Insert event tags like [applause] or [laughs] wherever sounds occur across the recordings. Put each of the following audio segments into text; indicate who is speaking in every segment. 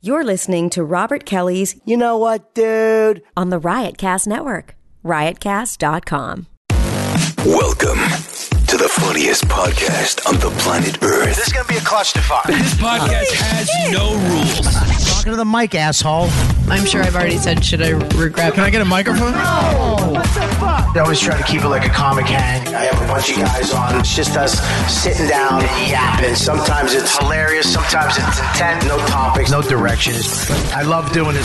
Speaker 1: You're listening to Robert Kelly's
Speaker 2: You know what, dude?
Speaker 1: on the Riotcast Network, riotcast.com.
Speaker 3: Welcome to the funniest podcast on the planet Earth.
Speaker 4: This is going to be a clusterfuck.
Speaker 5: This podcast has no rules.
Speaker 6: Talking to the mic, asshole.
Speaker 7: I'm sure I've already said, should I regret?
Speaker 5: Can I get a microphone?
Speaker 4: I always try to keep it like a comic hang. I have a bunch of guys on. It's just us sitting down and yapping. Sometimes it's hilarious. Sometimes it's intent. No topics. No directions. I love doing it.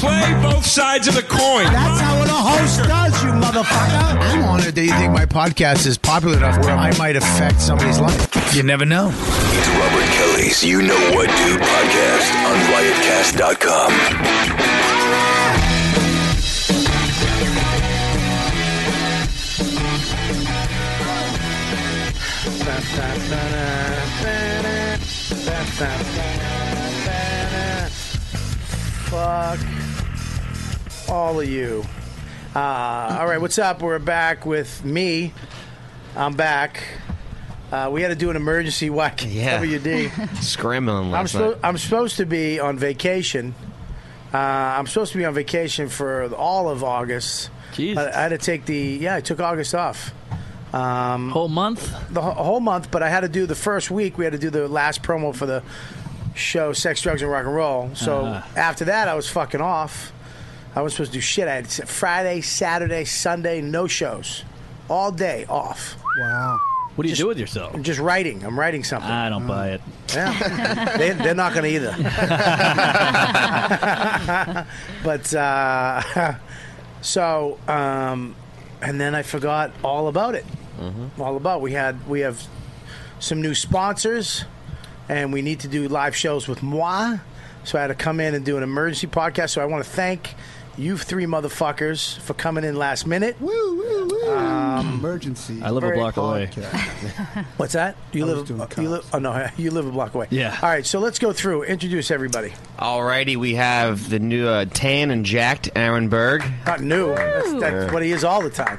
Speaker 5: Play both sides of the coin.
Speaker 6: That's how a host does, you motherfucker.
Speaker 4: I'm honored that you think my podcast is popular enough where I might affect somebody's life.
Speaker 5: You never know.
Speaker 3: It's Robert Kelly's You Know What Do podcast on riotcast.com.
Speaker 2: Fuck all of you. Uh, all right, what's up? We're back with me. I'm back. Uh, we had to do an emergency YKWD.
Speaker 8: Scrambling
Speaker 2: I'm,
Speaker 8: last
Speaker 2: suppo-
Speaker 8: night.
Speaker 2: I'm supposed to be on vacation. Uh, I'm supposed to be on vacation for all of August.
Speaker 9: Jeez.
Speaker 2: I, I had to take the yeah. I took August off. Um,
Speaker 9: whole month.
Speaker 2: the wh- whole month, but I had to do the first week. We had to do the last promo for the show, Sex, Drugs, and Rock and Roll. So
Speaker 9: Uh-huh.
Speaker 2: after that, I was fucking off. I was supposed to do shit. I had s- Friday, Saturday, Sunday, no shows, all day off.
Speaker 9: What do you do with yourself?
Speaker 2: I'm just writing. I'm writing something. Mm.
Speaker 9: I don't buy it.
Speaker 2: Yeah. they, they're not going to
Speaker 9: [laughs]
Speaker 2: either. but uh, so, um, and then I forgot all about it.
Speaker 9: Mm-hmm.
Speaker 2: All about we had we have some new sponsors, and we need to do live shows with moi. So I had to come in and do an emergency podcast. So I want to thank you three motherfuckers for coming in last minute. Um,
Speaker 6: Emergency.
Speaker 9: I live a block away. [laughs]
Speaker 2: What's that? You
Speaker 6: I was
Speaker 2: live?
Speaker 6: doing
Speaker 2: you live? Oh no, [laughs] you live a block away.
Speaker 9: Yeah.
Speaker 2: All right. So let's go through. Introduce everybody.
Speaker 8: Alrighty, we have the new uh, tan and jacked Aaron Berg.
Speaker 2: Not new. That's, that's what he is all the time.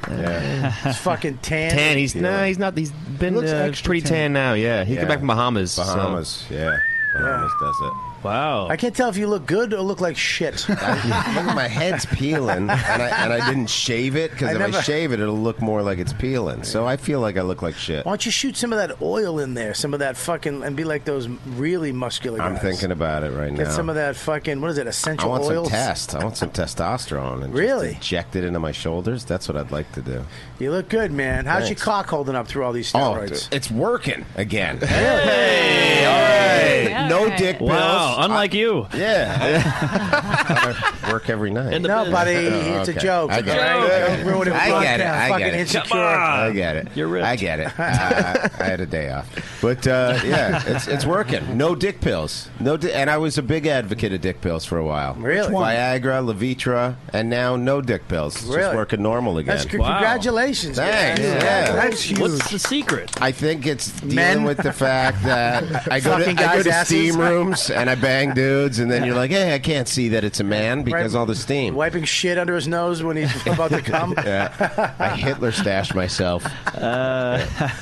Speaker 8: [laughs]
Speaker 2: He's fucking tan.
Speaker 8: Tan, he's no, he's not. He's been
Speaker 6: looks
Speaker 8: uh,
Speaker 6: extra
Speaker 8: pretty tan.
Speaker 6: tan.
Speaker 8: now. Yeah, he
Speaker 10: Yeah.
Speaker 8: came back from Bahamas. so-
Speaker 10: Bahamas, yeah. Bahamas does it. [laughs]
Speaker 9: Wow.
Speaker 2: I can't tell if you look good or look
Speaker 8: [laughs]
Speaker 2: like shit.
Speaker 10: Look at my head's peeling, and I and I didn't shave it because
Speaker 2: I
Speaker 10: if
Speaker 2: never-
Speaker 10: I shave it, it'll look more like it's peeling. So I feel like I look like shit.
Speaker 2: Why don't you shoot some of that oil in there? Some of that fucking and be like those really muscular guys.
Speaker 10: I'm thinking about it right
Speaker 2: Get
Speaker 10: now.
Speaker 2: some of that fucking what is it?
Speaker 10: I
Speaker 2: Essential
Speaker 10: want
Speaker 2: oils.
Speaker 10: some test. I want some testosterone and
Speaker 2: Really?
Speaker 10: just inject it into my shoulders. That's what I'd like to do.
Speaker 2: You look good, man. How's
Speaker 10: Thanks.
Speaker 2: your cock holding up through all these
Speaker 10: Oh,
Speaker 2: steroids?
Speaker 10: it's working again.
Speaker 7: Yeah,
Speaker 10: no
Speaker 7: right.
Speaker 10: dick pills.
Speaker 9: wow. Unlike you.
Speaker 10: Yeah.
Speaker 9: [laughs]
Speaker 10: I work every night.
Speaker 9: In the-
Speaker 2: no, buddy,
Speaker 10: Oh,
Speaker 2: it's a
Speaker 10: okay.
Speaker 2: joke.
Speaker 10: I get it.
Speaker 2: all right? Don't ruin it.
Speaker 10: I
Speaker 2: Fuck
Speaker 10: get it.
Speaker 2: that
Speaker 10: I get
Speaker 2: fucking
Speaker 10: it.
Speaker 2: insecure.
Speaker 10: I get it.
Speaker 9: You're ripped.
Speaker 10: I get it. Uh, I had a day off, but
Speaker 9: [laughs]
Speaker 10: uh, yeah, it's it's working. No dick pills. No, di- and I was a big advocate of dick pills for a while.
Speaker 2: Really? Which one?
Speaker 10: Viagra, Levitra, and now no dick pills. It's
Speaker 2: Really?
Speaker 10: Just working normal again.
Speaker 2: That's good.
Speaker 9: Wow.
Speaker 2: Congratulations.
Speaker 10: Thanks.
Speaker 2: man.
Speaker 10: Yeah.
Speaker 2: That's huge.
Speaker 9: What's the secret?
Speaker 10: I think it's [laughs] dealing
Speaker 2: Men?
Speaker 10: with the
Speaker 7: [laughs]
Speaker 10: fact that I go to,
Speaker 2: Fucking
Speaker 10: I go
Speaker 2: guys'
Speaker 10: to
Speaker 2: asses?
Speaker 10: steam rooms and I bang dudes, and then you're like, hey, I can't see that it's a man because
Speaker 2: Right.
Speaker 10: all the steam.
Speaker 2: Wiping shit under his nose when
Speaker 10: [laughs]
Speaker 2: he's about to come.
Speaker 10: Yeah. I Hitler stashed myself.
Speaker 9: Uh, [laughs]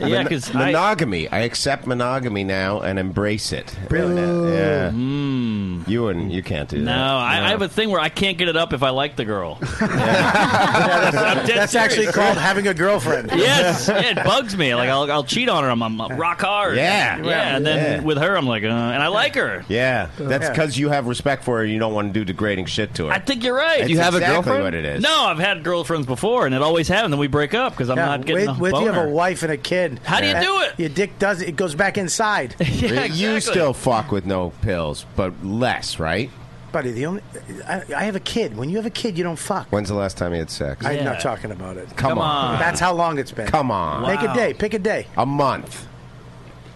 Speaker 9: Yeah, because I,
Speaker 10: monogamy. I, accept monogamy now and embrace it. Yeah. You wouldn't. You can't do
Speaker 9: Hmm. no,
Speaker 10: that.
Speaker 9: I, I have a thing where I can't get it up if I like the girl. I'm dead
Speaker 2: That's actually
Speaker 9: serious.
Speaker 2: called having a girlfriend.
Speaker 9: Yes, yeah, it bugs me. Like I'll, I'll cheat on her. I'm, I'm rock hard.
Speaker 10: Yeah.
Speaker 9: yeah. And then
Speaker 10: Yeah.
Speaker 9: with her, I'm like, uh, and I like her.
Speaker 10: Yeah, that's
Speaker 2: Oh, Yeah.
Speaker 10: because you have respect for her. You don't want to do degrading shit to her.
Speaker 9: I think you're right.
Speaker 10: That's
Speaker 8: You have a
Speaker 10: exactly
Speaker 8: girlfriend?
Speaker 10: What it is?
Speaker 9: No, I've had girlfriends before, and it always happened. Then we break up because I'm
Speaker 2: Yeah,
Speaker 9: not getting
Speaker 2: with,
Speaker 9: a
Speaker 2: with you have a
Speaker 9: boner.
Speaker 2: wife and a kid.
Speaker 9: How do you
Speaker 2: And
Speaker 9: do it?
Speaker 2: Your dick does it goes back inside.
Speaker 9: [laughs] yeah,
Speaker 10: You
Speaker 9: exactly.
Speaker 10: still fuck with no pills, but less, right?
Speaker 2: Buddy, the only I, I have a kid. When you have a kid, you don't fuck.
Speaker 10: When's the last time you had sex?
Speaker 2: I'm
Speaker 9: Yeah.
Speaker 2: not talking about it.
Speaker 10: Come,
Speaker 9: on.
Speaker 2: That's how long it's been.
Speaker 10: Come on.
Speaker 2: Make a day. Pick a day.
Speaker 10: A month.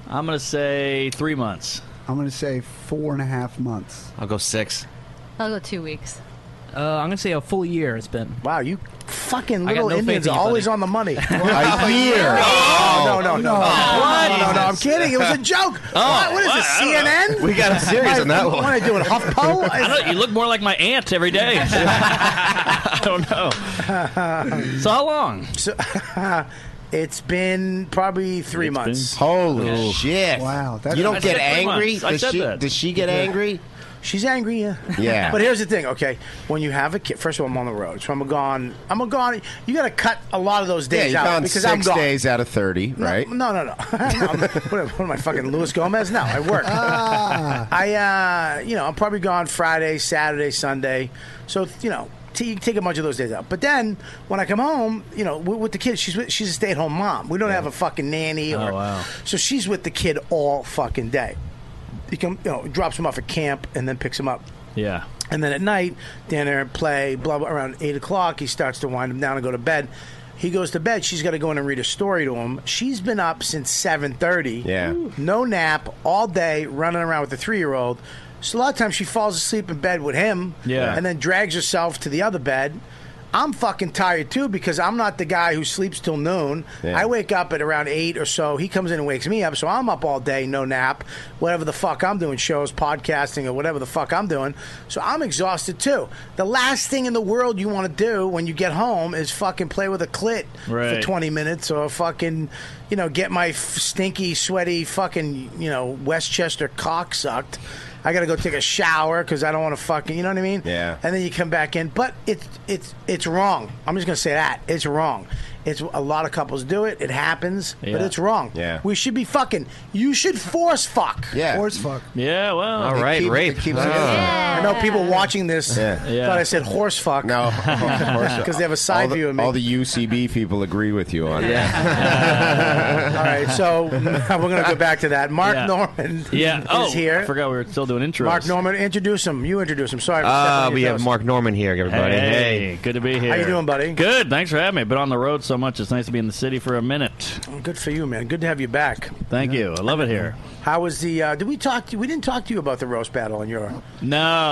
Speaker 9: I'm gonna say three months.
Speaker 6: I'm going to say four and a half months.
Speaker 8: I'll go six.
Speaker 7: I'll go two weeks.
Speaker 11: Uh, I'm gonna say a full year it's been.
Speaker 2: Wow, you fucking
Speaker 11: I got
Speaker 2: little
Speaker 11: no faith
Speaker 2: Indians
Speaker 11: in
Speaker 2: are
Speaker 11: you,
Speaker 2: always
Speaker 11: buddy.
Speaker 2: on
Speaker 11: [laughs]
Speaker 2: the money. no,
Speaker 10: A year.
Speaker 2: no, no, no. No, no, no, I'm kidding. It was a joke. what, what is
Speaker 9: Oh,
Speaker 2: this,
Speaker 9: I don't know.
Speaker 2: CNN?
Speaker 8: We got a series on that
Speaker 2: What
Speaker 8: one.
Speaker 2: are they doing, HuffPo?
Speaker 9: I don't know, you look more like my aunt every day.
Speaker 2: [laughs]
Speaker 9: I don't know. So how long?
Speaker 2: So, [laughs] It's been probably three months.
Speaker 10: Holy shit!
Speaker 2: Wow,
Speaker 10: you don't get angry. Does she, does she get angry?
Speaker 2: She's angry, yeah. [laughs]
Speaker 10: Yeah.
Speaker 2: But here's the thing, okay? When you have a kid, first of all, I'm on the road, so I'm gone. I'm gone. You got to cut a lot of those
Speaker 10: Yeah,
Speaker 2: days
Speaker 10: you're
Speaker 2: out
Speaker 10: gone
Speaker 2: because
Speaker 10: 6
Speaker 2: I'm gone.
Speaker 10: days out of thirty, right?
Speaker 2: No, no, [laughs] no. I'm- what, am- what am I fucking Luis Gomez? No, I work.
Speaker 9: Ah.
Speaker 2: I, uh, you know, I'm probably gone Friday, Saturday, Sunday. So you know, t- you take a bunch of those days out. But then when I come home, you know, with, with the kids, she's with, she's a stay at home mom. We don't have a fucking nanny. Or,
Speaker 9: Oh, wow.
Speaker 2: So she's with the kid all fucking day. He come, you know, drops him off at camp and then picks him up.
Speaker 9: Yeah.
Speaker 2: And then at night, dinner, play, blah, blah, around 8 o'clock, he starts to wind him down and go to bed. He goes to bed. She's got to go in and read a story to him. She's been up since 7.30.
Speaker 10: Yeah.
Speaker 2: No nap, all day, running around with the three-year-old. So a lot of times she falls asleep in bed with him.
Speaker 9: Yeah.
Speaker 2: And then drags herself to the other bed. I'm fucking tired too because I'm not the guy who sleeps till noon.
Speaker 10: Yeah.
Speaker 2: I wake up at around eight or so. He comes in and wakes me up, so I'm up all day, no nap, whatever the fuck I'm doing, shows, podcasting, or whatever the fuck I'm doing. So I'm exhausted too. The last thing in the world you want to do when you get home is fucking play with a clit for
Speaker 9: Right.
Speaker 2: 20 minutes or fucking, you know, get my f- stinky, sweaty, fucking, you know, Westchester cock sucked. I got to go take a shower because I don't want to fucking, you know what I mean?
Speaker 10: Yeah.
Speaker 2: and then you come back in. But it's it's it's wrong. I'm just gonna say that it's wrong. It's a lot of couples do it. It happens, but
Speaker 9: Yeah.
Speaker 2: it's wrong.
Speaker 10: Yeah.
Speaker 2: we should be fucking. You should force fuck.
Speaker 10: Yeah.
Speaker 6: Horse fuck.
Speaker 9: Yeah. Well.
Speaker 8: All right,
Speaker 10: keeps-
Speaker 8: rape.
Speaker 10: it keeps-
Speaker 2: I know people watching this
Speaker 10: Yeah.
Speaker 9: Yeah.
Speaker 2: thought I said horse fuck. [laughs]
Speaker 10: No,
Speaker 2: because they have a
Speaker 10: all
Speaker 2: side view
Speaker 10: the,
Speaker 2: of me.
Speaker 10: all the UCB people agree with you on yeah.
Speaker 2: [laughs] all right, so we're gonna
Speaker 9: [laughs]
Speaker 2: go back to that. Mark
Speaker 9: Yeah.
Speaker 2: Norman,
Speaker 9: [laughs] Yeah.
Speaker 2: is
Speaker 9: Oh, I
Speaker 2: here.
Speaker 9: forgot we were still doing intros.
Speaker 2: Mark Norman, introduce him. You introduce him. Sorry. for stepping
Speaker 8: Uh,
Speaker 2: on
Speaker 8: we
Speaker 2: your
Speaker 8: have
Speaker 2: toes.
Speaker 8: Mark Norman here, everybody.
Speaker 9: Hey,
Speaker 8: Hey.
Speaker 9: good to be here.
Speaker 2: How you doing, buddy?
Speaker 9: Good. Thanks for having me. Been on the road so much. It's nice to be in the city for a minute.
Speaker 2: Good for you, man. Good to have you back.
Speaker 9: Thank you. I love it here.
Speaker 2: How was the? Uh, did we talk? To, we didn't talk to you about the roast battle in your.
Speaker 9: No.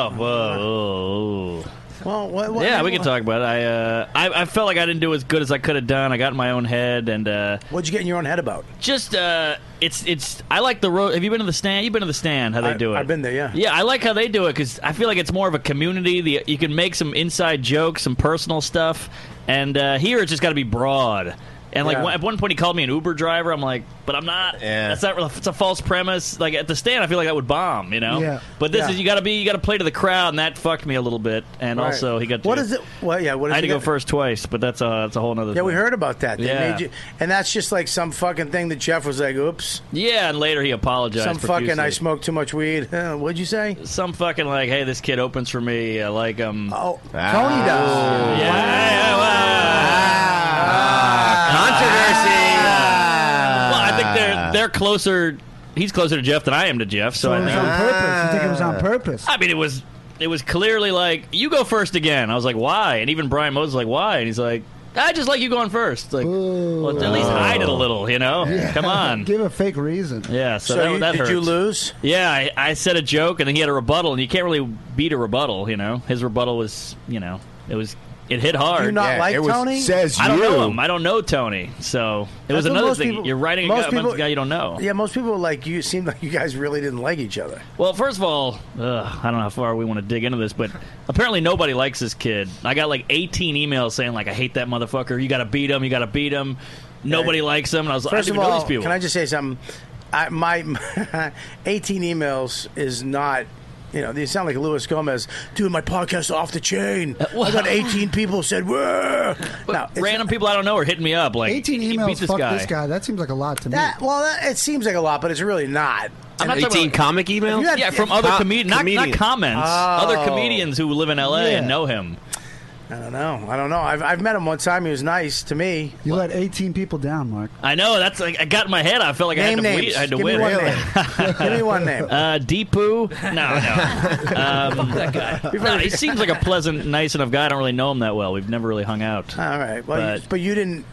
Speaker 9: Whoa.
Speaker 2: Well, what, what,
Speaker 9: yeah, we can talk about it. I, uh, I I felt like I didn't do as good as I could have done. I got in my own head and uh,
Speaker 2: What'd you get in your own head about?
Speaker 9: just uh, it's it's. I like the road. Have you been to the stand? You've been to the stand. How they
Speaker 2: I-
Speaker 9: do it?
Speaker 2: I've been there, yeah.
Speaker 9: Yeah, I like how they do it because I feel like it's more of a community. The you can make some inside jokes, some personal stuff, and uh, here it's just got to be broad. And like
Speaker 2: Yeah.
Speaker 9: one- at one point he called me an Uber driver. I'm like, but I'm not.
Speaker 10: Yeah.
Speaker 9: That's not. real- It's a false premise. Like at the stand, I feel like that would bomb. You know.
Speaker 6: Yeah.
Speaker 9: But this
Speaker 2: Yeah.
Speaker 9: is you got to be you got to play to the crowd, and that fucked me a little bit. And
Speaker 2: Right.
Speaker 9: also he got to
Speaker 2: What is it? Well, yeah. What is
Speaker 9: I had to
Speaker 2: it-
Speaker 9: go first twice, but that's uh, that's a whole nother.
Speaker 2: Yeah,
Speaker 9: thing.
Speaker 2: we heard about that. They
Speaker 9: Yeah.
Speaker 2: made you, and that's just like some fucking thing that Jeff was like, "Oops,
Speaker 9: Yeah, and later he apologized.
Speaker 2: some fucking I
Speaker 9: profusely.
Speaker 2: smoked too much weed." [laughs] Huh, what'd you say?
Speaker 9: some fucking like, hey, this kid opens for me. I like him.
Speaker 2: Oh,
Speaker 10: Ah.
Speaker 2: Tony does.
Speaker 9: yeah, yeah, well,
Speaker 10: controversy.
Speaker 9: Ah. well, I think
Speaker 10: Ah.
Speaker 9: they're they're closer. He's closer to Jeff than I am to Jeff, so
Speaker 6: So it
Speaker 9: I
Speaker 6: was
Speaker 9: think.
Speaker 6: on purpose. You think it was
Speaker 10: Ah.
Speaker 6: on purpose?
Speaker 9: I mean, it was it was clearly like you go first again. I was like, why? And even Brian Moses was like, why? And he's like. I just like you going first. Like, well, at least hide it a little, you know. Come
Speaker 6: [laughs]
Speaker 9: on,
Speaker 6: Give a fake reason.
Speaker 9: yeah. So,
Speaker 2: So,
Speaker 9: that,
Speaker 2: you,
Speaker 9: that
Speaker 2: did
Speaker 9: hurts.
Speaker 2: you lose?
Speaker 9: Yeah, I, I said a joke, and then he had a rebuttal, and you can't really beat a rebuttal. You know, his rebuttal was, you know, it was it hit hard.
Speaker 2: Do you not like
Speaker 10: it was,
Speaker 2: Tony?
Speaker 10: Says
Speaker 9: I don't
Speaker 10: you.
Speaker 9: know him. I don't know Tony, so it was
Speaker 2: That's what
Speaker 9: another
Speaker 2: most
Speaker 9: thing.
Speaker 2: people-
Speaker 9: You're writing a
Speaker 2: most
Speaker 9: guy, about
Speaker 2: people-
Speaker 9: a guy you don't know.
Speaker 2: yeah, most people like you. Seemed like you guys really didn't like each other.
Speaker 9: Well, first of all, ugh, I don't know how far we want to dig into this, but apparently nobody likes this kid. I got like 18 emails saying like, "I hate that motherfucker. You got to beat him. You got to beat him." Nobody likes him, and I was like, I
Speaker 2: First
Speaker 9: don't
Speaker 2: of
Speaker 9: even know
Speaker 2: all,
Speaker 9: these people.
Speaker 2: can I just say something? I, my [laughs] 18 emails is not. You know, they sound like Luis Gomez. Dude, my podcast off the chain.
Speaker 9: Uh, [laughs]
Speaker 2: I got 18 people said, "Whoa!" No, it's-
Speaker 9: Random people I don't know are hitting me up like,
Speaker 6: 18
Speaker 9: "Beat
Speaker 6: emails.
Speaker 9: this
Speaker 6: fuck
Speaker 9: guy.
Speaker 6: this guy. That seems like a lot to me.
Speaker 2: That, well, that, it seems like a lot, but it's really not.
Speaker 9: I'm not talking about-
Speaker 8: 18 comic emails?
Speaker 2: You had-
Speaker 9: yeah, from other
Speaker 8: Com-
Speaker 9: comedians, not, not
Speaker 8: comedians.
Speaker 9: comments. Other comedians who live in LA and
Speaker 6: Yeah.
Speaker 9: know him.
Speaker 2: Oh, I don't know. I don't know. I've, I've met him one time. He was nice to me.
Speaker 6: you let 18 people down, Mark.
Speaker 9: I know. That's like I got in my head. I felt like
Speaker 2: Name
Speaker 9: I had to,
Speaker 2: names.
Speaker 9: wait, I had to
Speaker 2: Give
Speaker 9: win.
Speaker 2: me one
Speaker 9: [laughs]
Speaker 2: name. Give me one name.
Speaker 9: Uh, Deepu? No,
Speaker 2: [laughs]
Speaker 9: no. Um, that guy. [laughs] No, he seems like a pleasant, nice enough guy. I don't really know him that well. We've never really hung out.
Speaker 2: All right. Well, you-
Speaker 9: but-
Speaker 2: but, you didn't.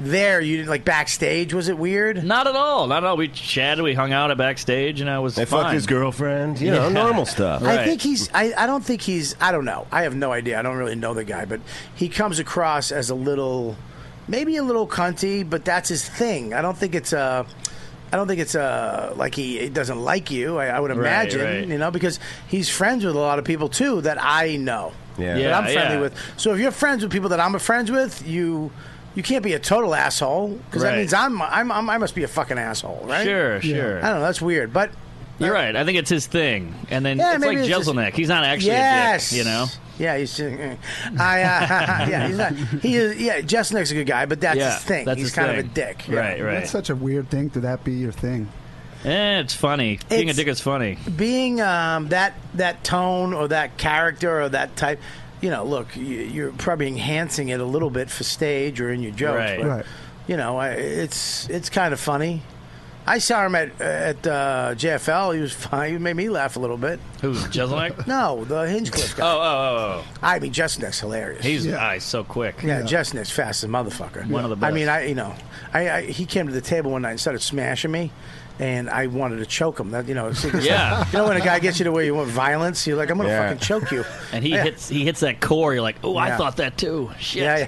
Speaker 2: There, you didn't like backstage. Was it weird?
Speaker 9: Not at all. Not at all. We chatted. We hung out at backstage, and I was
Speaker 10: They
Speaker 9: fine.
Speaker 10: fucked his girlfriend. You know, normal stuff.
Speaker 9: [laughs] Right.
Speaker 2: I think he's. I, I don't think he's. I don't know. I have no idea. I don't really know the guy, but he comes across as a little, maybe a little cunty, but that's his thing. I don't think it's a. I don't think it's a like he, he doesn't like you. I, I would imagine,
Speaker 9: right.
Speaker 2: you know, because he's friends with a lot of people too that I know.
Speaker 10: Yeah.
Speaker 2: that
Speaker 9: Yeah,
Speaker 2: I'm friendly
Speaker 9: yeah.
Speaker 2: with. So if you're friends with people that I'm friends with, you. you can't be a total asshole because that
Speaker 9: Right.
Speaker 2: means I'm, I'm I'm I must be a fucking asshole, right?
Speaker 9: Sure, Yeah. sure.
Speaker 2: I don't know. That's weird, but
Speaker 9: You're right. I think it's his thing. And then
Speaker 2: Yeah,
Speaker 9: it's
Speaker 2: maybe
Speaker 9: like
Speaker 2: it's just-
Speaker 9: Jezelnik. He's not actually
Speaker 2: Yes.
Speaker 9: a dick, you know?
Speaker 2: Yeah, he's. Uh, I, uh, [laughs] yeah, he's not. He is. Yeah, Jesnick's a good guy, but that's
Speaker 9: Yeah,
Speaker 2: his thing.
Speaker 9: that's
Speaker 2: he's
Speaker 9: his
Speaker 2: kind of a
Speaker 9: thing.
Speaker 2: dick.
Speaker 9: Right, right.
Speaker 6: That's such a weird thing to that be your
Speaker 2: [laughs]
Speaker 6: thing.
Speaker 9: Eh, it's funny. Being a
Speaker 2: It's-
Speaker 9: dick is funny.
Speaker 2: Being um, that that tone or that character or that type, you know. Look, you, you're probably enhancing it a little bit for stage or in your jokes.
Speaker 9: Right.
Speaker 2: but,
Speaker 9: Right.
Speaker 2: You know, I, it's it's kind of funny. I saw him at at uh, JFL. He was [laughs] fine. He made me laugh a little bit.
Speaker 9: Who's Jezelnik?
Speaker 2: [laughs] No, the Hinchcliffe
Speaker 9: Oh,
Speaker 2: guy.
Speaker 9: oh, oh, oh.
Speaker 2: I mean, Jesnick's hilarious.
Speaker 9: He's ah, so quick.
Speaker 2: Yeah, Jesnick's fast as a motherfucker.
Speaker 9: One of the
Speaker 2: I
Speaker 9: best.
Speaker 2: mean, I you know, I, I he came to the table one night and started smashing me, and I wanted to choke him. That you know, it's- it's like-
Speaker 9: Yeah.
Speaker 2: you know when a guy gets you to where you want violence, you're like, I'm gonna
Speaker 9: Yeah.
Speaker 2: fucking choke you.
Speaker 9: And he
Speaker 2: Yeah.
Speaker 9: hits he hits that core. You're like, oh, I
Speaker 2: Yeah.
Speaker 9: thought that too. Shit.
Speaker 2: Yeah,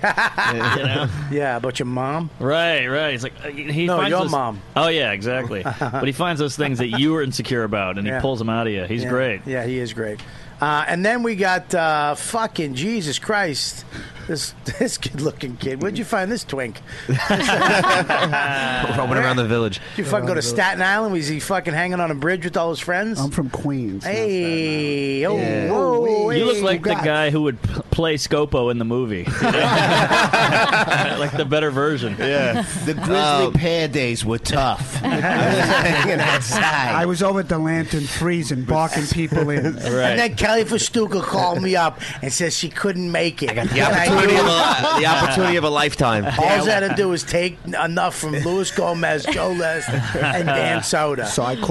Speaker 9: [laughs]
Speaker 2: yeah.
Speaker 9: You know?
Speaker 2: yeah, about your mom.
Speaker 9: Right, right. It's like uh, he
Speaker 2: No,
Speaker 9: finds
Speaker 2: your
Speaker 9: those-
Speaker 2: mom.
Speaker 9: Oh yeah, exactly. but he finds those things that you were insecure about, and
Speaker 2: Yeah.
Speaker 9: he pulls them out of you. He's
Speaker 2: Yeah.
Speaker 9: great.
Speaker 2: Yeah, he is great. Uh, and then we got uh, fucking Jesus Christ, this [laughs] this good looking kid. Where'd you find this twink?
Speaker 12: Ah. [laughs]
Speaker 13: Roaming around the village.
Speaker 2: Did you
Speaker 9: [laughs]
Speaker 2: fucking go to Staten Island? Was he fucking hanging on a bridge with all his friends? I'm
Speaker 6: from Queens.
Speaker 2: Hey, oh,
Speaker 9: Yeah.
Speaker 2: whoa,
Speaker 9: you look
Speaker 2: hey,
Speaker 9: like the
Speaker 2: God.
Speaker 9: guy who would p- play Scopo in the movie, [laughs] You know? like the better version.
Speaker 10: Yeah, the grizzly pear days were tough. hanging outside.
Speaker 6: I was over at the lantern freezing, barking people
Speaker 9: [laughs]
Speaker 6: in.
Speaker 2: And then Kelly Festuca called me up and says she couldn't make it. I got
Speaker 13: The opportunity, of
Speaker 2: [laughs]
Speaker 13: a, the opportunity of a lifetime.
Speaker 2: All I had to do was take enough from Luis Gomez, Joe Les, [laughs] and Dan Soda.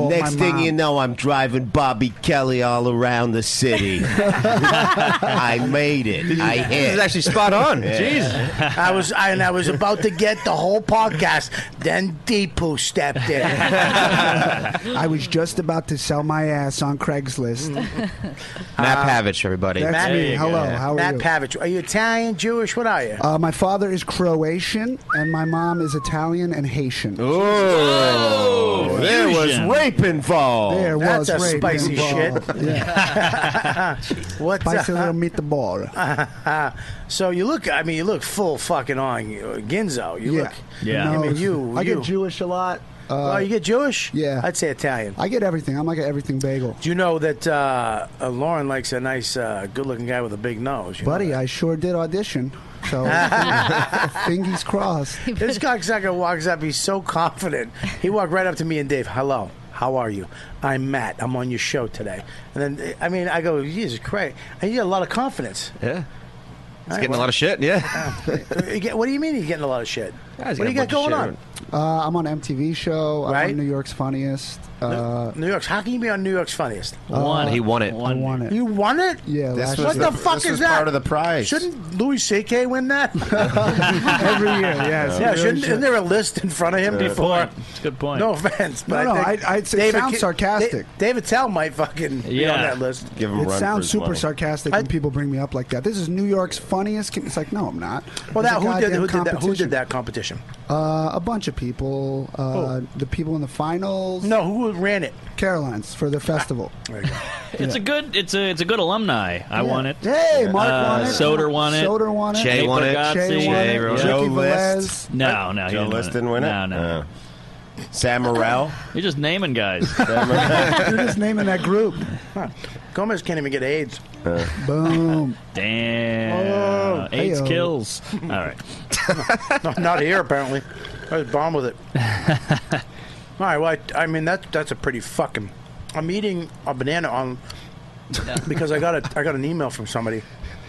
Speaker 10: Next thing you know, I'm driving Bobby Kelly all around
Speaker 6: [laughs]
Speaker 10: the city. I made it. I hit.
Speaker 13: This is actually spot on.
Speaker 10: Yeah.
Speaker 13: Jeez.
Speaker 2: I was I, and I was about to get the whole podcast. Then Deepu
Speaker 6: [laughs]
Speaker 2: stepped in.
Speaker 6: I was just about to sell my ass on Craigslist.
Speaker 13: Matt Pavich, everybody.
Speaker 6: That's me. Hello. How are
Speaker 2: Mm-hmm. Matt
Speaker 6: you?
Speaker 2: Pavich. Are you Italian, Jewish? What are you?
Speaker 6: Uh, my father is Croatian, and my mom is Italian and Haitian.
Speaker 10: Oh, there was
Speaker 6: Fusion.
Speaker 10: rape involved.
Speaker 6: There
Speaker 2: That's
Speaker 6: was
Speaker 2: a
Speaker 6: rape
Speaker 2: spicy
Speaker 6: involved.
Speaker 2: shit.
Speaker 10: [laughs]
Speaker 2: What's
Speaker 6: Spicy
Speaker 2: up?
Speaker 6: little meatball.
Speaker 2: [laughs] so you look. I mean, you look full fucking on Ginzo. You
Speaker 6: Yeah.
Speaker 2: look.
Speaker 6: Yeah.
Speaker 2: I mean,
Speaker 6: Nose.
Speaker 2: you.
Speaker 6: I get
Speaker 2: Jewish
Speaker 6: a lot. Uh,
Speaker 2: oh, you get Jewish?
Speaker 6: Yeah.
Speaker 2: I'd say Italian.
Speaker 6: I get everything. I'm like an everything bagel.
Speaker 2: Do you know that uh, uh, Lauren likes a nice, uh, good-looking guy with a big nose?
Speaker 13: [laughs]
Speaker 6: [laughs]
Speaker 2: You know?
Speaker 6: Buddy, I sure did audition.
Speaker 2: [laughs]
Speaker 6: So, fingers crossed.
Speaker 2: This cocksucker walks up. He's so confident. He walked right up to me and Dave. Hello. How are you? I'm Matt. I'm on your show today. And then, uh, I mean, I go, Jesus Christ. And you got a lot of confidence.
Speaker 13: Yeah. He's
Speaker 2: All
Speaker 13: getting
Speaker 2: right,
Speaker 13: a lot of shit,
Speaker 2: [laughs]
Speaker 13: yeah.
Speaker 2: You get- what do you mean he's getting a lot of shit?
Speaker 13: Yeah,
Speaker 2: What
Speaker 13: he's
Speaker 2: do you got
Speaker 13: got a
Speaker 2: going
Speaker 13: bunch of
Speaker 2: on?
Speaker 6: Uh, I'm on MTV show. I'm
Speaker 2: Right?
Speaker 6: on New York's Funniest. Uh,
Speaker 2: New York's. How can you be on New York's Funniest?
Speaker 13: One. He won it.
Speaker 6: I won it.
Speaker 2: You won it?
Speaker 6: Yeah,
Speaker 10: This
Speaker 6: last
Speaker 10: was
Speaker 2: What
Speaker 10: the-
Speaker 2: the, fuck
Speaker 10: this
Speaker 2: is
Speaker 10: was
Speaker 2: that?
Speaker 10: part of the [laughs] prize.
Speaker 2: Shouldn't Louis C.K.
Speaker 6: [laughs]
Speaker 2: win that? [laughs]
Speaker 6: every year. Yeah, it's
Speaker 2: yeah.
Speaker 6: really
Speaker 2: Shouldn't,
Speaker 6: shit.
Speaker 2: isn't there a list in front of him
Speaker 9: Good
Speaker 2: before?
Speaker 9: point. It's a good point.
Speaker 2: No offense, but
Speaker 6: No, no,
Speaker 2: I think
Speaker 6: I- I'd say
Speaker 2: David
Speaker 6: sounds
Speaker 2: Ki-
Speaker 6: sarcastic.
Speaker 2: Da- David Tell might fucking be on
Speaker 9: Yeah.
Speaker 2: that list.
Speaker 10: Give him
Speaker 6: It
Speaker 10: run for
Speaker 6: sounds
Speaker 10: his
Speaker 6: super
Speaker 10: money.
Speaker 6: sarcastic when people bring me up like that. This is New York's funniest. com-" It's like, no, I'm not.
Speaker 2: Well,
Speaker 6: It's a
Speaker 2: that who
Speaker 6: goddamn
Speaker 2: did, who did that? Who
Speaker 6: competition.
Speaker 2: did that competition?
Speaker 6: Uh, a bunch of people. Uh, The people in the finals.
Speaker 2: Oh. No, who ran it?
Speaker 6: Caroline's for the festival.
Speaker 9: [laughs] It's a good it's a it's a good alumni. I won it.
Speaker 6: Hey, Mark
Speaker 9: Uh,
Speaker 6: won it.
Speaker 9: Soder won it.
Speaker 6: Soder won it.
Speaker 9: Nate Bargatze.
Speaker 6: Jay won it.
Speaker 9: Yeah.
Speaker 6: Ricky
Speaker 10: Joe
Speaker 6: Velez.
Speaker 10: List.
Speaker 9: No, no, he
Speaker 10: Joe
Speaker 9: didn't
Speaker 10: List
Speaker 9: win
Speaker 10: didn't win it.
Speaker 9: No, no.
Speaker 10: Sam Morrell.
Speaker 9: You're just naming guys.
Speaker 6: You're just naming that group.
Speaker 2: Gomez can't even get AIDS.
Speaker 6: Boom.
Speaker 9: Damn.
Speaker 2: Oh,
Speaker 9: AIDS
Speaker 2: hey-o. [laughs]
Speaker 9: kills. All right.
Speaker 2: No, [laughs] not here apparently. I was bomb with it. All right, well, I, I mean that's that's a pretty fucking. I'm eating a banana on because I got a I got an email from somebody.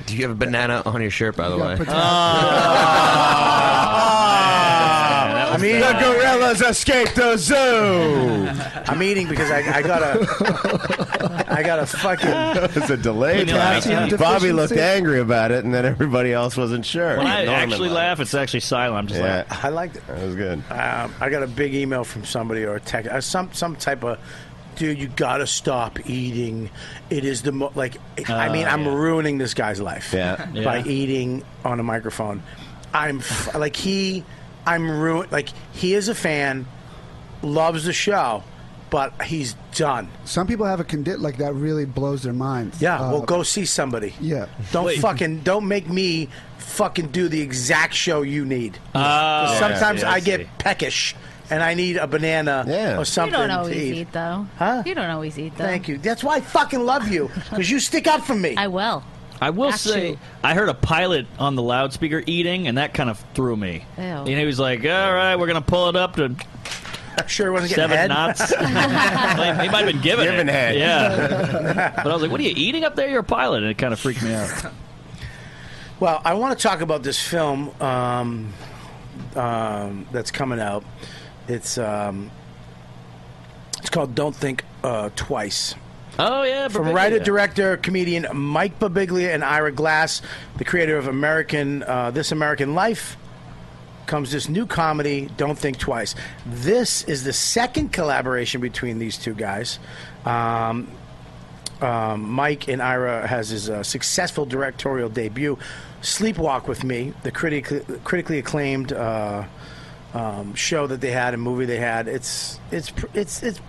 Speaker 13: Do you have a banana on your shirt, by the way? Uh,
Speaker 2: I'm eating.
Speaker 10: The gorillas escaped the zoo.
Speaker 2: I'm eating because I, I got a I got a fucking
Speaker 10: It's a delay.
Speaker 6: Potassium
Speaker 10: time. Bobby looked
Speaker 6: deficiency.
Speaker 10: angry about it, and then everybody else wasn't sure.
Speaker 9: When I
Speaker 10: Norman
Speaker 9: actually
Speaker 10: laughed.
Speaker 9: laugh, it's actually silent. I'm just
Speaker 10: Yeah,
Speaker 9: like,
Speaker 2: I liked it.
Speaker 10: that was good.
Speaker 2: Um, I got a big email from somebody or a text, uh, some some type of. Dude, you gotta stop eating. It is the mo- like. I mean, I'm ruining this guy's life
Speaker 10: Yeah.
Speaker 2: by
Speaker 9: Uh, Yeah.
Speaker 2: eating on a microphone. I'm f- like he. I'm ruined. Like he is a fan, loves the show, but he's done.
Speaker 6: Some people have a condit like that really blows their minds.
Speaker 2: Yeah,
Speaker 6: Uh,
Speaker 2: well, go see somebody.
Speaker 6: Yeah.
Speaker 2: Don't
Speaker 6: Wait.
Speaker 2: fucking don't make me fucking do the exact show you need. 'Cause
Speaker 9: Oh, yeah,
Speaker 2: sometimes
Speaker 9: yeah, I
Speaker 2: I get peckish and I need a banana or something.
Speaker 7: You don't always
Speaker 2: to
Speaker 7: eat. though. Huh? You don't always eat though.
Speaker 2: Thank you. That's why I fucking
Speaker 7: [laughs]
Speaker 2: love you because you stick up for me.
Speaker 7: I will.
Speaker 9: I will
Speaker 7: Actually-
Speaker 9: say, I heard a pilot on the loudspeaker eating, and that kind of threw me.
Speaker 7: Ew.
Speaker 9: And he was like, "All right, we're gonna pull it up to
Speaker 2: sure wasn't getting
Speaker 9: seven
Speaker 2: head.
Speaker 9: knots."
Speaker 2: [laughs]
Speaker 14: [laughs]
Speaker 9: he might have been given
Speaker 2: Given
Speaker 9: it.
Speaker 2: head. [laughs]
Speaker 9: Yeah, but I was like, "What are you eating up there? You're a pilot," and it kind of freaked me out.
Speaker 2: Well, I want to talk about this film um, um, that's coming out. It's um, it's called Don't Think uh, Twice.
Speaker 9: Oh yeah,
Speaker 2: from
Speaker 9: Babiglia.
Speaker 2: writer, director, comedian Mike Babiglia and Ira Glass, the creator of American uh, This American Life, comes this new comedy. Don't think twice. This is the second collaboration between these two guys. Um, um, Mike and Ira has his uh, successful directorial debut, Sleepwalk with Me, the critically critically acclaimed uh, um, show that they had, a movie they had. It's it's pr- it's it's.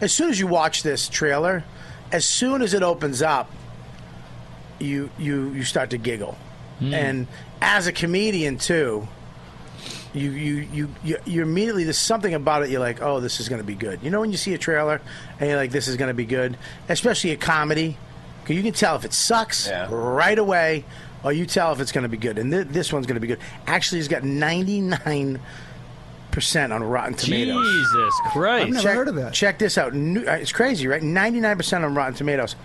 Speaker 2: As soon as you watch this trailer, as soon as it opens up, you you you start to giggle,
Speaker 15: Mm.
Speaker 2: and as a comedian too. You, you you you you immediately there's something about it you're like oh this is going to be good you know when you see a trailer and you're like this is going to be good especially a comedy 'cause you can tell if it sucks right away or you tell if it's going to be good and th- this one's going to be good actually it's got 99 percent on Rotten Tomatoes
Speaker 9: Jesus Christ!
Speaker 2: check, Check this out. New, uh, it's crazy, right? 99% on Rotten Tomatoes.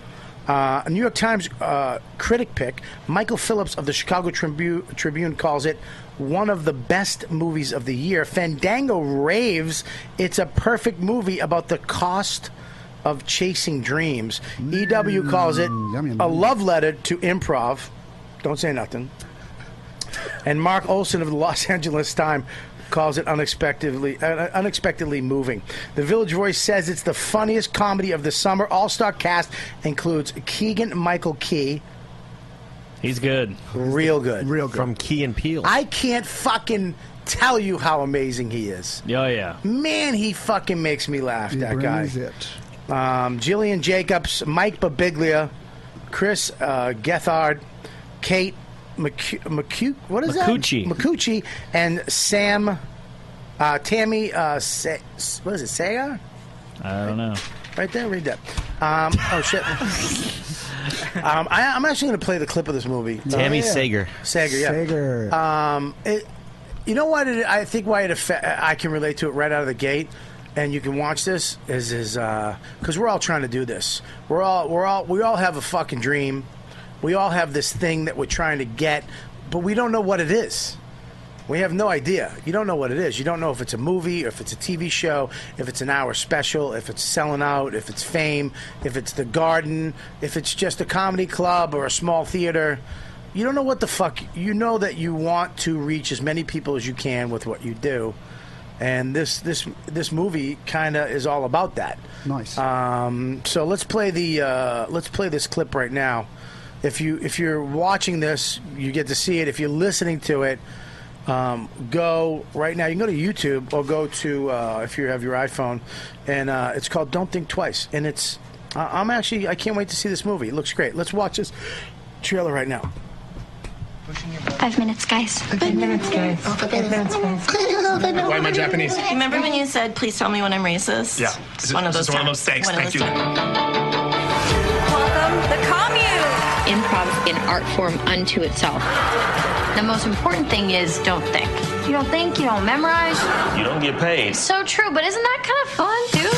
Speaker 2: Uh, New York Times uh, critic pick, Michael Phillips of the Chicago Tribune, Tribune calls it one of the best movies of the year. Fandango raves it's a perfect movie about the cost of chasing dreams. E EW calls it a love letter to improv. Don't say nothing. And Mark Olson of the Los [laughs] Angeles Times calls it unexpectedly uh, unexpectedly moving. The Village Voice says it's the funniest comedy of the summer. All-star cast includes Keegan Michael Key.
Speaker 9: He's good.
Speaker 2: Real good.
Speaker 6: Real good.
Speaker 13: From Key and Peel.
Speaker 2: I can't fucking tell you how amazing he is.
Speaker 9: Oh yeah.
Speaker 2: Man, he fucking makes me laugh, that guy.
Speaker 6: brings it.
Speaker 2: Um, Jillian Jacobs, Mike Babiglia, Chris uh, Gethard, Kate McCu- McCu- what is
Speaker 9: McCucci.
Speaker 2: that? McCucci. and Sam, uh, Tammy, uh, Sa- what is it, Sayer?
Speaker 9: I don't know.
Speaker 2: Right there, read that. Um, oh, shit.
Speaker 9: [laughs]
Speaker 2: um, I, I'm actually going to play the clip of this movie.
Speaker 13: Tammy Sager.
Speaker 2: Sager, yeah.
Speaker 6: Sager.
Speaker 2: Um, it, you know what? It, I think why it affect, I can relate to it right out of the gate, and you can watch this is is because we're all trying to do this. We're all we're all we all have a fucking dream. We all have this thing that we're trying to get, but we don't know what it is. We have no idea. You don't know what it is. You don't know if it's a movie, or if it's a TV show, if it's an hour special, if it's selling out, if it's fame, if it's the garden, if it's just a comedy club or a small theater. You don't know what the fuck. You know that you want to reach as many people as you can with what you do, and this this this movie kind of is all about that.
Speaker 6: Nice.
Speaker 2: Um, so let's play the uh, let's play this clip right now. If you if you're watching this, you get to see it. If you're listening to it, um, go right now. You can go to YouTube or go to uh, if you have your iPhone, and uh, it's called "Don't Think Twice." And it's I I'm actually I can't wait to see this movie. It looks great. Let's watch this trailer right now.
Speaker 14: Five minutes, guys. Five minutes, guys. Five minutes, guys.
Speaker 16: Why am I Japanese?
Speaker 14: Remember when you said, please tell me when I'm racist?
Speaker 16: Yeah. This is-
Speaker 14: one of
Speaker 16: this
Speaker 14: those
Speaker 16: is one of those things.
Speaker 14: times. One of
Speaker 16: Thank
Speaker 14: those
Speaker 16: you.
Speaker 14: Welcome the commune.
Speaker 17: Improv is an art form unto itself.
Speaker 14: The most important thing is don't think. You don't think, you don't memorize.
Speaker 16: You don't get paid.
Speaker 14: So true, but isn't that kind of fun, too?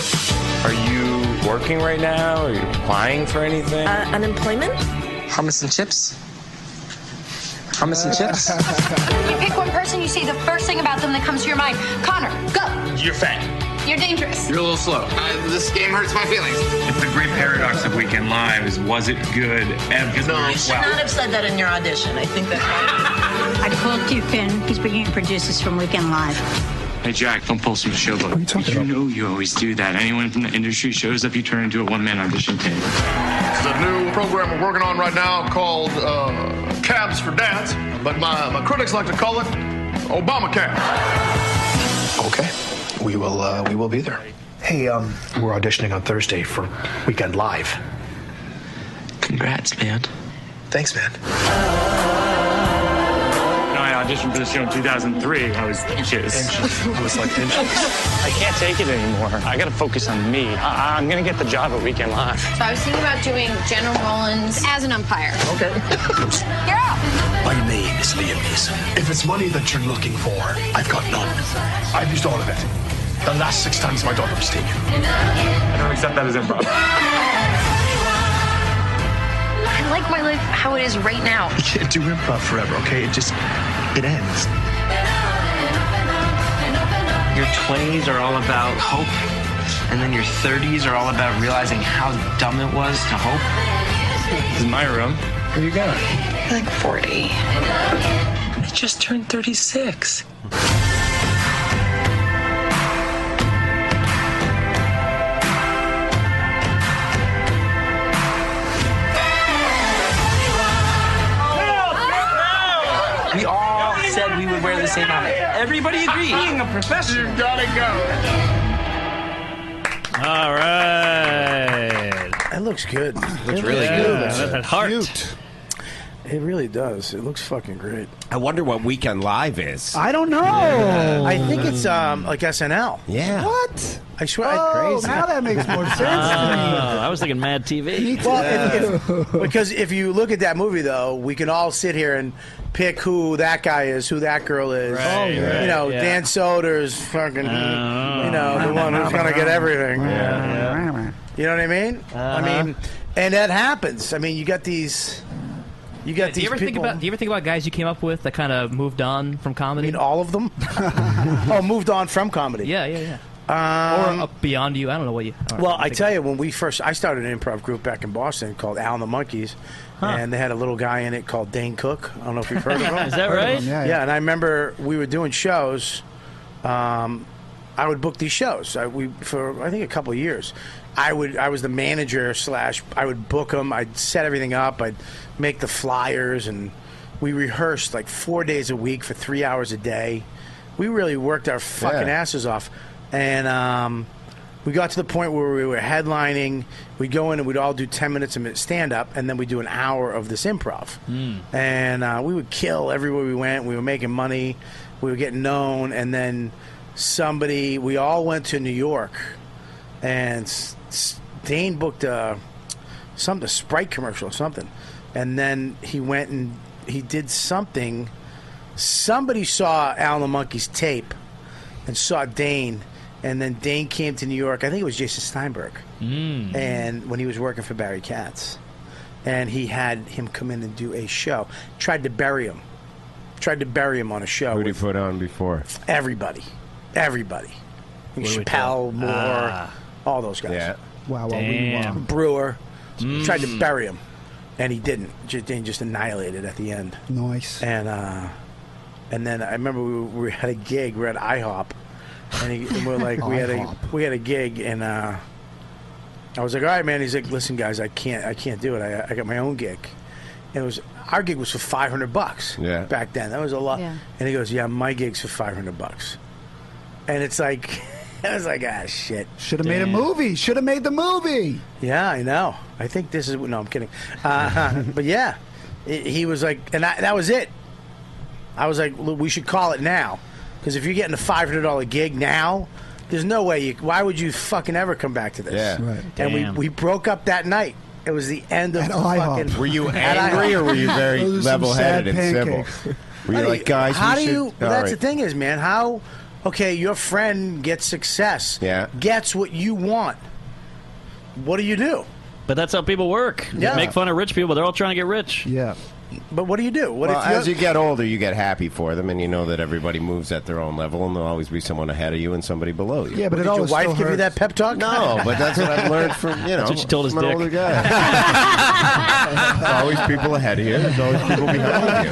Speaker 13: Are you working right now? Are you applying for anything?
Speaker 14: unemployment?
Speaker 13: Hummus and chips. Hummus and chips.
Speaker 14: You pick one person, you say the first thing about them that comes to your mind. Connor, go.
Speaker 16: You're fat.
Speaker 14: You're dangerous.
Speaker 16: You're a little slow. Uh, this game hurts my feelings. It's the great paradox of Weekend Live is was it good ever? No.
Speaker 18: You should not have said that in your audition. I think that's. [laughs] I called Duke in. He's bringing producers from Weekend Live.
Speaker 16: Hey, Jack, don't pull some showboat. What are you talking you know you always do that. Anyone from the industry shows up, you turn into a one-man audition team.
Speaker 19: It's a new program we're working on right now called uh, Cabs for Dads, but my, my critics like to call it Obama Cab.
Speaker 3: Okay, we will. Uh, we will be there.
Speaker 4: Hey, um, we're auditioning on Thursday for Weekend Live.
Speaker 13: Congrats, man.
Speaker 4: Thanks, man.
Speaker 16: No, I auditioned for the show in 2003. I was inches. I was like inches. I can't take it anymore. I gotta focus on me. I- I'm gonna get the job at Weekend Live.
Speaker 15: So I was thinking about doing General Rollins as an umpire. Okay. You're up.
Speaker 4: My name is Liam Neeson. If it's money that you're looking for, I've got none. I've used all of it. The last six times my daughter was taken.
Speaker 16: I don't accept that as improv.
Speaker 15: I like my life how it is right now.
Speaker 4: [laughs] You can't do improv forever, okay? It just, it ends.
Speaker 13: Your 20s are all about hope, and then your 30s are all about realizing how dumb it was to hope. This is my room. Where you going? Like 40. I just turned 36. We all said we would wear the same outfit. Everybody agreed. Being a professional. You gotta go.
Speaker 9: All right.
Speaker 2: That looks good.
Speaker 8: Looks really good.
Speaker 9: That's that heart.
Speaker 2: It really does. It looks fucking great.
Speaker 10: I wonder what Weekend Live is.
Speaker 2: I don't know. I think it's um like SNL.
Speaker 10: Yeah.
Speaker 2: What? I swear.
Speaker 6: Oh,
Speaker 2: crazy.
Speaker 6: now that makes more sense.
Speaker 9: Oh, I was thinking Mad TV.
Speaker 2: Well, if- if- because if you look at that movie, though, we can all sit here and pick who that guy is, who that girl is.
Speaker 9: Right, Oh, yeah.
Speaker 2: You know,
Speaker 9: right, yeah.
Speaker 2: Dan Soder's fucking, you know, the one who's going to get everything. You know what I mean? I mean, and that happens. I mean, you got these. You got
Speaker 11: Do
Speaker 2: these
Speaker 11: you ever
Speaker 2: people.
Speaker 11: think about Do you ever think about guys you came up with that kind of moved on from comedy? I mean,
Speaker 2: all
Speaker 11: [laughs]
Speaker 2: of them. oh, moved on from comedy.
Speaker 11: Yeah, yeah, yeah.
Speaker 2: Um,
Speaker 11: or up beyond you. I don't know what you. I don't know
Speaker 2: Well,
Speaker 11: what
Speaker 2: I
Speaker 11: you think.
Speaker 2: tell you, when we first, I started an improv group back in Boston called Al and the Monkeys, and they had a little guy in it called Dane Cook. I don't know if you've heard of him.
Speaker 9: [laughs] Is that
Speaker 2: Heard of
Speaker 9: right?
Speaker 2: him,
Speaker 9: Yeah,
Speaker 2: Yeah,
Speaker 9: yeah.
Speaker 2: and I remember we were doing shows. Um, I would book these shows. I, we for I think a couple of years. I would I was the manager slash I would book them. I'd set everything up. I'd make the flyers, and we rehearsed like four days a week for three hours a day. We really worked our fucking
Speaker 10: Yeah.
Speaker 2: asses off, and um, we got to the point where we were headlining. We'd go in and we'd all do ten minutes of stand up, and then we'd do an hour of this improv
Speaker 5: Hmm.
Speaker 2: and uh, we would kill everywhere we went. We were making money, we were getting known, and then somebody. We all went to New York, and S- S- Dane booked a something a Sprite commercial or something, and then he went and he did something. Somebody saw Al and the Monkey's tape, and saw Dane. And then Dane came to New York. I think it was Jason Steinberg,
Speaker 10: Hmm.
Speaker 9: Mm.
Speaker 2: and when he was working for Barry Katz, and he had him come in and do a show. Tried to bury him. Tried to bury him on a show.
Speaker 10: Who did he put on before?
Speaker 2: Everybody, everybody,
Speaker 10: What do we
Speaker 2: Chappelle,
Speaker 10: do?
Speaker 2: Moore,
Speaker 10: Ah.
Speaker 2: all those guys.
Speaker 10: Yeah.
Speaker 6: Wow,
Speaker 10: wow, wee, wow. Damn.
Speaker 2: Brewer tried to
Speaker 10: Mm.
Speaker 2: bury him, and he didn't. Just, Dane just annihilated at the end.
Speaker 6: Nice.
Speaker 2: And uh, and then I remember we, were- we had a gig. We were at IHOP, and, he, and we're like, we
Speaker 6: [laughs]
Speaker 2: had a we had a gig, and uh, I was like, all right, man. He's like, listen, guys, I can't I can't do it. I, I got my own gig. And it was our gig was for five hundred bucks.
Speaker 10: Yeah.
Speaker 2: Back then, that was a lot.
Speaker 10: Yeah.
Speaker 2: And he goes, yeah, my gig's for five hundred bucks. And it's like, [laughs] I was like, ah, shit.
Speaker 6: Should have made a movie. Should have made the movie.
Speaker 2: Yeah, I know. I think this is. No, I'm kidding. Uh, [laughs] but yeah, it, he was like, and I, that was it. I was like, "Look, we should call it now, because if you're getting a five hundred dollar gig now, there's no way you. Why would you fucking ever come back to this?
Speaker 10: Yeah. Right.
Speaker 2: And we,
Speaker 10: Damn.
Speaker 2: we broke up that night. It was the end of the fucking.
Speaker 10: Were you
Speaker 2: [laughs] at
Speaker 10: angry
Speaker 2: IHOP.
Speaker 10: or were you very level headed and civil? Were you like, guys,
Speaker 2: How
Speaker 10: we
Speaker 2: do
Speaker 10: should-
Speaker 2: you?
Speaker 10: All
Speaker 2: well, that's
Speaker 10: right.
Speaker 2: the thing is, man. How? Okay, your friend gets success.
Speaker 10: Yeah.
Speaker 2: Gets what you want. What do you do?
Speaker 9: But that's how people work. They
Speaker 2: Yeah.
Speaker 9: Make fun of rich people. They're all trying to get rich.
Speaker 6: Yeah.
Speaker 2: But what do you do? What
Speaker 10: well,
Speaker 2: if you're-
Speaker 10: as you get older, you get happy for them, and you know that everybody moves at their own level, and there'll always be someone ahead of you and somebody below you.
Speaker 6: Yeah, but it
Speaker 2: Did your
Speaker 6: always
Speaker 2: wife
Speaker 6: still
Speaker 2: give you
Speaker 10: [laughs]
Speaker 6: hurts.
Speaker 2: that pep talk?
Speaker 10: No, but that's what
Speaker 2: [laughs]
Speaker 10: I've learned from you know.
Speaker 9: That's what she told us,
Speaker 10: from an
Speaker 9: Dick.
Speaker 10: older guy. There's always people ahead of you. There's always people behind you.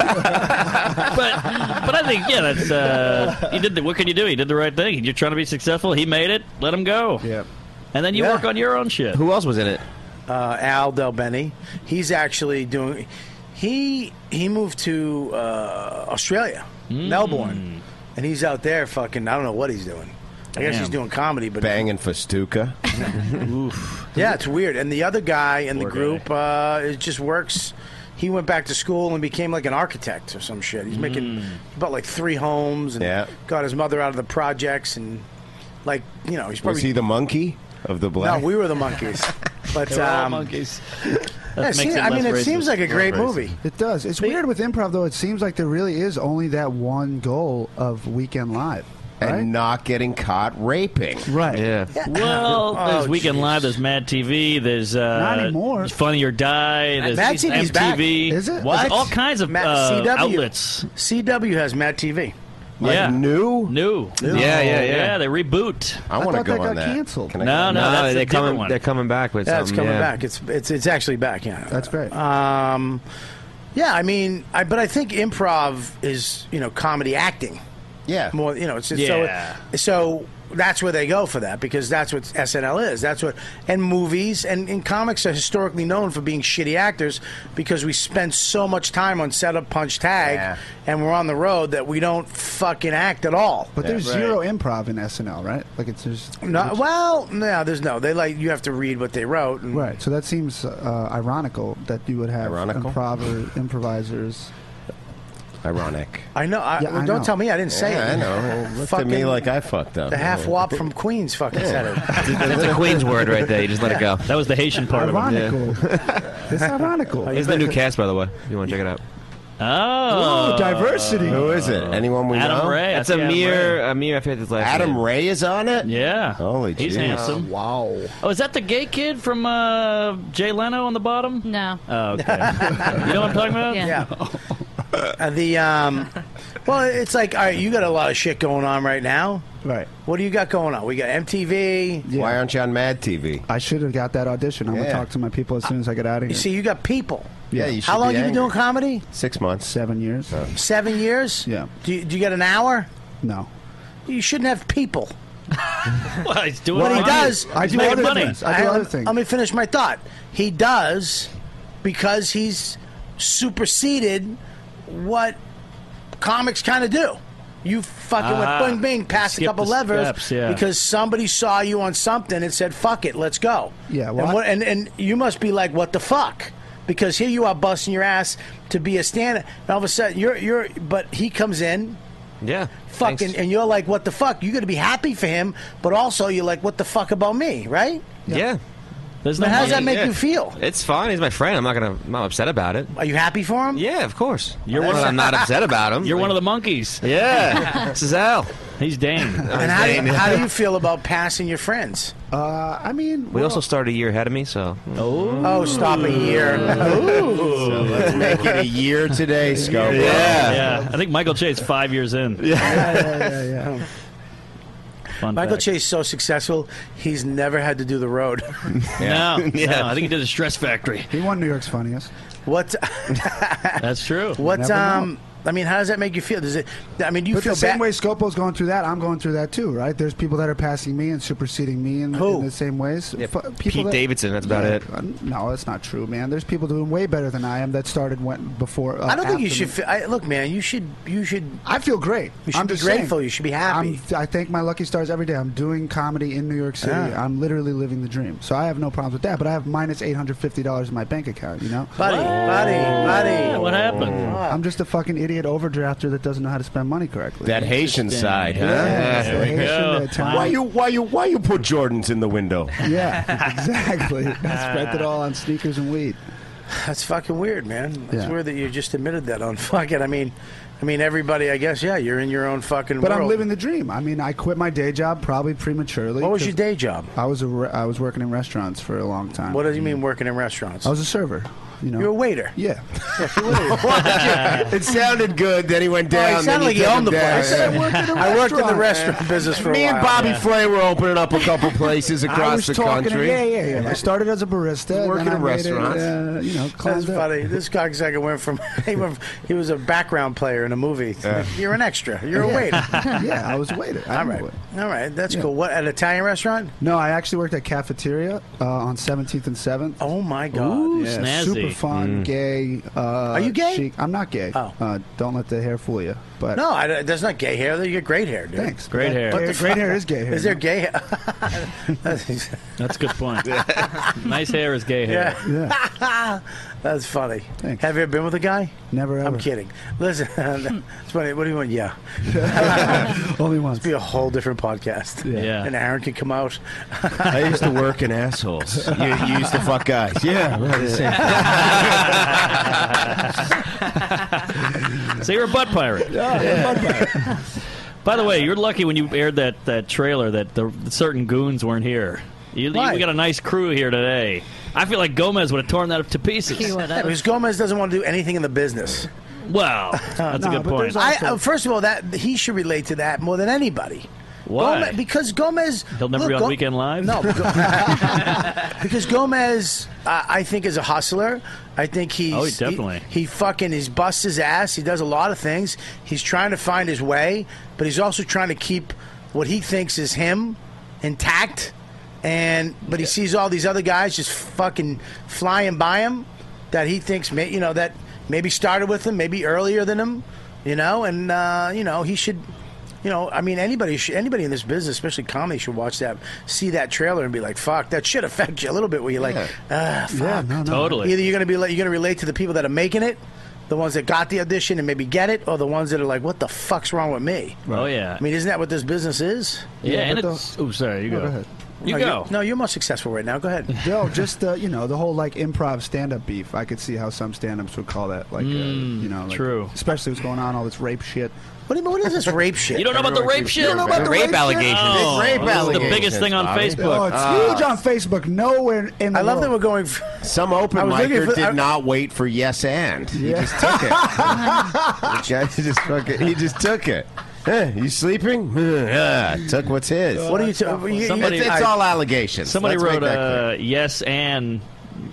Speaker 9: But I think yeah, that's uh, he did. The, what can you do? He did the right thing. You're trying to be successful. He made it. Let him go. Yeah. [laughs] And then you work on your own shit. Who
Speaker 8: else was in it?
Speaker 2: uh, Al Del Benny. He's actually doing. He he moved to
Speaker 9: Hmm.
Speaker 2: uh, Australia, Melbourne, and he's out there fucking. I don't know what he's doing. I guess he's doing comedy, but
Speaker 10: banging for Stuka.
Speaker 2: Yeah, it's weird. And the other guy in the group, uh, it just works. He went back to school and became like an architect or some shit. He's making about like three homes and
Speaker 10: Hmm. Yeah.
Speaker 2: got his mother out of the projects and like you know he's probably
Speaker 10: Was he the monkey of the black?
Speaker 2: no we were the
Speaker 10: [laughs]
Speaker 2: monkeys, but
Speaker 10: They were all
Speaker 2: um,
Speaker 10: monkeys.
Speaker 2: yeah, it seems- I mean, it seems like a great movie.
Speaker 6: It does. It's weird with improv, though. It seems like there really is only that one goal of Weekend Live.
Speaker 10: and not getting caught raping.
Speaker 6: Right.
Speaker 10: Yeah.
Speaker 9: Well,
Speaker 10: Oh,
Speaker 9: there's Weekend Live, there's Mad TV, there's uh,
Speaker 10: Not anymore.
Speaker 9: Funny or Die, there's
Speaker 2: Mad TV's back.
Speaker 9: MTV. There's all kinds of
Speaker 2: Matt,
Speaker 9: uh,
Speaker 2: CW.
Speaker 9: outlets.
Speaker 2: CW has Matt TV.
Speaker 9: yeah.
Speaker 10: new,
Speaker 9: new, Oh,
Speaker 2: New. Yeah, yeah, yeah.
Speaker 9: Yeah, they reboot.
Speaker 10: I
Speaker 2: wanna thought go that on got that. canceled. Can I
Speaker 9: no,
Speaker 2: go-
Speaker 9: no,
Speaker 2: No,
Speaker 9: that's
Speaker 2: they
Speaker 9: a
Speaker 2: come-
Speaker 9: different one.
Speaker 2: they're
Speaker 12: coming back with
Speaker 2: yeah, it's
Speaker 12: something.
Speaker 2: coming
Speaker 12: yeah.
Speaker 2: back. It's it's it's actually back. Yeah, that's
Speaker 6: great.
Speaker 2: Um, yeah, I mean, I but I think improv is you know comedy acting.
Speaker 10: Yeah,
Speaker 2: more you know it's, it's
Speaker 9: Yeah.
Speaker 2: so so that's where they go for that because that's what SNL is. That's what and movies and, and comics are historically known for being shitty actors because we spend so much time on setup, punch, tag, and we're on the road that we don't fucking act at all.
Speaker 6: But there's zero improv in SNL, right? Like it's just
Speaker 2: No, well, no, there's no. They like you have to read what they wrote. And,
Speaker 6: right. So that seems uh, ironical that you would have
Speaker 2: Ironical?
Speaker 6: improver improvisers.
Speaker 10: Ironic.
Speaker 2: I know. I,
Speaker 6: Yeah,
Speaker 2: well,
Speaker 6: I
Speaker 2: don't
Speaker 6: know.
Speaker 2: tell me I didn't say
Speaker 10: Yeah,
Speaker 2: it. [laughs]
Speaker 10: I know. Looked
Speaker 2: Fucking-
Speaker 10: at me like I fucked up.
Speaker 2: The half wop from Queens fucking said
Speaker 10: [laughs]
Speaker 2: it.
Speaker 12: That's a Queens word right there. You just let it
Speaker 2: [laughs]
Speaker 12: go.
Speaker 9: [laughs] That was the Haitian part
Speaker 6: Ironical.
Speaker 9: [laughs]
Speaker 6: it's ironical.
Speaker 12: It's the new cast, by the way. If you want to check it out.
Speaker 9: Oh,
Speaker 10: Whoa, diversity. Who is it? Anyone we know?
Speaker 12: That's Amir. Amir, I forget his last
Speaker 10: Adam
Speaker 12: name.
Speaker 10: Ray is on it.
Speaker 9: Yeah.
Speaker 10: Holy,
Speaker 9: He's
Speaker 10: jeez.
Speaker 9: handsome.
Speaker 6: wow.
Speaker 9: Oh, is that the gay kid from uh, Jay Leno on the bottom?
Speaker 7: No.
Speaker 9: Oh, okay. you know what I'm talking about?
Speaker 7: Yeah.
Speaker 2: [laughs] Uh, the um, well, it's like all right, you got a lot of shit going on right now.
Speaker 6: Right.
Speaker 2: What do you got going on? We got MTV.
Speaker 10: Why aren't you on Mad TV?
Speaker 6: I should have got that audition. I'm
Speaker 2: Yeah.
Speaker 6: gonna talk to my people as soon as I get out of
Speaker 2: You
Speaker 6: here.
Speaker 2: see, you got people.
Speaker 6: Yeah, you
Speaker 2: How
Speaker 6: should
Speaker 2: long
Speaker 6: be
Speaker 2: you been
Speaker 6: angry.
Speaker 2: doing comedy?
Speaker 10: Six months.
Speaker 6: Seven years.
Speaker 2: Seven years.
Speaker 6: Yeah.
Speaker 2: Do you, do you get an hour?
Speaker 6: No.
Speaker 2: You shouldn't have people.
Speaker 9: [laughs] Well, he's doing
Speaker 2: what he
Speaker 9: fine.
Speaker 2: does,
Speaker 9: He's making money.
Speaker 2: I do other things. Let me finish my thought. He does because he's superseded what comics kind of do. You fucking
Speaker 9: Ah,
Speaker 12: Uh-huh.
Speaker 2: went bing bing, passed a
Speaker 9: skip
Speaker 2: couple
Speaker 9: the
Speaker 2: levers
Speaker 9: steps, yeah.
Speaker 2: because somebody saw you on something and said, "Fuck it, let's go."
Speaker 6: Yeah, well,
Speaker 2: and,
Speaker 6: I-
Speaker 2: what, and and you must be like, "What the fuck." Because here you are busting your ass to be a stand, and all of a sudden you're you're. But he comes in,
Speaker 12: Yeah.
Speaker 2: fucking and you're like what the fuck you're gonna be happy for him but also you're like what the fuck about me right
Speaker 12: Yeah.
Speaker 9: There's
Speaker 2: But
Speaker 12: no
Speaker 2: how does
Speaker 12: money.
Speaker 2: that make
Speaker 12: Yeah.
Speaker 2: you feel
Speaker 12: It's fine. He's my friend. I'm not gonna. I'm not upset about it.
Speaker 2: Are you happy for him?
Speaker 12: Yeah, of course.
Speaker 9: You're
Speaker 12: Well,
Speaker 9: one of-
Speaker 12: I'm not upset about him.
Speaker 9: You're one of the monkeys. [laughs]
Speaker 12: Yeah. this is Al.
Speaker 9: He's Dane.
Speaker 2: and how do, you, how do you feel about passing your friends
Speaker 6: uh, I
Speaker 12: [laughs]
Speaker 6: mean
Speaker 12: We also started a year ahead of me, so.
Speaker 9: Oh.
Speaker 2: oh stop a year [laughs]
Speaker 10: So let's make it a year today, Scope.
Speaker 9: Yeah. I think Michael Che's five years in. Fun
Speaker 2: Michael
Speaker 9: fact.
Speaker 2: [laughs] Chase is so successful he's never had to do the
Speaker 9: [laughs]
Speaker 2: road [laughs]
Speaker 9: No, no, I think he did a stress factory.
Speaker 6: He won New York's Funniest.
Speaker 2: what [laughs]
Speaker 9: That's true.
Speaker 2: what
Speaker 6: Never know.
Speaker 2: um I mean how does that make you feel does it I mean do you
Speaker 6: but
Speaker 2: feel
Speaker 6: the same
Speaker 2: bad
Speaker 6: way Scopo's going through that, I'm going through that too, right? There's people that are passing me and superseding me in, in the same ways. Fu- people
Speaker 12: Pete Davidson, that's about it.
Speaker 6: uh, No, that's not true, man. There's people doing way better than I am that started went before. Uh,
Speaker 2: I don't think you
Speaker 6: after
Speaker 2: should
Speaker 6: me.
Speaker 2: feel, I, look man you should you should
Speaker 6: I feel great
Speaker 2: you should
Speaker 6: I'm
Speaker 2: be
Speaker 6: just
Speaker 2: grateful
Speaker 6: saying.
Speaker 2: you should be happy
Speaker 6: I'm, I thank my lucky stars every day. I'm doing comedy in New York City.
Speaker 2: Yeah.
Speaker 6: I'm literally living the dream. So I have no problems with that. But I have minus eight hundred fifty dollars in my bank account. You know,
Speaker 2: buddy buddy buddy
Speaker 9: What happened?
Speaker 6: I'm just a fucking idiot overdrafter that doesn't know how to spend money
Speaker 2: [laughs]
Speaker 6: correctly.
Speaker 10: That Haitian side, huh?
Speaker 6: Yeah, it's the There we Haitian go. Italian.
Speaker 10: Why you why you why you put Jordans in the window?
Speaker 6: [laughs] Yeah, exactly. I spent it all on sneakers and weed.
Speaker 2: [sighs] That's fucking weird, man. That's
Speaker 6: Yeah.
Speaker 2: weird that you just admitted that on [laughs] fucking. I mean, I mean everybody. I guess yeah, you're in your own fucking
Speaker 6: But
Speaker 2: world.
Speaker 6: I'm living the dream. I mean, I quit my day job probably prematurely.
Speaker 2: What was your
Speaker 6: 'cause
Speaker 2: day job?
Speaker 6: I was a re- I was working in restaurants for a long time.
Speaker 2: What do you mean working in restaurants?
Speaker 6: I was a server. You know,
Speaker 2: You're a waiter. [laughs]
Speaker 6: Yeah. [laughs]
Speaker 10: it sounded good. Then he went
Speaker 2: Oh,
Speaker 10: down.
Speaker 2: you sound
Speaker 10: then
Speaker 2: like you
Speaker 10: took
Speaker 2: own
Speaker 10: him
Speaker 2: the place.
Speaker 10: down.
Speaker 2: I said I worked in a
Speaker 10: [laughs] I worked in the
Speaker 2: restaurant.
Speaker 10: restaurant
Speaker 2: business for a
Speaker 10: Me and
Speaker 2: while.
Speaker 10: Bobby
Speaker 2: Yeah.
Speaker 10: Flay were opening up a couple places
Speaker 6: [laughs] I
Speaker 10: across
Speaker 6: was
Speaker 10: the
Speaker 6: talking.
Speaker 10: country.
Speaker 6: Yeah, yeah, yeah. I started as a barista.
Speaker 10: Working
Speaker 6: then I
Speaker 10: in
Speaker 6: made it,
Speaker 10: restaurants.
Speaker 6: uh, you know,
Speaker 2: That's
Speaker 6: climbed up.
Speaker 2: funny. This cocksucker went from [laughs] he, went from- he was a background player in a movie. You're an extra. You're
Speaker 6: Yeah.
Speaker 2: a waiter.
Speaker 6: [laughs] yeah, I was a waiter. I
Speaker 2: All
Speaker 6: knew
Speaker 2: right.
Speaker 6: it.
Speaker 2: All right. That's cool. What an Italian restaurant?
Speaker 6: No, I actually worked at cafeteria uh, on 17th and 7th.
Speaker 2: Oh my god!
Speaker 9: snazzy.
Speaker 6: super fun,
Speaker 2: Mm.
Speaker 6: gay. Uh, Are
Speaker 2: you gay?
Speaker 6: I'm not gay. Oh. Uh, don't let the hair fool you. But
Speaker 2: no, I, that's not gay hair. You get great hair, dude.
Speaker 6: Thanks. Great But- hair.
Speaker 2: What
Speaker 6: great
Speaker 2: fuck?
Speaker 6: hair is gay hair,
Speaker 2: Is there
Speaker 6: no?
Speaker 2: gay hair?
Speaker 9: That's a good point. nice hair is gay hair.
Speaker 2: Yeah. [laughs] That's funny. Have you ever been with a guy?
Speaker 6: Never
Speaker 2: I'm kidding. Listen, [laughs] it's funny. What do you want? Yeah.
Speaker 6: [laughs] Only once.
Speaker 2: It'd be a whole different podcast.
Speaker 10: Yeah. Yeah.
Speaker 2: And Aaron could come out.
Speaker 10: I used to work
Speaker 2: [laughs]
Speaker 10: in assholes. You, you used
Speaker 9: [laughs]
Speaker 10: to fuck guys. Yeah, right.
Speaker 9: So you're a butt pirate. [laughs] By the way, you're lucky when you aired that, that trailer that the certain goons weren't here. You, you- we got a nice crew here today. I feel like Gomez would have torn that up to pieces.
Speaker 2: because Gomez doesn't want to do anything in the business.
Speaker 9: Wow,
Speaker 2: [laughs]
Speaker 9: that's a good point.
Speaker 2: I, uh, first of all, that he should relate to that more than anybody.
Speaker 9: Why?
Speaker 2: Gomez, because Gomez.
Speaker 9: He'll never
Speaker 2: look,
Speaker 9: be on
Speaker 2: Go- [laughs]
Speaker 9: Weekend Live. [laughs]
Speaker 2: No, because Gomez, uh, I think, is a hustler. I think he's
Speaker 9: Oh, he definitely.
Speaker 2: He, he fucking he busts his ass. He does a lot of things. He's trying to find his way, but he's also trying to keep what he thinks is him intact. And but he sees all these other guys just fucking flying by him that he thinks may you know that maybe started with him, maybe earlier than him, you know. And uh, you know he should. You know, I mean, anybody should, anybody in this business, especially comedy, should watch that, see that trailer, and be like, "Fuck, that should affect you a little bit." Where you're like, "Ah, fuck."
Speaker 9: Totally.
Speaker 2: Either you're gonna be like, you're gonna relate to the people that are making it, the ones that got the audition and maybe get it, or the ones that are like, "What the fuck's wrong with me?"
Speaker 9: Oh yeah.
Speaker 2: I mean, isn't that what this business is?
Speaker 9: Yeah, and it's. Oh, sorry. You
Speaker 6: No,
Speaker 9: go.
Speaker 6: go ahead.
Speaker 9: You
Speaker 2: no,
Speaker 9: go.
Speaker 2: You're, no, you're more successful right now. Go
Speaker 6: [laughs]
Speaker 2: ahead.
Speaker 6: No, just the you know the whole like improv stand-up beef. I could see how some stand-ups would call that like uh,
Speaker 9: Mm,
Speaker 6: you know like,
Speaker 9: true.
Speaker 6: Especially what's going on all this rape shit.
Speaker 2: What do you mean? What is this
Speaker 9: [laughs]
Speaker 2: rape shit?
Speaker 9: You don't know about the rape shit?
Speaker 6: You don't know about the rape, shit?
Speaker 9: Oh, this is the biggest thing on Facebook. Uh,
Speaker 6: Oh, it's huge on Facebook. Nowhere in the
Speaker 2: I love
Speaker 6: world.
Speaker 2: that we're going.
Speaker 10: Some open
Speaker 6: I was looking
Speaker 10: micer
Speaker 6: for-
Speaker 10: did
Speaker 6: I-
Speaker 10: not wait for yes and. He
Speaker 6: Yeah.
Speaker 10: just took
Speaker 2: [laughs]
Speaker 10: it. Yeah, he just fucking, he just took it. Eh, you sleeping? [laughs] Yeah, took what's his.
Speaker 2: What are you talking?
Speaker 9: Somebody-
Speaker 10: it's, it's all allegations.
Speaker 9: Somebody
Speaker 10: Let's make
Speaker 9: wrote
Speaker 10: that
Speaker 9: uh, yes and.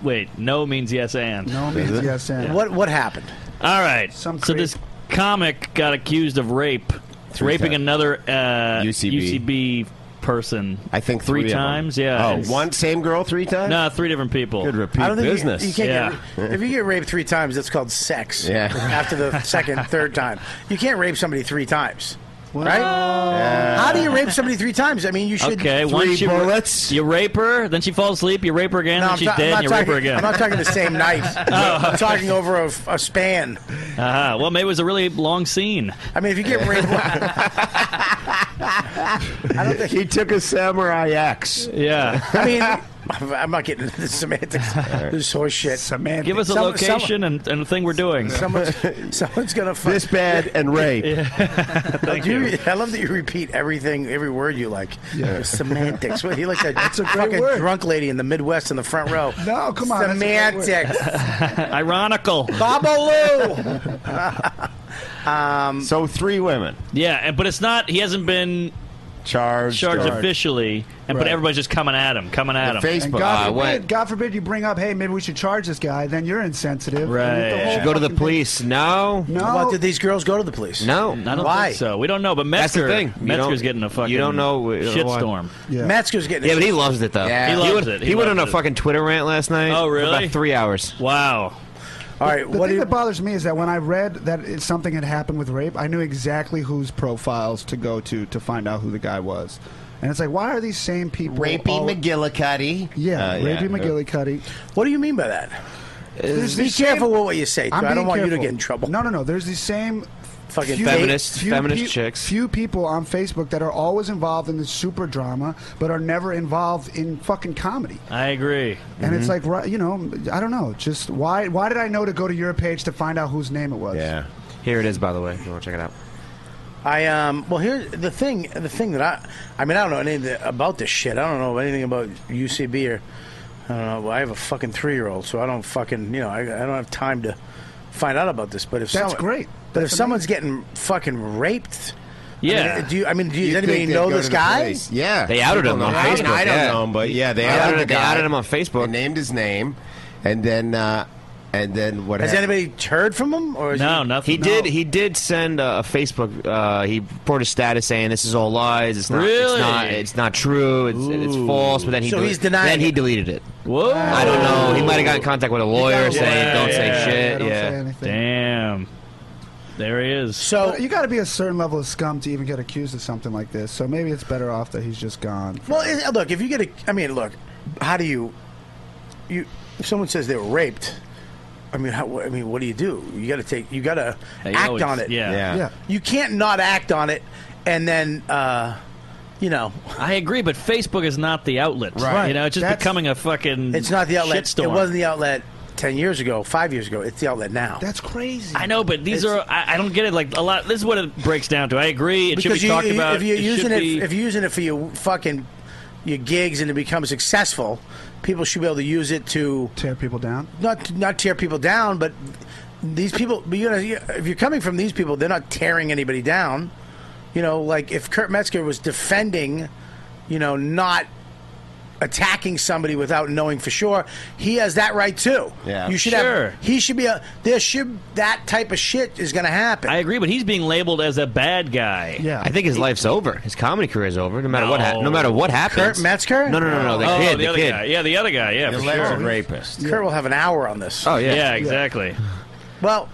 Speaker 9: Wait, no means yes and. No
Speaker 10: means Is it? yes and.
Speaker 2: What what happened?
Speaker 9: All right. so this comic got accused of rape,
Speaker 10: Three
Speaker 9: raping
Speaker 10: times.
Speaker 9: another uh,
Speaker 10: UCB.
Speaker 9: UCB person.
Speaker 10: I think
Speaker 9: three,
Speaker 10: three of 'em.
Speaker 9: times. Yeah.
Speaker 10: Oh, one same girl three times.
Speaker 9: No, three different people. Good
Speaker 10: repeat
Speaker 2: you- You, can't get, if you get raped three times, that's called sex.
Speaker 10: Yeah.
Speaker 2: After the second, third time, you can't rape somebody three times. Right?
Speaker 10: Yeah.
Speaker 2: How do you rape somebody three times? I mean, you should.
Speaker 9: okay, once you, You rape her, then she falls asleep. You rape her again,
Speaker 2: No,
Speaker 9: then
Speaker 2: I'm
Speaker 9: she's
Speaker 2: ta- I'm
Speaker 9: dead,
Speaker 2: not
Speaker 9: and you rape
Speaker 2: talking-
Speaker 9: her again. Oh.
Speaker 2: I'm not talking
Speaker 9: [laughs]
Speaker 2: the same night. I'm talking over a, a span.
Speaker 9: Uh-huh. Well, maybe it was a really long scene.
Speaker 2: I mean, if
Speaker 9: [laughs]
Speaker 2: you get raped,
Speaker 9: [laughs]
Speaker 2: I [laughs] don't think
Speaker 10: he took a samurai axe.
Speaker 9: Yeah.
Speaker 2: I mean,
Speaker 6: [laughs]
Speaker 2: I'm not getting into the semantics. This horse shit. Semantics.
Speaker 9: Give us a location and, and the thing we're doing. [laughs]
Speaker 2: Someone's, someone's gonna fuck
Speaker 10: this bad and rape.
Speaker 2: [laughs] Thank you. I love that you repeat everything, every word you like. The Semantics. What, he like that? That's a fucking drunk lady in the Midwest in the front row.
Speaker 6: [laughs] No, come on, that's a great word. [laughs]
Speaker 2: Semantics.
Speaker 9: Ironical.
Speaker 2: Babaloo. um,
Speaker 10: so three women.
Speaker 9: Yeah, and, but it's not. He hasn't been
Speaker 10: charged
Speaker 9: charged
Speaker 10: or-
Speaker 9: officially, and but
Speaker 10: Right.
Speaker 9: everybody's just coming at him, coming at him.
Speaker 6: And
Speaker 10: Ah,
Speaker 6: God, forbid, God forbid you bring up, hey, maybe we should charge this guy. Then you're insensitive. And the whole
Speaker 12: Should go to the
Speaker 6: fucking thing-
Speaker 12: police. No.
Speaker 6: No.
Speaker 2: Well, did these girls go to the police?
Speaker 12: No.
Speaker 9: I don't think so. We don't know, but
Speaker 12: That's the
Speaker 9: Metzger,
Speaker 12: thing. You
Speaker 9: Metzger's
Speaker 12: don't-
Speaker 9: getting a fucking
Speaker 12: you don't know wh- why.
Speaker 9: shitstorm.
Speaker 6: Yeah.
Speaker 2: Metzger's getting.
Speaker 12: Yeah, but he loves it though.
Speaker 9: Yeah. He
Speaker 12: he
Speaker 9: loves
Speaker 12: went,
Speaker 9: it. He
Speaker 12: He, went on
Speaker 9: loves
Speaker 12: a
Speaker 9: it.
Speaker 12: fucking Twitter rant last night.
Speaker 9: Oh,
Speaker 12: for
Speaker 9: really?
Speaker 12: about three hours.
Speaker 9: Wow.
Speaker 2: All right.
Speaker 6: The
Speaker 2: What do
Speaker 6: thing
Speaker 2: you?
Speaker 6: that bothers me is that when I read that it, something had happened with rape, I knew exactly whose profiles to go to to find out who the guy was. And it's like, why are these same people?
Speaker 10: Rapey
Speaker 6: all-
Speaker 10: McGillicuddy.
Speaker 6: Yeah,
Speaker 10: Uh, yeah.
Speaker 6: Rapey McGillicuddy.
Speaker 2: What do you mean by that?
Speaker 6: There's
Speaker 2: Be
Speaker 6: these same-
Speaker 2: careful with what you say.
Speaker 6: I'm
Speaker 2: I don't
Speaker 6: being
Speaker 2: want you to
Speaker 6: careful.
Speaker 2: get in trouble.
Speaker 6: No, no, no. There's these same
Speaker 2: Fucking
Speaker 6: few-
Speaker 12: feminist-
Speaker 6: few
Speaker 12: feminist chicks.
Speaker 6: Few people on Facebook that are always involved in the super drama, but are never involved in fucking comedy.
Speaker 9: I agree.
Speaker 6: And
Speaker 12: Mm-hmm.
Speaker 6: it's
Speaker 9: Mm-hmm.
Speaker 6: like, right, you know, I don't know. Just why? Why did I know to go to your page to find out whose name it was?
Speaker 12: Yeah. Here it is, by the way. If you want to check it out.
Speaker 2: I um well here's the thing the thing that I I mean I don't know anything about this shit I don't know anything about UCB or I don't know well, I have a fucking three year old so I don't fucking you know I, I don't have time to find out about this but if
Speaker 6: That's
Speaker 2: someone,
Speaker 6: great.
Speaker 2: but
Speaker 6: That's
Speaker 2: if someone's getting fucking raped I
Speaker 9: Yeah.
Speaker 2: mean, do you I mean do you,
Speaker 10: You
Speaker 2: does anybody
Speaker 10: think they'd
Speaker 2: know
Speaker 10: go
Speaker 2: this
Speaker 10: to the
Speaker 2: guy
Speaker 10: police. Yeah,
Speaker 12: They outed
Speaker 10: People
Speaker 12: him on
Speaker 10: know. I mean,
Speaker 12: Facebook,
Speaker 10: I don't
Speaker 12: yeah.
Speaker 10: know him, but yeah, they
Speaker 12: They
Speaker 10: outed,
Speaker 12: outed-
Speaker 10: the
Speaker 12: they
Speaker 10: guy.
Speaker 12: outed him
Speaker 10: on Facebook. They named his name, and then uh, And then what
Speaker 2: Has
Speaker 10: happened?
Speaker 2: anybody heard from him? Or is he-
Speaker 12: He did. He did send a, a Facebook. Uh, he put a status saying this is all lies. It's not. It's
Speaker 2: Really?
Speaker 12: not. It's not true. It's, it's false. But then he.
Speaker 2: So
Speaker 12: dele-
Speaker 2: he's denying
Speaker 12: Then he
Speaker 2: it.
Speaker 12: deleted it. Whoa. I don't know. He might have got in contact with a lawyer saying don't say shit. Yeah.
Speaker 9: Damn. There he is.
Speaker 6: So you got to be a certain level of scum to even get accused of something like this. So maybe it's better off that he's just gone.
Speaker 2: Well, it, look, if you get a, I mean, look, how do you, you, if someone says they were raped, I mean, how, I mean, what do you do? You got to take, you got to
Speaker 9: They
Speaker 2: act
Speaker 9: always-
Speaker 2: on it.
Speaker 9: yeah. Yeah. Yeah.
Speaker 2: You can't not act on it, and then, uh, you know,
Speaker 9: I agree, but Facebook is not the outlet.
Speaker 2: Right.
Speaker 9: You know, it's just
Speaker 2: That's-
Speaker 9: becoming a fucking.
Speaker 2: it's not the outlet.
Speaker 9: Shitstorm.
Speaker 2: It wasn't the outlet ten years ago, five years ago. It's the outlet now.
Speaker 6: That's crazy.
Speaker 9: I know, but these are. I, I don't get it. Like a lot. This is what it breaks down to. I agree. It should be
Speaker 2: you,
Speaker 9: talked about.
Speaker 2: If you're
Speaker 9: it should
Speaker 2: using it,
Speaker 9: be-
Speaker 2: if you're using it for your fucking your gigs and to become successful, people should be able to use it to
Speaker 6: tear people down.
Speaker 2: Not not tear people down, but these people. You know, if you're coming from these people, they're not tearing anybody down. You know, like if Kurt Metzger was defending, you know, not attacking somebody without knowing for sure, he has that right too.
Speaker 9: Yeah.
Speaker 2: you should
Speaker 9: Sure.
Speaker 2: have. He should be a. There should that type of shit is going to happen.
Speaker 9: I agree, but he's being labeled as a bad guy.
Speaker 12: I think his life's over. His comedy career is over. No matter what. Ha-
Speaker 9: No.
Speaker 12: no matter what happens.
Speaker 2: Kurt Metzger?
Speaker 12: No, no, no, no. The
Speaker 9: oh,
Speaker 12: kid.
Speaker 9: the, other
Speaker 12: kid.
Speaker 9: guy. Yeah, the other guy. Yeah,
Speaker 12: The
Speaker 9: for
Speaker 12: alleged
Speaker 9: sure.
Speaker 12: rapist.
Speaker 2: Kurt will have an hour on this.
Speaker 12: Oh, yeah.
Speaker 9: Yeah,
Speaker 12: Yeah.
Speaker 9: exactly.
Speaker 2: Well,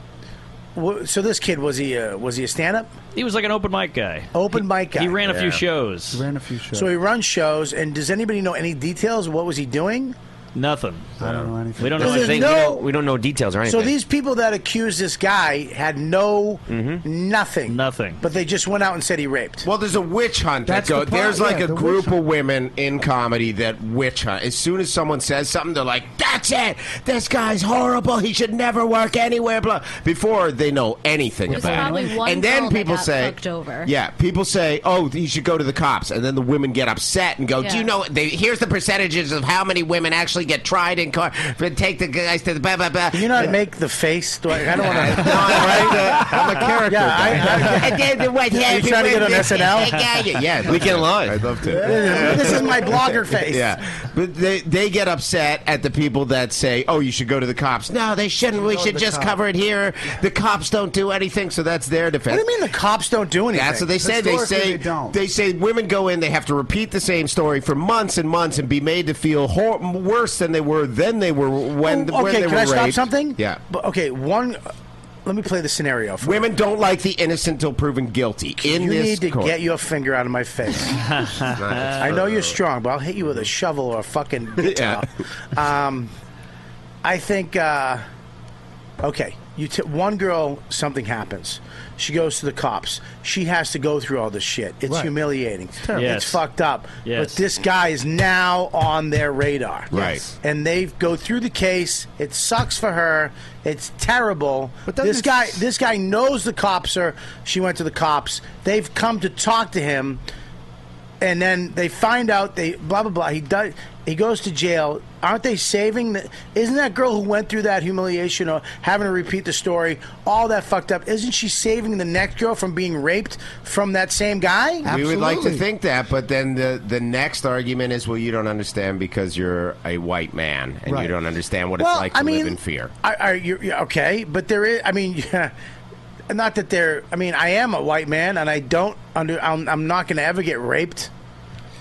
Speaker 2: w- so this kid was he uh, was he a stand up?
Speaker 9: He was like an open mic guy.
Speaker 2: Open mic guy.
Speaker 9: He ran a few shows.
Speaker 6: Ran a few shows.
Speaker 2: So he runs shows, and does anybody know any details? What was he doing?
Speaker 9: Nothing.
Speaker 6: I don't know anything.
Speaker 12: We don't know
Speaker 2: There's
Speaker 12: anything.
Speaker 2: no-
Speaker 12: we, don't, we don't know details or anything.
Speaker 2: So these people that accused this guy had no nothing,
Speaker 9: nothing,
Speaker 2: but they just went out and said he raped.
Speaker 10: Well, there's a witch hunt that
Speaker 2: That's
Speaker 10: go-
Speaker 2: the part,
Speaker 10: there's like
Speaker 2: yeah,
Speaker 10: a
Speaker 2: the witch
Speaker 10: group of women in comedy that witch hunt. As soon as someone says something, they're like, "That's it. This guy's horrible. He should never work anywhere." Blah. Before they know anything
Speaker 7: There's
Speaker 10: about
Speaker 7: probably
Speaker 10: it,
Speaker 7: one
Speaker 10: and then
Speaker 7: girl that
Speaker 10: people
Speaker 7: got
Speaker 10: say,
Speaker 7: fucked over.
Speaker 10: "Yeah." People say, "Oh, he should go to the cops," and then the women get upset and go, "Do
Speaker 7: Yeah.
Speaker 10: you know? They, here's the percentages of how many women actually get tried in car. Take the guys to the blah blah blah."
Speaker 2: You know, I make the face. Do
Speaker 10: [laughs]
Speaker 2: I, I don't want to. [laughs]
Speaker 10: I'm a character.
Speaker 2: Yeah, I, I, you trying to get on [laughs] SNL?
Speaker 10: Yeah, weekend live. I'd love to.
Speaker 2: This is my blogger face.
Speaker 10: [laughs] Yeah, but they they get upset at the people that say, "Oh, you should go to the cops." No, they shouldn't. We
Speaker 4: Go to
Speaker 10: should
Speaker 4: the
Speaker 10: just
Speaker 4: cops.
Speaker 10: cover it here. The cops don't do anything, so that's their defense.
Speaker 2: What do you mean the cops don't do anything?
Speaker 10: That's what they say. They
Speaker 2: Historically,
Speaker 10: say
Speaker 2: they don't.
Speaker 10: say women go in, they have to repeat the same story for months and months and be made to feel hor- worse than they were then they were when
Speaker 2: Oh, okay,
Speaker 10: when they
Speaker 2: can
Speaker 10: were
Speaker 2: I stop
Speaker 10: raped.
Speaker 2: something?
Speaker 10: Yeah.
Speaker 2: But okay, one. Let me play the scenario. For
Speaker 10: Women don't like the innocent till proven guilty. In
Speaker 2: you
Speaker 10: this
Speaker 2: need to
Speaker 10: court.
Speaker 2: get your finger out of my face.
Speaker 10: [laughs]
Speaker 2: I know you're strong, but I'll hit you with a shovel or a
Speaker 10: [laughs]
Speaker 2: fucking guitar. um, I think. Uh, okay, you t- one girl, something happens. She goes to the cops. She has to go through all this shit. It's
Speaker 4: Right.
Speaker 2: humiliating. It's,
Speaker 4: terrible. Yes.
Speaker 2: fucked up.
Speaker 4: Yes.
Speaker 2: But this guy is now on their radar.
Speaker 4: Right. Yes.
Speaker 2: And they go through the case. It sucks for her. It's terrible. But
Speaker 4: doesn't
Speaker 2: this
Speaker 4: it-
Speaker 2: guy this guy knows the cops are she went to the cops. They've come to talk to him and then they find out they blah blah blah. He does. He goes to jail. Aren't they saving? The, isn't that girl who went through that humiliation or having to repeat the story, all that fucked up? Isn't she saving the next girl from being raped from that same guy?
Speaker 10: We would like to think that, but then the the next argument is, well, you don't understand because you're a white man and
Speaker 2: Right.
Speaker 10: you don't understand what
Speaker 2: Well,
Speaker 10: it's like to
Speaker 2: I mean,
Speaker 10: live in fear.
Speaker 2: Are, are you yeah, okay? But there is. I mean, [laughs] yeah, not that they're. I mean, I am a white man, and I don't under. I'm, I'm not going to ever get raped.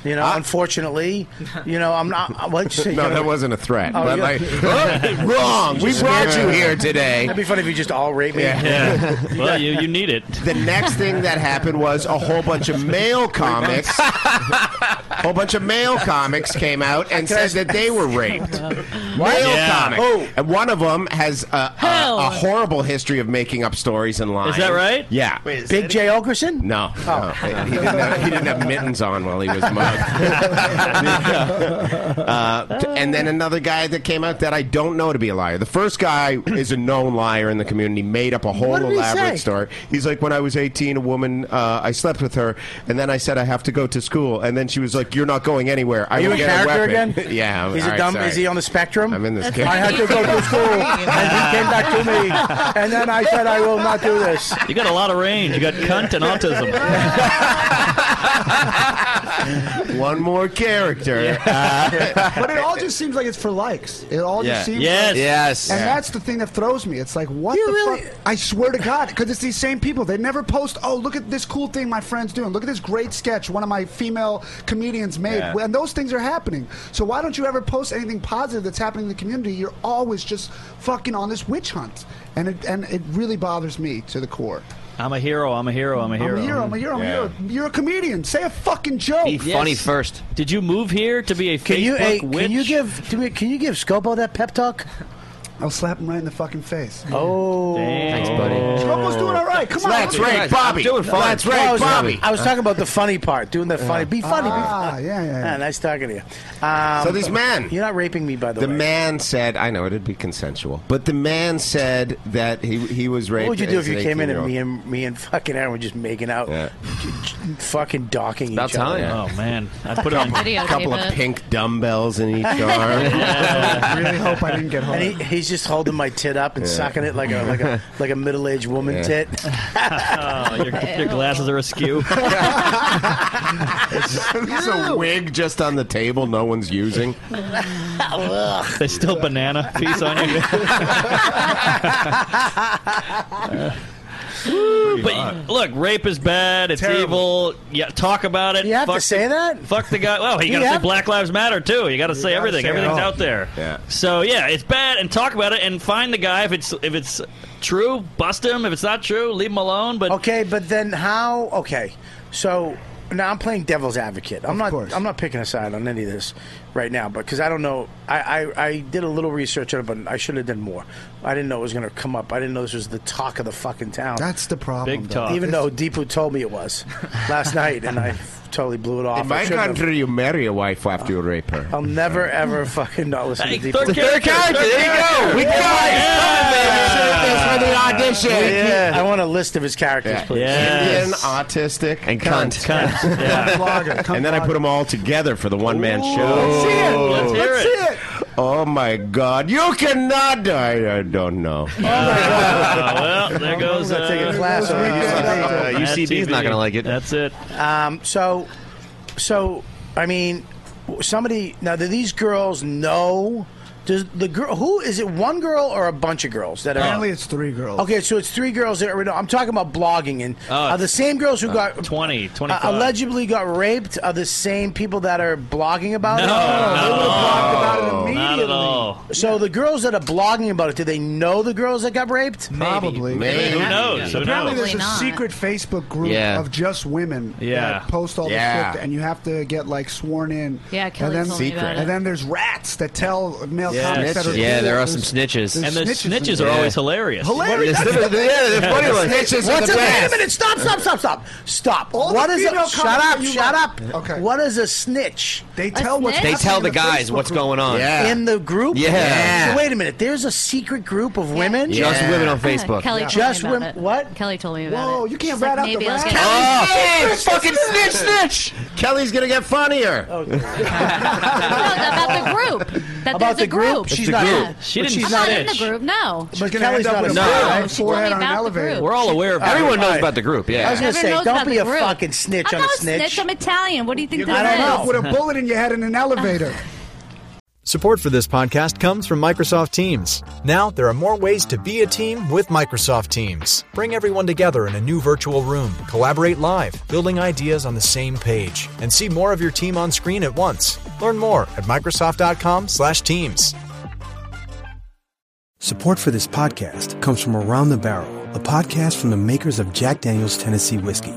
Speaker 2: You know, unfortunately, you know, I'm not. What you say?
Speaker 10: no,
Speaker 2: You know,
Speaker 10: that wasn't a threat.
Speaker 2: Oh,
Speaker 10: but
Speaker 2: yeah. [laughs]
Speaker 10: like, "Oh, wrong. We brought you here today.
Speaker 2: That'd be funny if you just all rape me.
Speaker 10: [laughs]
Speaker 9: well, you, you need it.
Speaker 10: The next thing that happened was a whole bunch
Speaker 2: [laughs]
Speaker 10: of male comics. A [laughs] whole bunch of male comics came out and said that they
Speaker 2: [laughs]
Speaker 10: were raped. Male
Speaker 9: Yeah.
Speaker 10: comics. And one of them has a, a,
Speaker 2: Oh. Hell.
Speaker 10: a horrible history of making up stories and lying.
Speaker 9: Is that right?
Speaker 10: Yeah.
Speaker 2: Big J. Oh. Ogerson?
Speaker 10: No, no. He, didn't have, he didn't have mittens on
Speaker 2: [laughs]
Speaker 10: while he was mugged. uh, t- and then another guy that came out that I don't know to be a liar. The first guy [clears throat] is a known liar in the community, made up a whole
Speaker 4: What did he
Speaker 10: elaborate
Speaker 4: say?
Speaker 10: story. He's like, when I was 18, a woman, uh, I slept with her, and then I said I have to go to school, and then she was like, you're not going anywhere. I
Speaker 2: Are you
Speaker 10: will
Speaker 2: in
Speaker 10: get
Speaker 2: character
Speaker 10: a weapon.
Speaker 2: again?
Speaker 10: yeah. [laughs] I'm-
Speaker 2: He's
Speaker 10: all
Speaker 2: a
Speaker 10: right,
Speaker 2: dumb.
Speaker 10: sorry.
Speaker 2: Is he on the spectrum?
Speaker 10: I'm in this
Speaker 2: I had
Speaker 10: [laughs]
Speaker 2: to go to school, and he came back to me, and then I said, "I will not do this."
Speaker 6: [laughs]
Speaker 9: You got a lot of range. You got cunt and autism.
Speaker 10: One more character. Uh, [laughs]
Speaker 6: but it all just seems like it's for likes. It all
Speaker 10: Yeah.
Speaker 6: just seems
Speaker 10: Yes.
Speaker 6: like,
Speaker 10: Yes.
Speaker 6: and
Speaker 10: Yeah.
Speaker 6: that's the thing that throws me. It's like what the fuck? I swear to God, because it's these same people. They never post. Oh, look at this cool thing my friend's doing. Look at this great sketch one of my female comedians made.
Speaker 20: Yeah.
Speaker 6: And those things are happening. So why don't you ever post anything positive that's happening in the community? You're always just fucking on this witch hunt, and it and it really bothers me to the core.
Speaker 9: I'm a hero. I'm a hero. I'm a
Speaker 6: I'm
Speaker 9: hero.
Speaker 6: a hero. I'm a hero. I'm a hero. You're a comedian. Say a fucking joke.
Speaker 9: first. Did you move here to be a
Speaker 2: Can
Speaker 9: Facebook
Speaker 2: you hey,
Speaker 9: witch?
Speaker 2: can you give to me, can you give Scopo that pep talk?
Speaker 6: I'll slap him right in the fucking face.
Speaker 2: Oh,
Speaker 6: Thanks, buddy. Scopo's doing all right. Come on.
Speaker 2: That's
Speaker 6: Let's
Speaker 2: right,
Speaker 6: go.
Speaker 2: That's right, Bobby. I was talking about the funny part, doing the funny. Be funny.
Speaker 6: Ah,
Speaker 2: be funny.
Speaker 6: yeah, yeah, yeah.
Speaker 2: nice talking to you. Um,
Speaker 10: So this man-
Speaker 2: you're not raping me, by the,
Speaker 10: the
Speaker 2: way.
Speaker 10: man said, "I know it'd be consensual," but the man said that he he was raped.
Speaker 2: What would you do if
Speaker 10: as
Speaker 2: you
Speaker 10: an
Speaker 2: came in
Speaker 10: 18-year-old.
Speaker 2: and me and me and fucking Aaron were just making out, fucking docking
Speaker 10: About
Speaker 2: each other?
Speaker 10: time. Oh,
Speaker 9: man, I
Speaker 10: put
Speaker 2: it
Speaker 10: a couple, couple of pink dumbbells in each [laughs] arm.
Speaker 2: I
Speaker 6: really hope I didn't get
Speaker 2: home. And he, he's just holding my tit up and
Speaker 10: Yeah.
Speaker 2: sucking it like a like [laughs]
Speaker 10: [laughs]
Speaker 2: a like a middle aged woman
Speaker 9: Yeah.
Speaker 2: tit.
Speaker 9: Oh,
Speaker 2: [laughs]
Speaker 9: your, your glasses are askew.
Speaker 10: It's a wig just on the table, no one's using.
Speaker 9: There's still banana piece on you. but look, rape is bad. It's evil. Yeah, talk about it. You have
Speaker 2: to say that.
Speaker 9: Fuck the guy. Well, you,
Speaker 2: You
Speaker 9: got to say
Speaker 2: have-
Speaker 9: Black Lives Matter too. You got to say
Speaker 2: gotta
Speaker 9: everything.
Speaker 2: say it
Speaker 9: Everything's
Speaker 2: all.
Speaker 9: out there.
Speaker 10: Yeah.
Speaker 9: So yeah, it's bad, and talk about it, and find the guy if it's if it's true, bust him. If it's not true, leave him alone. But
Speaker 2: Okay, but then how? Okay, so now I'm playing devil's advocate. I'm not. I'm not picking a side on any of this right now, but because I don't know. I, I I did a little research on it, but I should have done more. I didn't know it was going to come up. I didn't know this was the talk of the fucking town.
Speaker 6: That's the problem.
Speaker 2: Big
Speaker 6: though.
Speaker 2: talk. Even though Deepu told me it was last night,
Speaker 6: [laughs]
Speaker 2: and I totally blew it off.
Speaker 10: In
Speaker 2: I
Speaker 10: my
Speaker 2: shouldn't have.
Speaker 10: country, you marry a wife after you rape her.
Speaker 2: I'll never ever fucking not listen
Speaker 10: Hey,
Speaker 2: to Deepu.
Speaker 10: third character, third character. We got it. This for the audition.
Speaker 2: We- we-
Speaker 10: Yeah.
Speaker 2: I want a list of his characters, please.
Speaker 10: Indian, autistic, and
Speaker 2: Cunt.
Speaker 10: cunt.
Speaker 2: Cunt. Yeah. Cunt blogger, cunt
Speaker 10: and then I put them all together for the one man show.
Speaker 2: Let's see it. Let's hear Let's it.
Speaker 10: Oh my God! You cannot die. I don't know.
Speaker 2: Oh.
Speaker 9: Oh, well, there goes.
Speaker 2: I'm gonna take
Speaker 9: uh,
Speaker 2: a class on
Speaker 9: Uh,
Speaker 2: UCB.
Speaker 9: UCB's not gonna like
Speaker 10: it.
Speaker 9: That's it.
Speaker 2: Um, so, so I mean, w- somebody now. Do these girls know? Does the girl who is it? One girl or a bunch of girls that are?
Speaker 6: Apparently, it's three girls.
Speaker 2: Okay, so it's three girls that are. I'm talking about blogging and
Speaker 9: Oh,
Speaker 2: are the same girls who got
Speaker 9: 20, 25.
Speaker 2: uh, allegedly got raped are the same people that are blogging about
Speaker 9: no,
Speaker 2: it.
Speaker 6: Oh,
Speaker 9: not at all.
Speaker 2: it
Speaker 9: Not at all.
Speaker 2: So the girls that are blogging about it, do they know the girls that got raped?
Speaker 6: Probably.
Speaker 9: Maybe. Who knows? Who
Speaker 6: Apparently,
Speaker 9: knows?
Speaker 6: there's a secret Facebook group
Speaker 2: Yeah.
Speaker 6: of just women
Speaker 2: Yeah.
Speaker 6: that post all
Speaker 2: Yeah.
Speaker 6: the shit, and you have to get like sworn in.
Speaker 7: Yeah, Kelly
Speaker 6: and then,
Speaker 7: told me about Secret. it.
Speaker 6: And then there's rats that tell male
Speaker 8: Yeah.
Speaker 6: comics that are
Speaker 8: Snitches. Yeah,
Speaker 6: cool.
Speaker 8: there are some
Speaker 6: There's-
Speaker 8: snitches.
Speaker 6: there's
Speaker 8: And the snitches
Speaker 6: in
Speaker 8: are
Speaker 6: there.
Speaker 8: always hilarious.
Speaker 6: Hilarious.
Speaker 8: Yeah,
Speaker 2: [laughs]
Speaker 8: they're- they're- yeah, they're funny ones. Snitches are
Speaker 2: What's
Speaker 8: the
Speaker 2: a, wait a
Speaker 8: best.
Speaker 2: minute? Stop! Stop! Stop! Stop! Stop!
Speaker 6: All the
Speaker 2: what is
Speaker 6: female
Speaker 2: a
Speaker 6: comics
Speaker 2: shut up?
Speaker 6: that you
Speaker 2: Shut up!
Speaker 6: love.
Speaker 2: Okay. What is a snitch?
Speaker 6: They tell what's
Speaker 8: They
Speaker 6: happening
Speaker 8: tell
Speaker 6: in
Speaker 8: the guys
Speaker 6: Facebook
Speaker 8: what's
Speaker 6: group.
Speaker 8: going on. Yeah.
Speaker 2: in the group.
Speaker 8: Yeah. Yeah.
Speaker 2: So wait a minute. There's a secret group of women.
Speaker 8: Just Yeah. women on Facebook.
Speaker 7: Uh, Kelly told
Speaker 2: Just
Speaker 7: me about
Speaker 2: women.
Speaker 7: it.
Speaker 2: What?
Speaker 7: Kelly told me about it.
Speaker 6: Whoa, you can't
Speaker 7: She's
Speaker 6: rat
Speaker 7: like,
Speaker 6: out the
Speaker 7: maybe I'll
Speaker 6: rat.
Speaker 7: get
Speaker 10: Oh, fucking snitch, snitch. Kelly's gonna get funnier.
Speaker 2: Oh,
Speaker 7: about
Speaker 2: [laughs]
Speaker 7: the group. That
Speaker 2: About
Speaker 7: there's
Speaker 2: the
Speaker 7: a group.
Speaker 2: group? She's It's a not group. in.
Speaker 9: She
Speaker 2: But
Speaker 9: didn't.
Speaker 2: she's
Speaker 7: I'm
Speaker 2: not
Speaker 7: not
Speaker 2: in.
Speaker 7: in the group. No.
Speaker 2: But Kelly's
Speaker 6: end up
Speaker 2: not
Speaker 6: with
Speaker 2: a
Speaker 6: a
Speaker 2: snitch.
Speaker 6: forehead forehead on an
Speaker 7: about the
Speaker 6: elevator.
Speaker 7: group. We're all
Speaker 9: aware of
Speaker 8: Everyone knows about the group.
Speaker 2: I
Speaker 8: Yeah.
Speaker 2: was gonna
Speaker 7: Everyone
Speaker 2: say,
Speaker 7: knows
Speaker 2: don't
Speaker 7: about
Speaker 2: be
Speaker 7: the
Speaker 2: a
Speaker 7: group.
Speaker 2: fucking snitch
Speaker 7: I'm
Speaker 2: on a
Speaker 7: not
Speaker 2: snitch.
Speaker 7: I'm Italian. What do you think
Speaker 6: I
Speaker 7: that
Speaker 6: don't know.
Speaker 7: is?
Speaker 6: With a bullet in your head in an elevator.
Speaker 21: Support for this podcast comes from Microsoft Teams. Now, there are more ways to be a team with Microsoft Teams. Bring everyone together in a new virtual room, collaborate live, building ideas on the same page, and see more of your team on screen at once. Learn more at microsoft.com/teams.
Speaker 22: Support for this podcast comes from Around the Barrel, a podcast from the makers of Jack Daniels Tennessee Whiskey.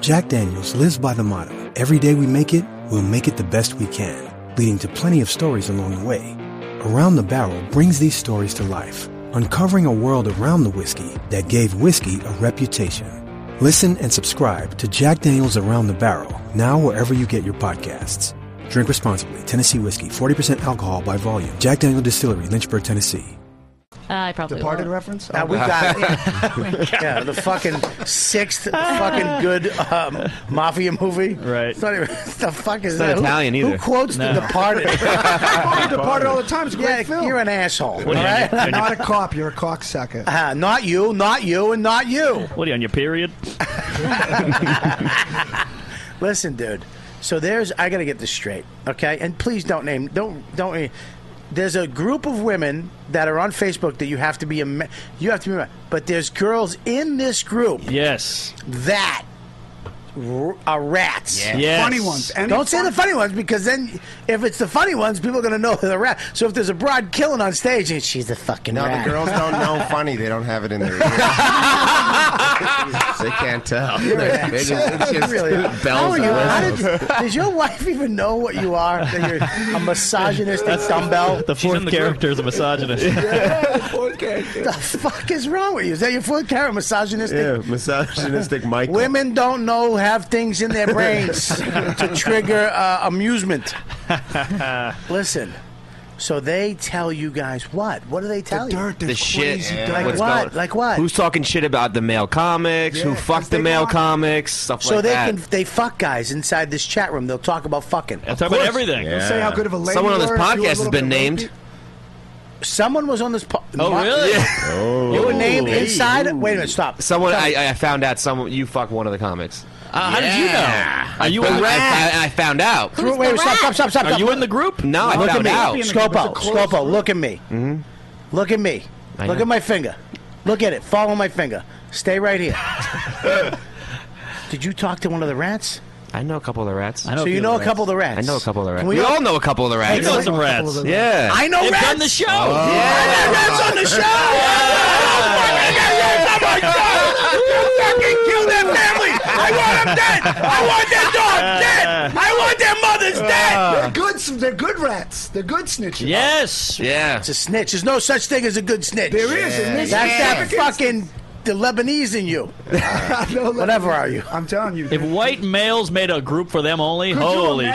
Speaker 22: Jack Daniels lives by the motto every day we make it, we'll make it the best we can, leading to plenty of stories along the way. Around the Barrel brings these stories to life, uncovering a world around the whiskey that gave whiskey a reputation. Listen and subscribe to Jack Daniels Around the Barrel, now wherever you get your podcasts. Drink responsibly. Tennessee Whiskey, 40% alcohol by volume. Jack Daniel Distillery, Lynchburg, Tennessee.
Speaker 7: [laughs] Uh, I probably
Speaker 6: Departed
Speaker 7: will.
Speaker 6: reference?
Speaker 2: Now we got it. yeah, the fucking sixth fucking good um, mafia movie. Right. It's not even, [laughs] the fuck is
Speaker 8: It's not
Speaker 2: that? Who-
Speaker 8: Italian
Speaker 2: who,
Speaker 8: either.
Speaker 2: quotes
Speaker 8: No.
Speaker 2: The Departed?
Speaker 6: Departed all the time. It's a great
Speaker 2: yeah,
Speaker 6: film.
Speaker 2: You're an asshole.
Speaker 9: What do you-
Speaker 2: alright?
Speaker 9: what do you-
Speaker 6: Not a cop. You're a cocksucker.
Speaker 2: Uh, not you, not you, and not you.
Speaker 9: What are you on your period?
Speaker 2: [laughs] Listen, dude. So there's I got to get this straight, okay? And please don't name don't don't. name- There's a group of women that are on Facebook that you have to be a ma- you have to be a ma- but there's girls in this group.
Speaker 9: Yes.
Speaker 2: That r- are Uh, rats.
Speaker 9: Yeah. Yes. Funny
Speaker 6: ones.
Speaker 2: And
Speaker 6: And
Speaker 2: don't
Speaker 6: it's
Speaker 2: say the funny ones because then if it's the funny ones, people are going to know they're rat. So if there's a broad killing on stage and she's a fucking
Speaker 10: No,
Speaker 2: rat.
Speaker 10: the girls don't know funny. They don't have it in
Speaker 2: [laughs]
Speaker 10: their ears. they can't tell.
Speaker 2: You're an
Speaker 10: They just, it's
Speaker 2: asshole.
Speaker 10: just
Speaker 2: Really. How
Speaker 10: bells
Speaker 2: are you? How
Speaker 10: and whistles.
Speaker 2: did, does your wife even know what you are? That you're a misogynistic dumbbell?
Speaker 9: The fourth character is a misogynist. [laughs]
Speaker 2: The fuck is wrong with you? Is that your fourth character? Misogynistic?
Speaker 10: Yeah, misogynistic Michael.
Speaker 2: Women don't know have things in their
Speaker 10: [laughs]
Speaker 2: brains to trigger uh, amusement. Listen, so they tell you guys what? What do they tell you?
Speaker 12: the shit.
Speaker 2: Like
Speaker 12: What's
Speaker 2: what?
Speaker 12: going-
Speaker 2: like what?
Speaker 12: Who's talking shit about the male comics? who fucked the male comics? Stuff
Speaker 2: so
Speaker 12: like
Speaker 2: they
Speaker 12: that.
Speaker 2: can they fuck guys inside this chat room. They'll talk about fucking. They'll
Speaker 9: talk about course. everything. They'll say how good of a lady
Speaker 12: Someone on this
Speaker 9: you are, do a
Speaker 12: podcast has
Speaker 9: little
Speaker 12: been
Speaker 9: bit of
Speaker 12: named.
Speaker 2: Someone was on this. Po-
Speaker 12: Oh,
Speaker 2: Mark-
Speaker 12: really?
Speaker 2: [laughs] You were named inside. Wait a minute, stop.
Speaker 12: Oh. Someone I, I found out. Someone you fucked one of the comics.
Speaker 9: Uh, how did you know?
Speaker 12: Are you I, a rat? I, I found out.
Speaker 2: Who's Wait, the stop, rat? stop, stop, stop,
Speaker 12: Are
Speaker 2: stop.
Speaker 12: you in the group? No, I
Speaker 2: look at
Speaker 12: found
Speaker 2: me.
Speaker 12: out. Mm-hmm.
Speaker 2: Scopo, Scopo, look at me. Look at me.
Speaker 12: I
Speaker 2: Look
Speaker 12: know.
Speaker 2: at my finger. Look at it. Follow my finger. Stay right here.
Speaker 12: [laughs]
Speaker 2: Did you talk to one of the rats?
Speaker 12: I know a couple of the rats.
Speaker 2: I know So a you few know of the a couple of the rats.
Speaker 12: I know a couple of the
Speaker 2: Can
Speaker 12: rats.
Speaker 2: we
Speaker 12: We,
Speaker 2: all-
Speaker 12: all know a couple of the
Speaker 2: Hey,
Speaker 12: rats.
Speaker 2: You know some rats.
Speaker 12: Yeah.
Speaker 2: I know
Speaker 12: You've
Speaker 2: rats.
Speaker 12: done the show.
Speaker 2: Yeah, I know rats on the [laughs] show. Oh,
Speaker 5: Fucking kill that family! I want them dead! I want that dog dead! I want their mothers
Speaker 6: They're
Speaker 5: dead!
Speaker 6: good. They're good rats. They're good snitches.
Speaker 9: Yes.
Speaker 12: Yeah.
Speaker 2: It's a snitch. There's no such thing as a good snitch. There
Speaker 6: is, and this-
Speaker 2: That's that
Speaker 6: Yeah.
Speaker 2: fucking the Lebanese
Speaker 6: [laughs]
Speaker 2: in you. Whatever are you?
Speaker 6: I'm telling you.
Speaker 9: If white males made a group for them only,
Speaker 6: Could you
Speaker 9: holy shit!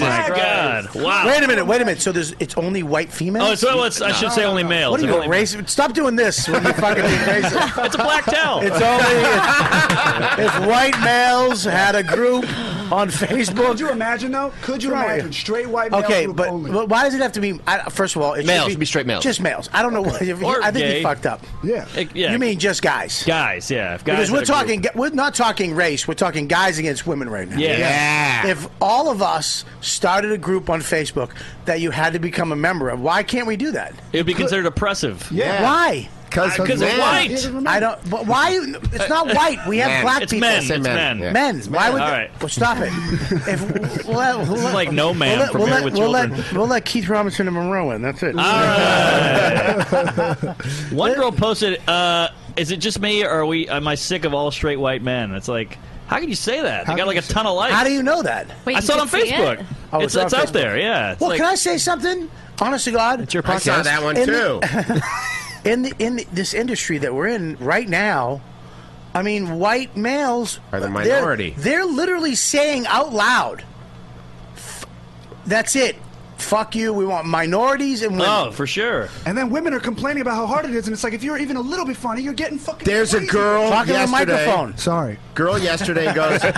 Speaker 9: Oh, my God! Wow!
Speaker 2: Wait a minute. Wait a minute. So there's it's only white females.
Speaker 9: Oh, so it's- I should say only males.
Speaker 2: What are you
Speaker 9: It's
Speaker 2: going
Speaker 9: only-
Speaker 2: racist? Stop doing this when you're
Speaker 9: [laughs]
Speaker 2: fucking being racist.
Speaker 9: It's a
Speaker 17: [laughs]
Speaker 9: black towel.
Speaker 2: It's only if, if white males had a group on Facebook.
Speaker 6: Could you imagine though? Could you
Speaker 2: Right.
Speaker 6: imagine straight white male
Speaker 2: Okay,
Speaker 6: group
Speaker 2: but
Speaker 6: only?
Speaker 2: but why does it have to be? I, first of all, it
Speaker 12: Males,
Speaker 2: should be,
Speaker 12: should be straight males.
Speaker 2: Just males. I don't know what. If,
Speaker 9: Or
Speaker 2: [laughs] I think
Speaker 9: gay.
Speaker 2: you fucked up.
Speaker 6: Yeah.
Speaker 9: yeah.
Speaker 2: You mean just guys?
Speaker 9: Guys, yeah. If guys
Speaker 2: because
Speaker 9: had
Speaker 2: we're
Speaker 9: a group-
Speaker 2: talking, we're not talking race. We're talking guys against women right now.
Speaker 9: Yeah. Yeah.
Speaker 2: If all of us started a group on Facebook that you had to become a member of, why can't we do that?
Speaker 9: it would be considered oppressive. Uh,
Speaker 2: Why?
Speaker 10: 'Cause- 'Cause
Speaker 9: it's white.
Speaker 2: I don't. But why? It's not white. We have
Speaker 9: Uh, Men.
Speaker 2: black
Speaker 9: It's
Speaker 2: people.
Speaker 9: men. It's It's men. men. Yeah.
Speaker 2: Men.
Speaker 9: It's
Speaker 2: Why
Speaker 9: men.
Speaker 2: would?
Speaker 9: All
Speaker 2: they-
Speaker 9: right.
Speaker 2: Well, stop
Speaker 9: [laughs]
Speaker 2: it. If we'll let, we'll
Speaker 9: This is
Speaker 2: let-
Speaker 9: like no man
Speaker 2: we'll let,
Speaker 9: from
Speaker 2: we'll
Speaker 9: Married
Speaker 2: let,
Speaker 9: with
Speaker 2: we'll
Speaker 9: Children.
Speaker 2: Let, we'll let Keith Robinson and Monroe in. That's it.
Speaker 9: One girl posted, uh, "Is it just me, or are we? Am I sick of all straight white men?" It's like, how can you say that? They got like a ton of likes.
Speaker 2: How do you know that?
Speaker 9: I saw it on Facebook.
Speaker 2: Oh,
Speaker 9: it's
Speaker 2: on
Speaker 9: it's up
Speaker 2: Facebook.
Speaker 9: there. Yeah. It's
Speaker 2: Well,
Speaker 9: like-
Speaker 2: can I say something? Honest to God, it's your
Speaker 10: I saw podcast. that one
Speaker 2: [laughs]
Speaker 10: too.
Speaker 2: in the in the, this industry that we're in right now, I mean, white males
Speaker 10: Are the
Speaker 2: they're-
Speaker 10: minority.
Speaker 2: They're, literally saying out loud, "F- "That's it, fuck you." We want minorities and women.
Speaker 9: oh, for sure.
Speaker 6: And then women are complaining about how hard it is, and it's like if you're even a little bit funny, you're getting fucking.
Speaker 10: There's a
Speaker 6: crazy.
Speaker 10: girl yesterday.
Speaker 6: Sorry.
Speaker 10: Girl yesterday
Speaker 2: [laughs]
Speaker 10: goes, oh,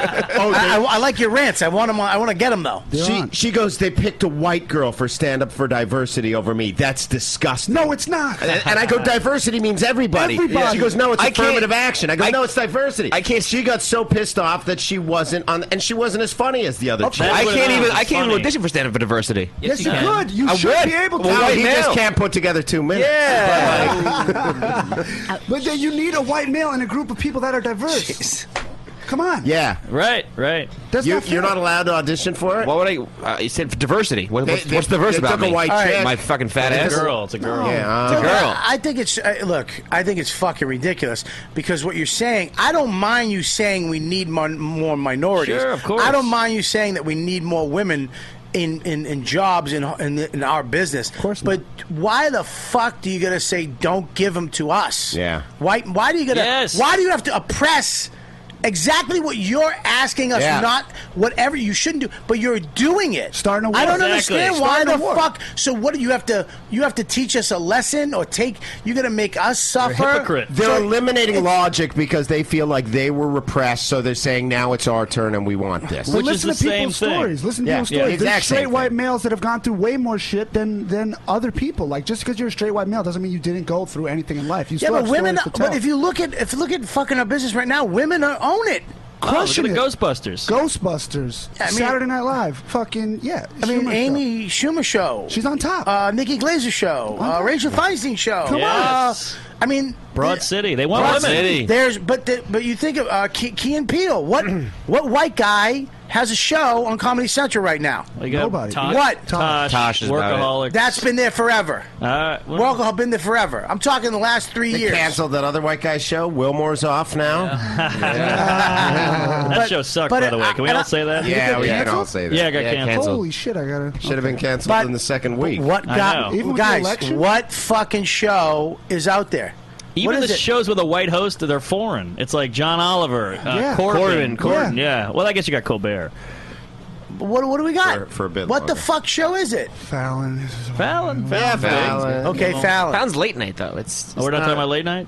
Speaker 10: they-
Speaker 2: I, I, I like your rants. I want them. I want to get them though.
Speaker 10: She, she goes, they picked a white girl for stand up for diversity over me. That's disgusting.
Speaker 6: No, it's not.
Speaker 10: And, and I go, diversity means everybody.
Speaker 6: Everybody.
Speaker 10: She goes, no, it's
Speaker 12: I can't-
Speaker 10: affirmative action. I go,
Speaker 12: I-
Speaker 10: no, it's diversity. I can't. She got so pissed off that she wasn't on, and she wasn't as funny as the other. chick.
Speaker 12: I can't even. I can't even audition for stand up for diversity.
Speaker 6: Yes, you could. You
Speaker 12: I
Speaker 6: should
Speaker 12: would.
Speaker 6: be able to.
Speaker 12: Well,
Speaker 10: No,
Speaker 12: white
Speaker 10: he
Speaker 12: male.
Speaker 10: just can't put together two minutes.
Speaker 12: Yeah.
Speaker 10: But, like,
Speaker 6: [laughs] But then you need a white male in a group of people that are diverse. Come on.
Speaker 10: yeah.
Speaker 9: Right. Right.
Speaker 6: That's
Speaker 10: You,
Speaker 6: not fair.
Speaker 10: you're not allowed to audition for it.
Speaker 12: Why would I? Uh, you said for diversity. What,
Speaker 10: They-
Speaker 12: what's,
Speaker 10: they-
Speaker 12: what's diverse
Speaker 10: they
Speaker 12: about
Speaker 10: took a
Speaker 12: me?
Speaker 10: white All right. chick.
Speaker 12: My fucking fat
Speaker 9: It's
Speaker 12: ass.
Speaker 9: a girl. It's a girl.
Speaker 10: Yeah, uh,
Speaker 2: Look,
Speaker 12: girl.
Speaker 2: I I think it's I- look. I think it's fucking ridiculous because what you're saying. I don't mind you saying we need mon- more minorities.
Speaker 9: Sure, of course.
Speaker 2: I don't mind you saying that we need more women in in, in jobs in, in in our business. Of course, but why the fuck do you gotta say don't give them to us?
Speaker 10: Yeah.
Speaker 2: Why Why do you gotta?
Speaker 9: Yes.
Speaker 2: Why do you have to oppress? Exactly what you're asking us,
Speaker 10: Yeah.
Speaker 2: not whatever you shouldn't do, but you're doing it.
Speaker 6: Starting a war.
Speaker 2: I don't
Speaker 9: Exactly.
Speaker 2: understand why
Speaker 6: Starting a
Speaker 2: the
Speaker 6: war.
Speaker 2: fuck. So what do you have to you have to teach us a lesson or take you're gonna make us suffer?
Speaker 9: hypocrite.
Speaker 10: They're eliminating logic because they feel like they were repressed, so they're saying now it's our turn and we want this.
Speaker 9: Which
Speaker 6: listen
Speaker 9: is
Speaker 6: to
Speaker 9: the
Speaker 6: people's
Speaker 9: same thing.
Speaker 6: stories. Listen to
Speaker 10: Yeah,
Speaker 6: people's
Speaker 10: yeah,
Speaker 6: stories. There's
Speaker 10: exact same
Speaker 6: straight
Speaker 10: thing.
Speaker 6: white males that have gone through way more shit than than other people. Like just because you're a straight white male doesn't mean you didn't go through anything in life. You
Speaker 2: Yeah,
Speaker 6: still
Speaker 2: but
Speaker 6: have
Speaker 2: women.
Speaker 6: stories to tell.
Speaker 2: But if you look at if you look at fucking our business right now, women are, own it.
Speaker 6: crushing
Speaker 9: oh, look at
Speaker 6: it.
Speaker 9: Ghostbusters.
Speaker 6: Ghostbusters.
Speaker 2: Yeah, I mean-
Speaker 6: Saturday Night Live. Fucking yeah.
Speaker 2: I mean,
Speaker 6: Schumer show.
Speaker 2: Amy Schumer show. She's
Speaker 6: on top.
Speaker 2: Uh, Nikki Glaser show. Uh, Rachel Feinstein show.
Speaker 9: Come on. Yes.
Speaker 2: Uh, I mean,
Speaker 9: Broad City. They want
Speaker 2: Broad
Speaker 9: women.
Speaker 2: City. There's, but the, but you think of uh, Key, Key and Peele.
Speaker 9: [clears throat]
Speaker 2: What what white guy has a show on Comedy Central right now?
Speaker 9: You got Tosh,
Speaker 2: What?
Speaker 9: Tosh,
Speaker 12: Tosh is about it.
Speaker 9: workaholic.
Speaker 2: That's been there forever.
Speaker 9: Uh,
Speaker 2: Workaholic has been there forever. I'm talking the last three
Speaker 10: They
Speaker 2: years.
Speaker 10: canceled that other white guy show. Wilmore's off now.
Speaker 2: [laughs]
Speaker 9: that show sucked,
Speaker 10: but
Speaker 9: by the way. Can we
Speaker 10: I-
Speaker 9: all say that?
Speaker 10: Yeah, we can all say that.
Speaker 9: Yeah, it got
Speaker 10: Yeah,
Speaker 9: canceled.
Speaker 10: canceled.
Speaker 6: Holy shit! I gotta.
Speaker 10: Should have been canceled in the second week.
Speaker 2: What
Speaker 9: I
Speaker 2: guy,
Speaker 9: know. Even with the
Speaker 2: guys?
Speaker 9: election?
Speaker 2: What fucking show is out there?
Speaker 9: Even
Speaker 2: what
Speaker 9: the
Speaker 2: is it?
Speaker 9: shows with a white host, they're foreign. It's like John Oliver, uh,
Speaker 2: Yeah.
Speaker 9: Corbin,
Speaker 2: Corbin,
Speaker 9: Corbin. Yeah. Well, I guess you got Colbert.
Speaker 2: What, what do we got?
Speaker 9: For- for a bit
Speaker 2: What the
Speaker 9: longer.
Speaker 2: fuck show is it?
Speaker 6: Fallon.
Speaker 9: Fallon.
Speaker 2: Yeah, Fallon. Okay, Fallon.
Speaker 12: Fallon's late night though. It's.
Speaker 9: Oh, we're not talking about late night.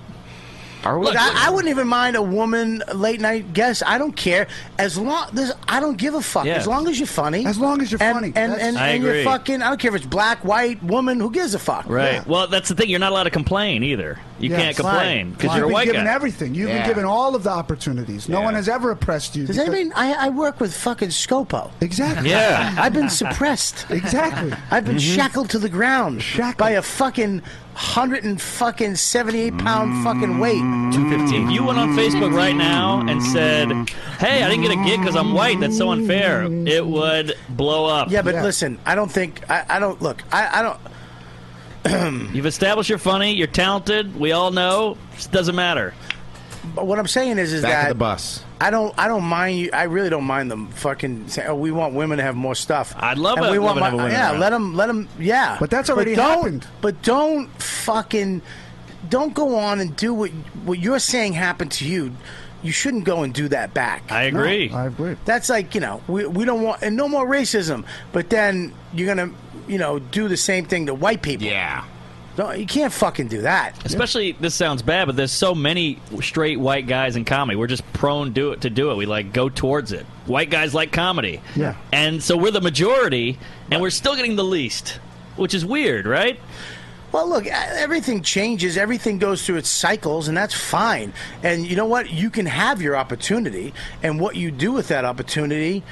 Speaker 12: Are we?
Speaker 2: Look, I, I wouldn't even mind a woman late night guest. I don't care as long this I don't give a fuck
Speaker 9: Yeah.
Speaker 2: as long as you're funny. As
Speaker 6: long as you're
Speaker 2: and,
Speaker 6: funny.
Speaker 2: and
Speaker 6: That's-
Speaker 2: and,
Speaker 9: I
Speaker 2: and you're
Speaker 9: agree.
Speaker 2: fucking. I don't care if it's black, white, woman. Who gives a fuck?
Speaker 9: Right. Well, that's the thing. You're not allowed to complain either. You
Speaker 6: Yeah,
Speaker 9: can't
Speaker 6: fine.
Speaker 9: complain because
Speaker 6: You've
Speaker 9: you're a
Speaker 6: been
Speaker 9: white
Speaker 6: given
Speaker 9: guy.
Speaker 6: everything. You've
Speaker 9: Yeah.
Speaker 6: been given all of the opportunities. No one has ever oppressed you.
Speaker 2: Does
Speaker 6: because-
Speaker 2: that mean I, I work with fucking Scopo?
Speaker 6: Exactly.
Speaker 9: Yeah.
Speaker 2: [laughs] I've been suppressed.
Speaker 6: Exactly.
Speaker 2: [laughs] I've been
Speaker 6: Mhm.
Speaker 2: shackled to the ground by a fucking hundred and fucking seventy-eight pound fucking weight.
Speaker 9: Two fifteen. If you went on Facebook right now and said, "Hey, I didn't get a gig because I'm white. That's so unfair," it would blow up.
Speaker 2: Yeah, but listen, I don't think I, I don't look. I, I don't. [clears throat]
Speaker 9: You've established you're funny. You're talented. We all know. It doesn't matter.
Speaker 2: But what I'm saying is, is
Speaker 9: Back of
Speaker 2: that
Speaker 9: the
Speaker 10: bus.
Speaker 2: I don't, I don't mind you. I really don't mind them fucking saying, "Oh, we want women to have more stuff." I'd
Speaker 9: love
Speaker 2: and
Speaker 9: it-
Speaker 2: we
Speaker 9: love
Speaker 2: want
Speaker 9: it
Speaker 2: my,
Speaker 9: have women
Speaker 2: yeah,
Speaker 9: around.
Speaker 2: let them, let them, yeah.
Speaker 6: But that's already
Speaker 2: don't,
Speaker 6: happened.
Speaker 2: But don't fucking, don't go on and do what what you're saying happened to you. You shouldn't go and do that back.
Speaker 9: I agree.
Speaker 6: I agree.
Speaker 2: That's like you know we we don't want and no more racism. But then you're gonna you know do the same thing to white people.
Speaker 10: Yeah.
Speaker 2: No, you can't fucking do that.
Speaker 9: Especially, this sounds bad, but there's so many straight white guys in comedy. We're just prone do it to do it. We like go towards it. White guys like comedy,
Speaker 6: Yeah.
Speaker 9: and so we're the majority, and we're still getting the least, which is weird, right?
Speaker 2: Well, look, e- everything changes. Everything goes through its cycles, and that's fine. And you know what? You can have your opportunity, and what you do with that opportunity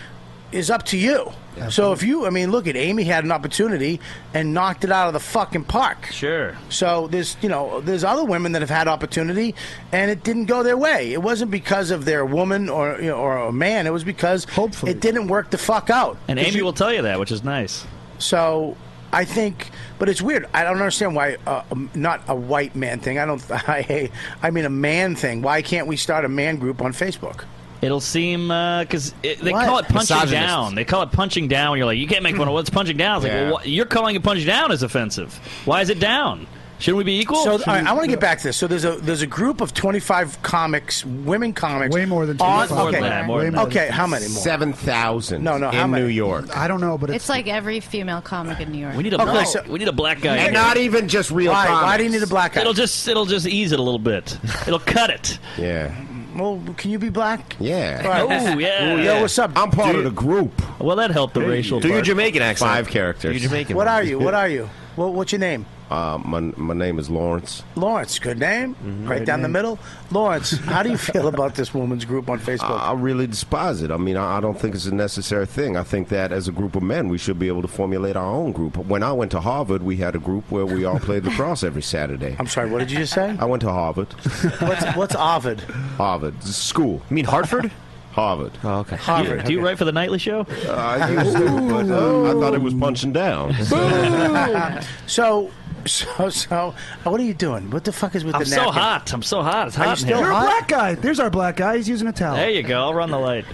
Speaker 2: is up to you. So if you, I mean, look at Amy had an opportunity and knocked it out of the fucking park.
Speaker 9: Sure.
Speaker 2: So there's, you know, there's other women that have had opportunity, and it didn't go their way. It wasn't because of their woman or you know, or a man. It was because hopefully it didn't work the fuck out.
Speaker 9: And
Speaker 2: 'Cause
Speaker 9: Amy
Speaker 2: you-
Speaker 9: will tell you that, which is nice.
Speaker 2: so I think, but it's weird. I don't understand why uh, um, not a white man thing. I don't. [laughs] I I mean a man thing. Why can't we start a man group on Facebook?
Speaker 9: It'll seem because they
Speaker 2: What?
Speaker 9: call it punching
Speaker 2: Misogynist.
Speaker 9: down. They call it punching down. When you're like, you can't make fun of what's punching down. It's like,
Speaker 2: Yeah.
Speaker 9: well, what, you're calling it punching down is offensive. Why is it down? Shouldn't we be equal?
Speaker 2: So all right, I want to get back to this. So there's a there's a group of 25 comics, women comics. Way more than
Speaker 10: More
Speaker 2: okay,
Speaker 10: than that, more than that.
Speaker 2: okay, how many more?
Speaker 10: Seven thousand.
Speaker 2: No, no,
Speaker 10: in
Speaker 2: how many?
Speaker 10: New York.
Speaker 6: I don't know, but
Speaker 7: It's like every female comic in New York.
Speaker 9: We need a
Speaker 2: Okay,
Speaker 9: black,
Speaker 2: so-
Speaker 9: we need a black guy.
Speaker 10: And
Speaker 9: here.
Speaker 10: not even just real
Speaker 2: Why- why
Speaker 10: comics.
Speaker 2: do you need a black guy?
Speaker 9: It'll just it'll just ease it a little bit. It'll cut it.
Speaker 10: [laughs] Yeah.
Speaker 2: Well, can you be black?
Speaker 10: Yeah.
Speaker 2: All right.
Speaker 9: Oh yeah.
Speaker 2: Yo, what's up?
Speaker 10: I'm part
Speaker 2: Do
Speaker 10: of
Speaker 2: you-
Speaker 10: the group.
Speaker 9: Well, that helped the racial.
Speaker 10: Do your
Speaker 9: part.
Speaker 10: Jamaican accent. Five characters.
Speaker 9: Do your Jamaican
Speaker 2: What are you? What are you? What, what's your name?
Speaker 10: Uh, my my name is Lawrence. Mm-hmm.
Speaker 2: Lawrence. Good name. Right
Speaker 10: Good
Speaker 2: down the
Speaker 10: name.
Speaker 2: middle. Lawrence, how do you feel [laughs] about this woman's group on Facebook?
Speaker 10: I, I really despise it. I mean, I, I don't think it's a necessary thing. I think that as a group of men, we should be able to formulate our own group. When I went to Harvard, we had a group where we all played lacrosse every Saturday.
Speaker 2: I'm sorry, what did you just say?
Speaker 10: I went to Harvard.
Speaker 2: what's, what's Ovid?
Speaker 10: Harvard school. You mean Hartford? Harvard. Oh, okay.
Speaker 9: Do you, do you write for the nightly show?
Speaker 10: I used to, but
Speaker 2: Oh.
Speaker 17: Oh.
Speaker 10: uh, I thought it was punching down.
Speaker 2: so, so, so, what are you doing? What the fuck is [laughs] with
Speaker 9: I'm
Speaker 2: the
Speaker 9: so
Speaker 2: napkin?
Speaker 9: hot. I'm so hot. It's
Speaker 2: Are you
Speaker 9: hot in
Speaker 2: still
Speaker 9: here.
Speaker 6: You're a black guy. There's our black guy. He's using a towel.
Speaker 9: There you go. I'll run the light.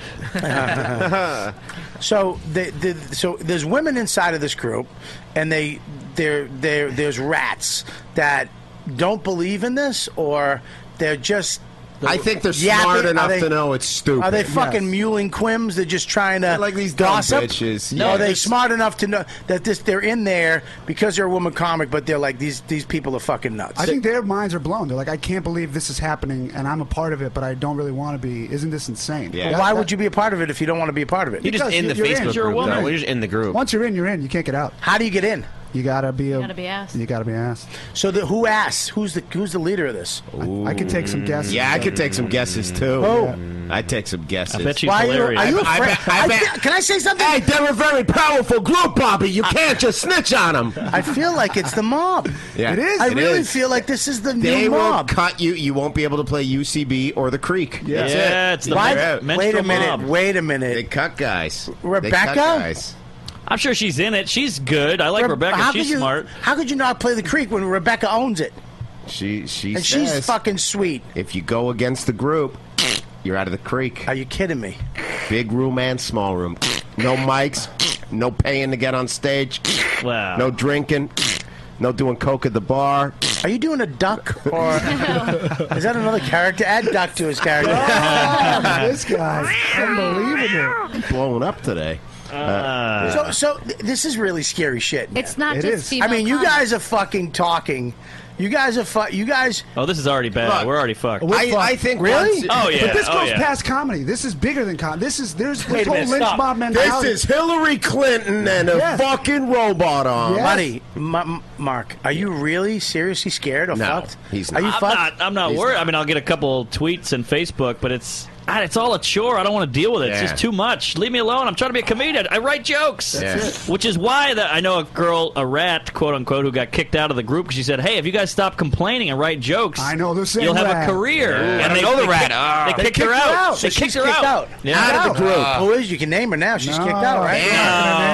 Speaker 2: [laughs] so the, the so there's women inside of this group, and they there there there's rats that don't believe in this, or they're just.
Speaker 10: I think they're
Speaker 2: yapping.
Speaker 10: smart
Speaker 2: Are
Speaker 10: enough
Speaker 2: they-
Speaker 10: to know it's stupid.
Speaker 2: Are they fucking muling quims? They're just trying to
Speaker 10: like these dumb
Speaker 2: gossip.
Speaker 10: bitches.
Speaker 2: No,
Speaker 10: Yeah.
Speaker 2: are they
Speaker 10: Yes.
Speaker 2: smart enough to know that this they're in there because they're a woman comic, but they're like these these people are fucking nuts.
Speaker 6: I think their minds are blown. They're like, I can't believe this is happening, and I'm a part of it, but I don't really want to be. Isn't this insane?
Speaker 2: Well, why would you be a part of it if you don't want to be a part of it?
Speaker 6: You just Because end you- the you're in. Facebook You're a group, though. woman.
Speaker 12: We're just in the group.
Speaker 6: Once you're in, you're in. You can't get out.
Speaker 2: How do you get in?
Speaker 6: You gotta be a.
Speaker 7: gotta be asked.
Speaker 6: You gotta be asked.
Speaker 2: So the, who asks? Who's the who's the leader of this?
Speaker 6: I, I can take some guesses.
Speaker 10: Yeah, I could take some guesses too.
Speaker 2: Oh.
Speaker 10: I take some guesses.
Speaker 2: I bet you Why are you- hilarious. are you
Speaker 10: I- I
Speaker 2: afraid-
Speaker 10: bet- I
Speaker 2: I
Speaker 10: bet-
Speaker 2: feel- can I say something?
Speaker 10: Hey, they're a very powerful group, Bobby. You can't just snitch on them.
Speaker 2: I feel like it's the mob.
Speaker 10: [laughs] Yeah. It is.
Speaker 2: I
Speaker 10: It
Speaker 2: really
Speaker 10: is.
Speaker 2: feel like this is the
Speaker 10: They
Speaker 2: new
Speaker 10: will
Speaker 2: mob.
Speaker 10: cut you. You won't be able to play UCB or the Creek.
Speaker 2: Yeah.
Speaker 10: That's
Speaker 2: Yeah,
Speaker 10: it.
Speaker 2: it's the Why- men- wait a minute, menstrual mob. Wait a minute.
Speaker 10: They cut guys. They cut
Speaker 2: Rebecca?
Speaker 10: guys.
Speaker 9: I'm sure she's in it. She's good. I like
Speaker 2: Re-
Speaker 9: Rebecca.
Speaker 2: how
Speaker 9: She's
Speaker 2: could you,
Speaker 9: smart.
Speaker 2: How could you not play the creek when Rebecca owns it?
Speaker 10: She she
Speaker 2: And she's
Speaker 10: says,
Speaker 2: fucking sweet.
Speaker 10: If you go against the group, you're out of the creek. Are
Speaker 2: you kidding me?
Speaker 10: Big room and small room. No mics. No paying to get on stage.
Speaker 9: Wow.
Speaker 10: No drinking. No doing coke at the bar.
Speaker 2: Are you doing a duck or is that another character? Add duck to
Speaker 6: [laughs]
Speaker 2: his character.
Speaker 6: Ah,
Speaker 2: [laughs]
Speaker 6: this guy, unbelievable.
Speaker 10: [laughs] Blowing up today.
Speaker 9: Ah.
Speaker 10: Uh,
Speaker 2: So, so th- this is really scary shit. man.
Speaker 7: It's not It just is. female
Speaker 2: I mean, you
Speaker 7: comics.
Speaker 2: guys are fucking talking. You guys are fu- You guys.
Speaker 9: Oh, this is already bad.
Speaker 2: Look,
Speaker 9: We're already fucked.
Speaker 2: really.
Speaker 9: Oh yeah.
Speaker 6: But this
Speaker 9: oh,
Speaker 6: goes
Speaker 9: yeah.
Speaker 6: past comedy. This is bigger than comedy. This is there's this
Speaker 2: Wait a
Speaker 6: whole
Speaker 2: minute,
Speaker 6: lynch
Speaker 2: stop.
Speaker 6: mob mentality.
Speaker 10: This is Hillary Clinton and a
Speaker 6: Yes.
Speaker 10: fucking robot arm.
Speaker 6: Yes.
Speaker 2: Buddy, M- M- Mark, are you really seriously scared or fucked?
Speaker 10: He's
Speaker 2: Are you
Speaker 9: I'm
Speaker 2: fucked?
Speaker 9: not. I'm not worried. I mean, I'll get a couple tweets and Facebook, but it's ah, it's all a chore. I don't want to deal with it. It's
Speaker 10: Yeah.
Speaker 9: just too much. Leave me alone. I'm trying to be a comedian. I write jokes,
Speaker 10: That's Yeah. it.
Speaker 9: which is why that I know a girl, a rat, quote unquote, who got kicked out of the group because she said, "Hey, if you guys stop complaining and write jokes, I know
Speaker 6: this.
Speaker 9: You'll have a
Speaker 6: rat."
Speaker 9: career."
Speaker 6: Yeah. I
Speaker 9: And
Speaker 6: don't know the rat.
Speaker 9: kicked-
Speaker 10: Oh.
Speaker 6: Ah.
Speaker 9: They, kicked, her out. They
Speaker 2: So
Speaker 9: kicked
Speaker 2: she's
Speaker 9: her out. Yeah.
Speaker 2: Out of the group. Uh, Who is? You can name her now. She's kicked out, right?
Speaker 9: No, no.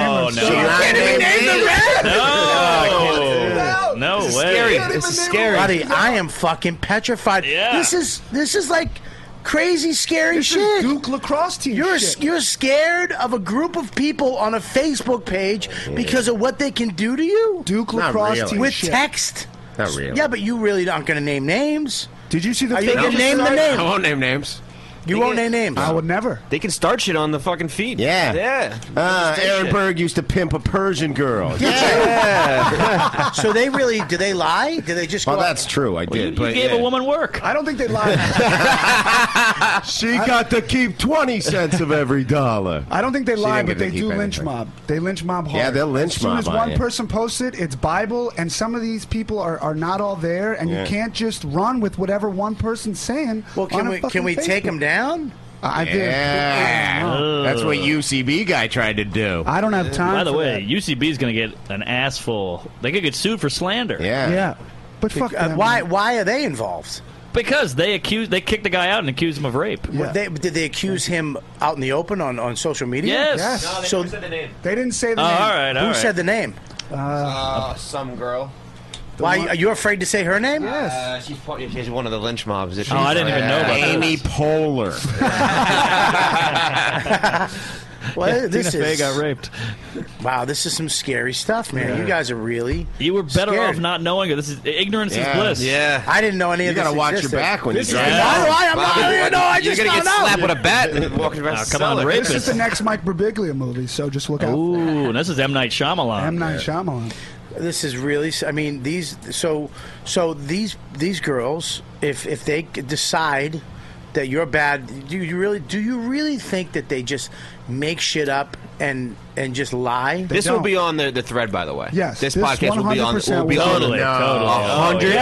Speaker 9: No, no
Speaker 2: This is
Speaker 9: way.
Speaker 2: scary. This is scary. Buddy, I am fucking petrified.
Speaker 9: Yeah.
Speaker 2: This is this is like crazy scary shit.
Speaker 6: Duke lacrosse team.
Speaker 2: You're
Speaker 6: shit.
Speaker 2: you're scared of a group of people on a Facebook page because of what they can do to you.
Speaker 6: Duke
Speaker 10: Not lacrosse really. team
Speaker 2: with
Speaker 10: shit.
Speaker 2: text.
Speaker 10: Not really.
Speaker 2: Yeah, but you really aren't going to name names.
Speaker 6: Did you see the?
Speaker 2: Are you going to name the
Speaker 10: I
Speaker 2: name?
Speaker 10: won't name names.
Speaker 2: You won't name names.
Speaker 6: I would never.
Speaker 12: They can start shit on the fucking feed.
Speaker 10: Yeah.
Speaker 12: Yeah.
Speaker 10: Uh,
Speaker 12: Just
Speaker 10: Aaron
Speaker 12: shit.
Speaker 10: Berg used to pimp a Persian girl.
Speaker 2: [laughs] so they really do they lie? Do they just?
Speaker 10: Well,
Speaker 2: go out-
Speaker 10: that's true. I did.
Speaker 9: You
Speaker 10: but
Speaker 9: gave a
Speaker 10: yeah.
Speaker 9: woman work.
Speaker 6: I don't think they lie.
Speaker 10: She got to keep 20 cents of every dollar.
Speaker 6: I don't think they
Speaker 10: She
Speaker 6: lie,
Speaker 10: didn't
Speaker 6: but
Speaker 10: get to
Speaker 6: they
Speaker 10: keep
Speaker 6: do lynch
Speaker 10: anything.
Speaker 6: mob. They lynch mob hard.
Speaker 10: Yeah, they'll lynch
Speaker 6: as soon
Speaker 10: mob
Speaker 6: As
Speaker 10: on
Speaker 6: one
Speaker 10: you.
Speaker 6: person posts it, it's Bible, and some of these people are, are not all there, and
Speaker 10: Yeah.
Speaker 6: you can't just run with whatever one person's saying.
Speaker 2: Well,
Speaker 6: on
Speaker 2: can
Speaker 6: a
Speaker 2: we
Speaker 6: fucking
Speaker 2: can we take
Speaker 6: Facebook.
Speaker 2: them down?
Speaker 6: I I did.
Speaker 10: Yeah.
Speaker 9: Ugh.
Speaker 10: That's what UCB guy tried to do.
Speaker 6: I don't have time.
Speaker 9: By the
Speaker 6: for
Speaker 9: way, UCB is going to get an ass full. They could get sued for slander.
Speaker 10: Yeah.
Speaker 6: that. yeah, but fuck
Speaker 2: Uh,
Speaker 6: them.
Speaker 2: why why are they involved?
Speaker 9: Because they accused they kicked the guy out and accused him of rape.
Speaker 2: What, they, did they accuse him out in the open on, on social media?
Speaker 9: Yes.
Speaker 6: Yes. No,
Speaker 2: so
Speaker 6: They didn't say the
Speaker 9: Oh,
Speaker 6: name.
Speaker 9: all right.
Speaker 2: who
Speaker 9: all right.
Speaker 2: said the name?
Speaker 12: Uh, some girl.
Speaker 2: Why are you afraid to say her name?
Speaker 12: Uh, she's, part, she's one of the lynch mobs.
Speaker 9: Oh, I didn't even
Speaker 12: uh,
Speaker 9: know about that.
Speaker 10: Amy Poehler.
Speaker 2: [laughs] Well,
Speaker 9: Yeah,
Speaker 2: this
Speaker 9: Tina Fey
Speaker 2: is
Speaker 9: got raped.
Speaker 2: wow. This is some scary stuff, man. You guys are really.
Speaker 9: You were better
Speaker 2: Scared.
Speaker 9: off not knowing it. This is ignorance
Speaker 10: Yeah.
Speaker 9: is bliss.
Speaker 12: Yeah.
Speaker 2: I didn't know any
Speaker 10: You
Speaker 2: of this.
Speaker 10: gotta watch
Speaker 2: existed.
Speaker 10: your back when
Speaker 2: This
Speaker 10: you
Speaker 2: is-
Speaker 10: drive.
Speaker 2: Why do I? I'm not. I didn't know. I
Speaker 12: You're
Speaker 2: just
Speaker 12: gonna get
Speaker 2: found out.
Speaker 12: slapped with a bat and walking around.
Speaker 9: Oh,
Speaker 12: the
Speaker 9: come on,
Speaker 12: cellar.
Speaker 9: rapist.
Speaker 6: This is the next Mike Birbiglia movie, so just look out. for it.
Speaker 9: Ooh, and this is M Night Shyamalan.
Speaker 6: M Night Shyamalan.
Speaker 2: [laughs] This is really. I mean, these. So, so these these girls, if if they decide that you're bad, do you really do you really think that they just make shit up and and just lie?
Speaker 12: This will
Speaker 6: don't.
Speaker 12: be on the, the thread, by the way.
Speaker 6: Yes,
Speaker 12: This,
Speaker 6: this
Speaker 12: podcast will be on. The,
Speaker 6: 100%
Speaker 12: will be
Speaker 6: will
Speaker 12: on the-
Speaker 9: Totally,
Speaker 12: no.
Speaker 9: totally.
Speaker 12: A hundred.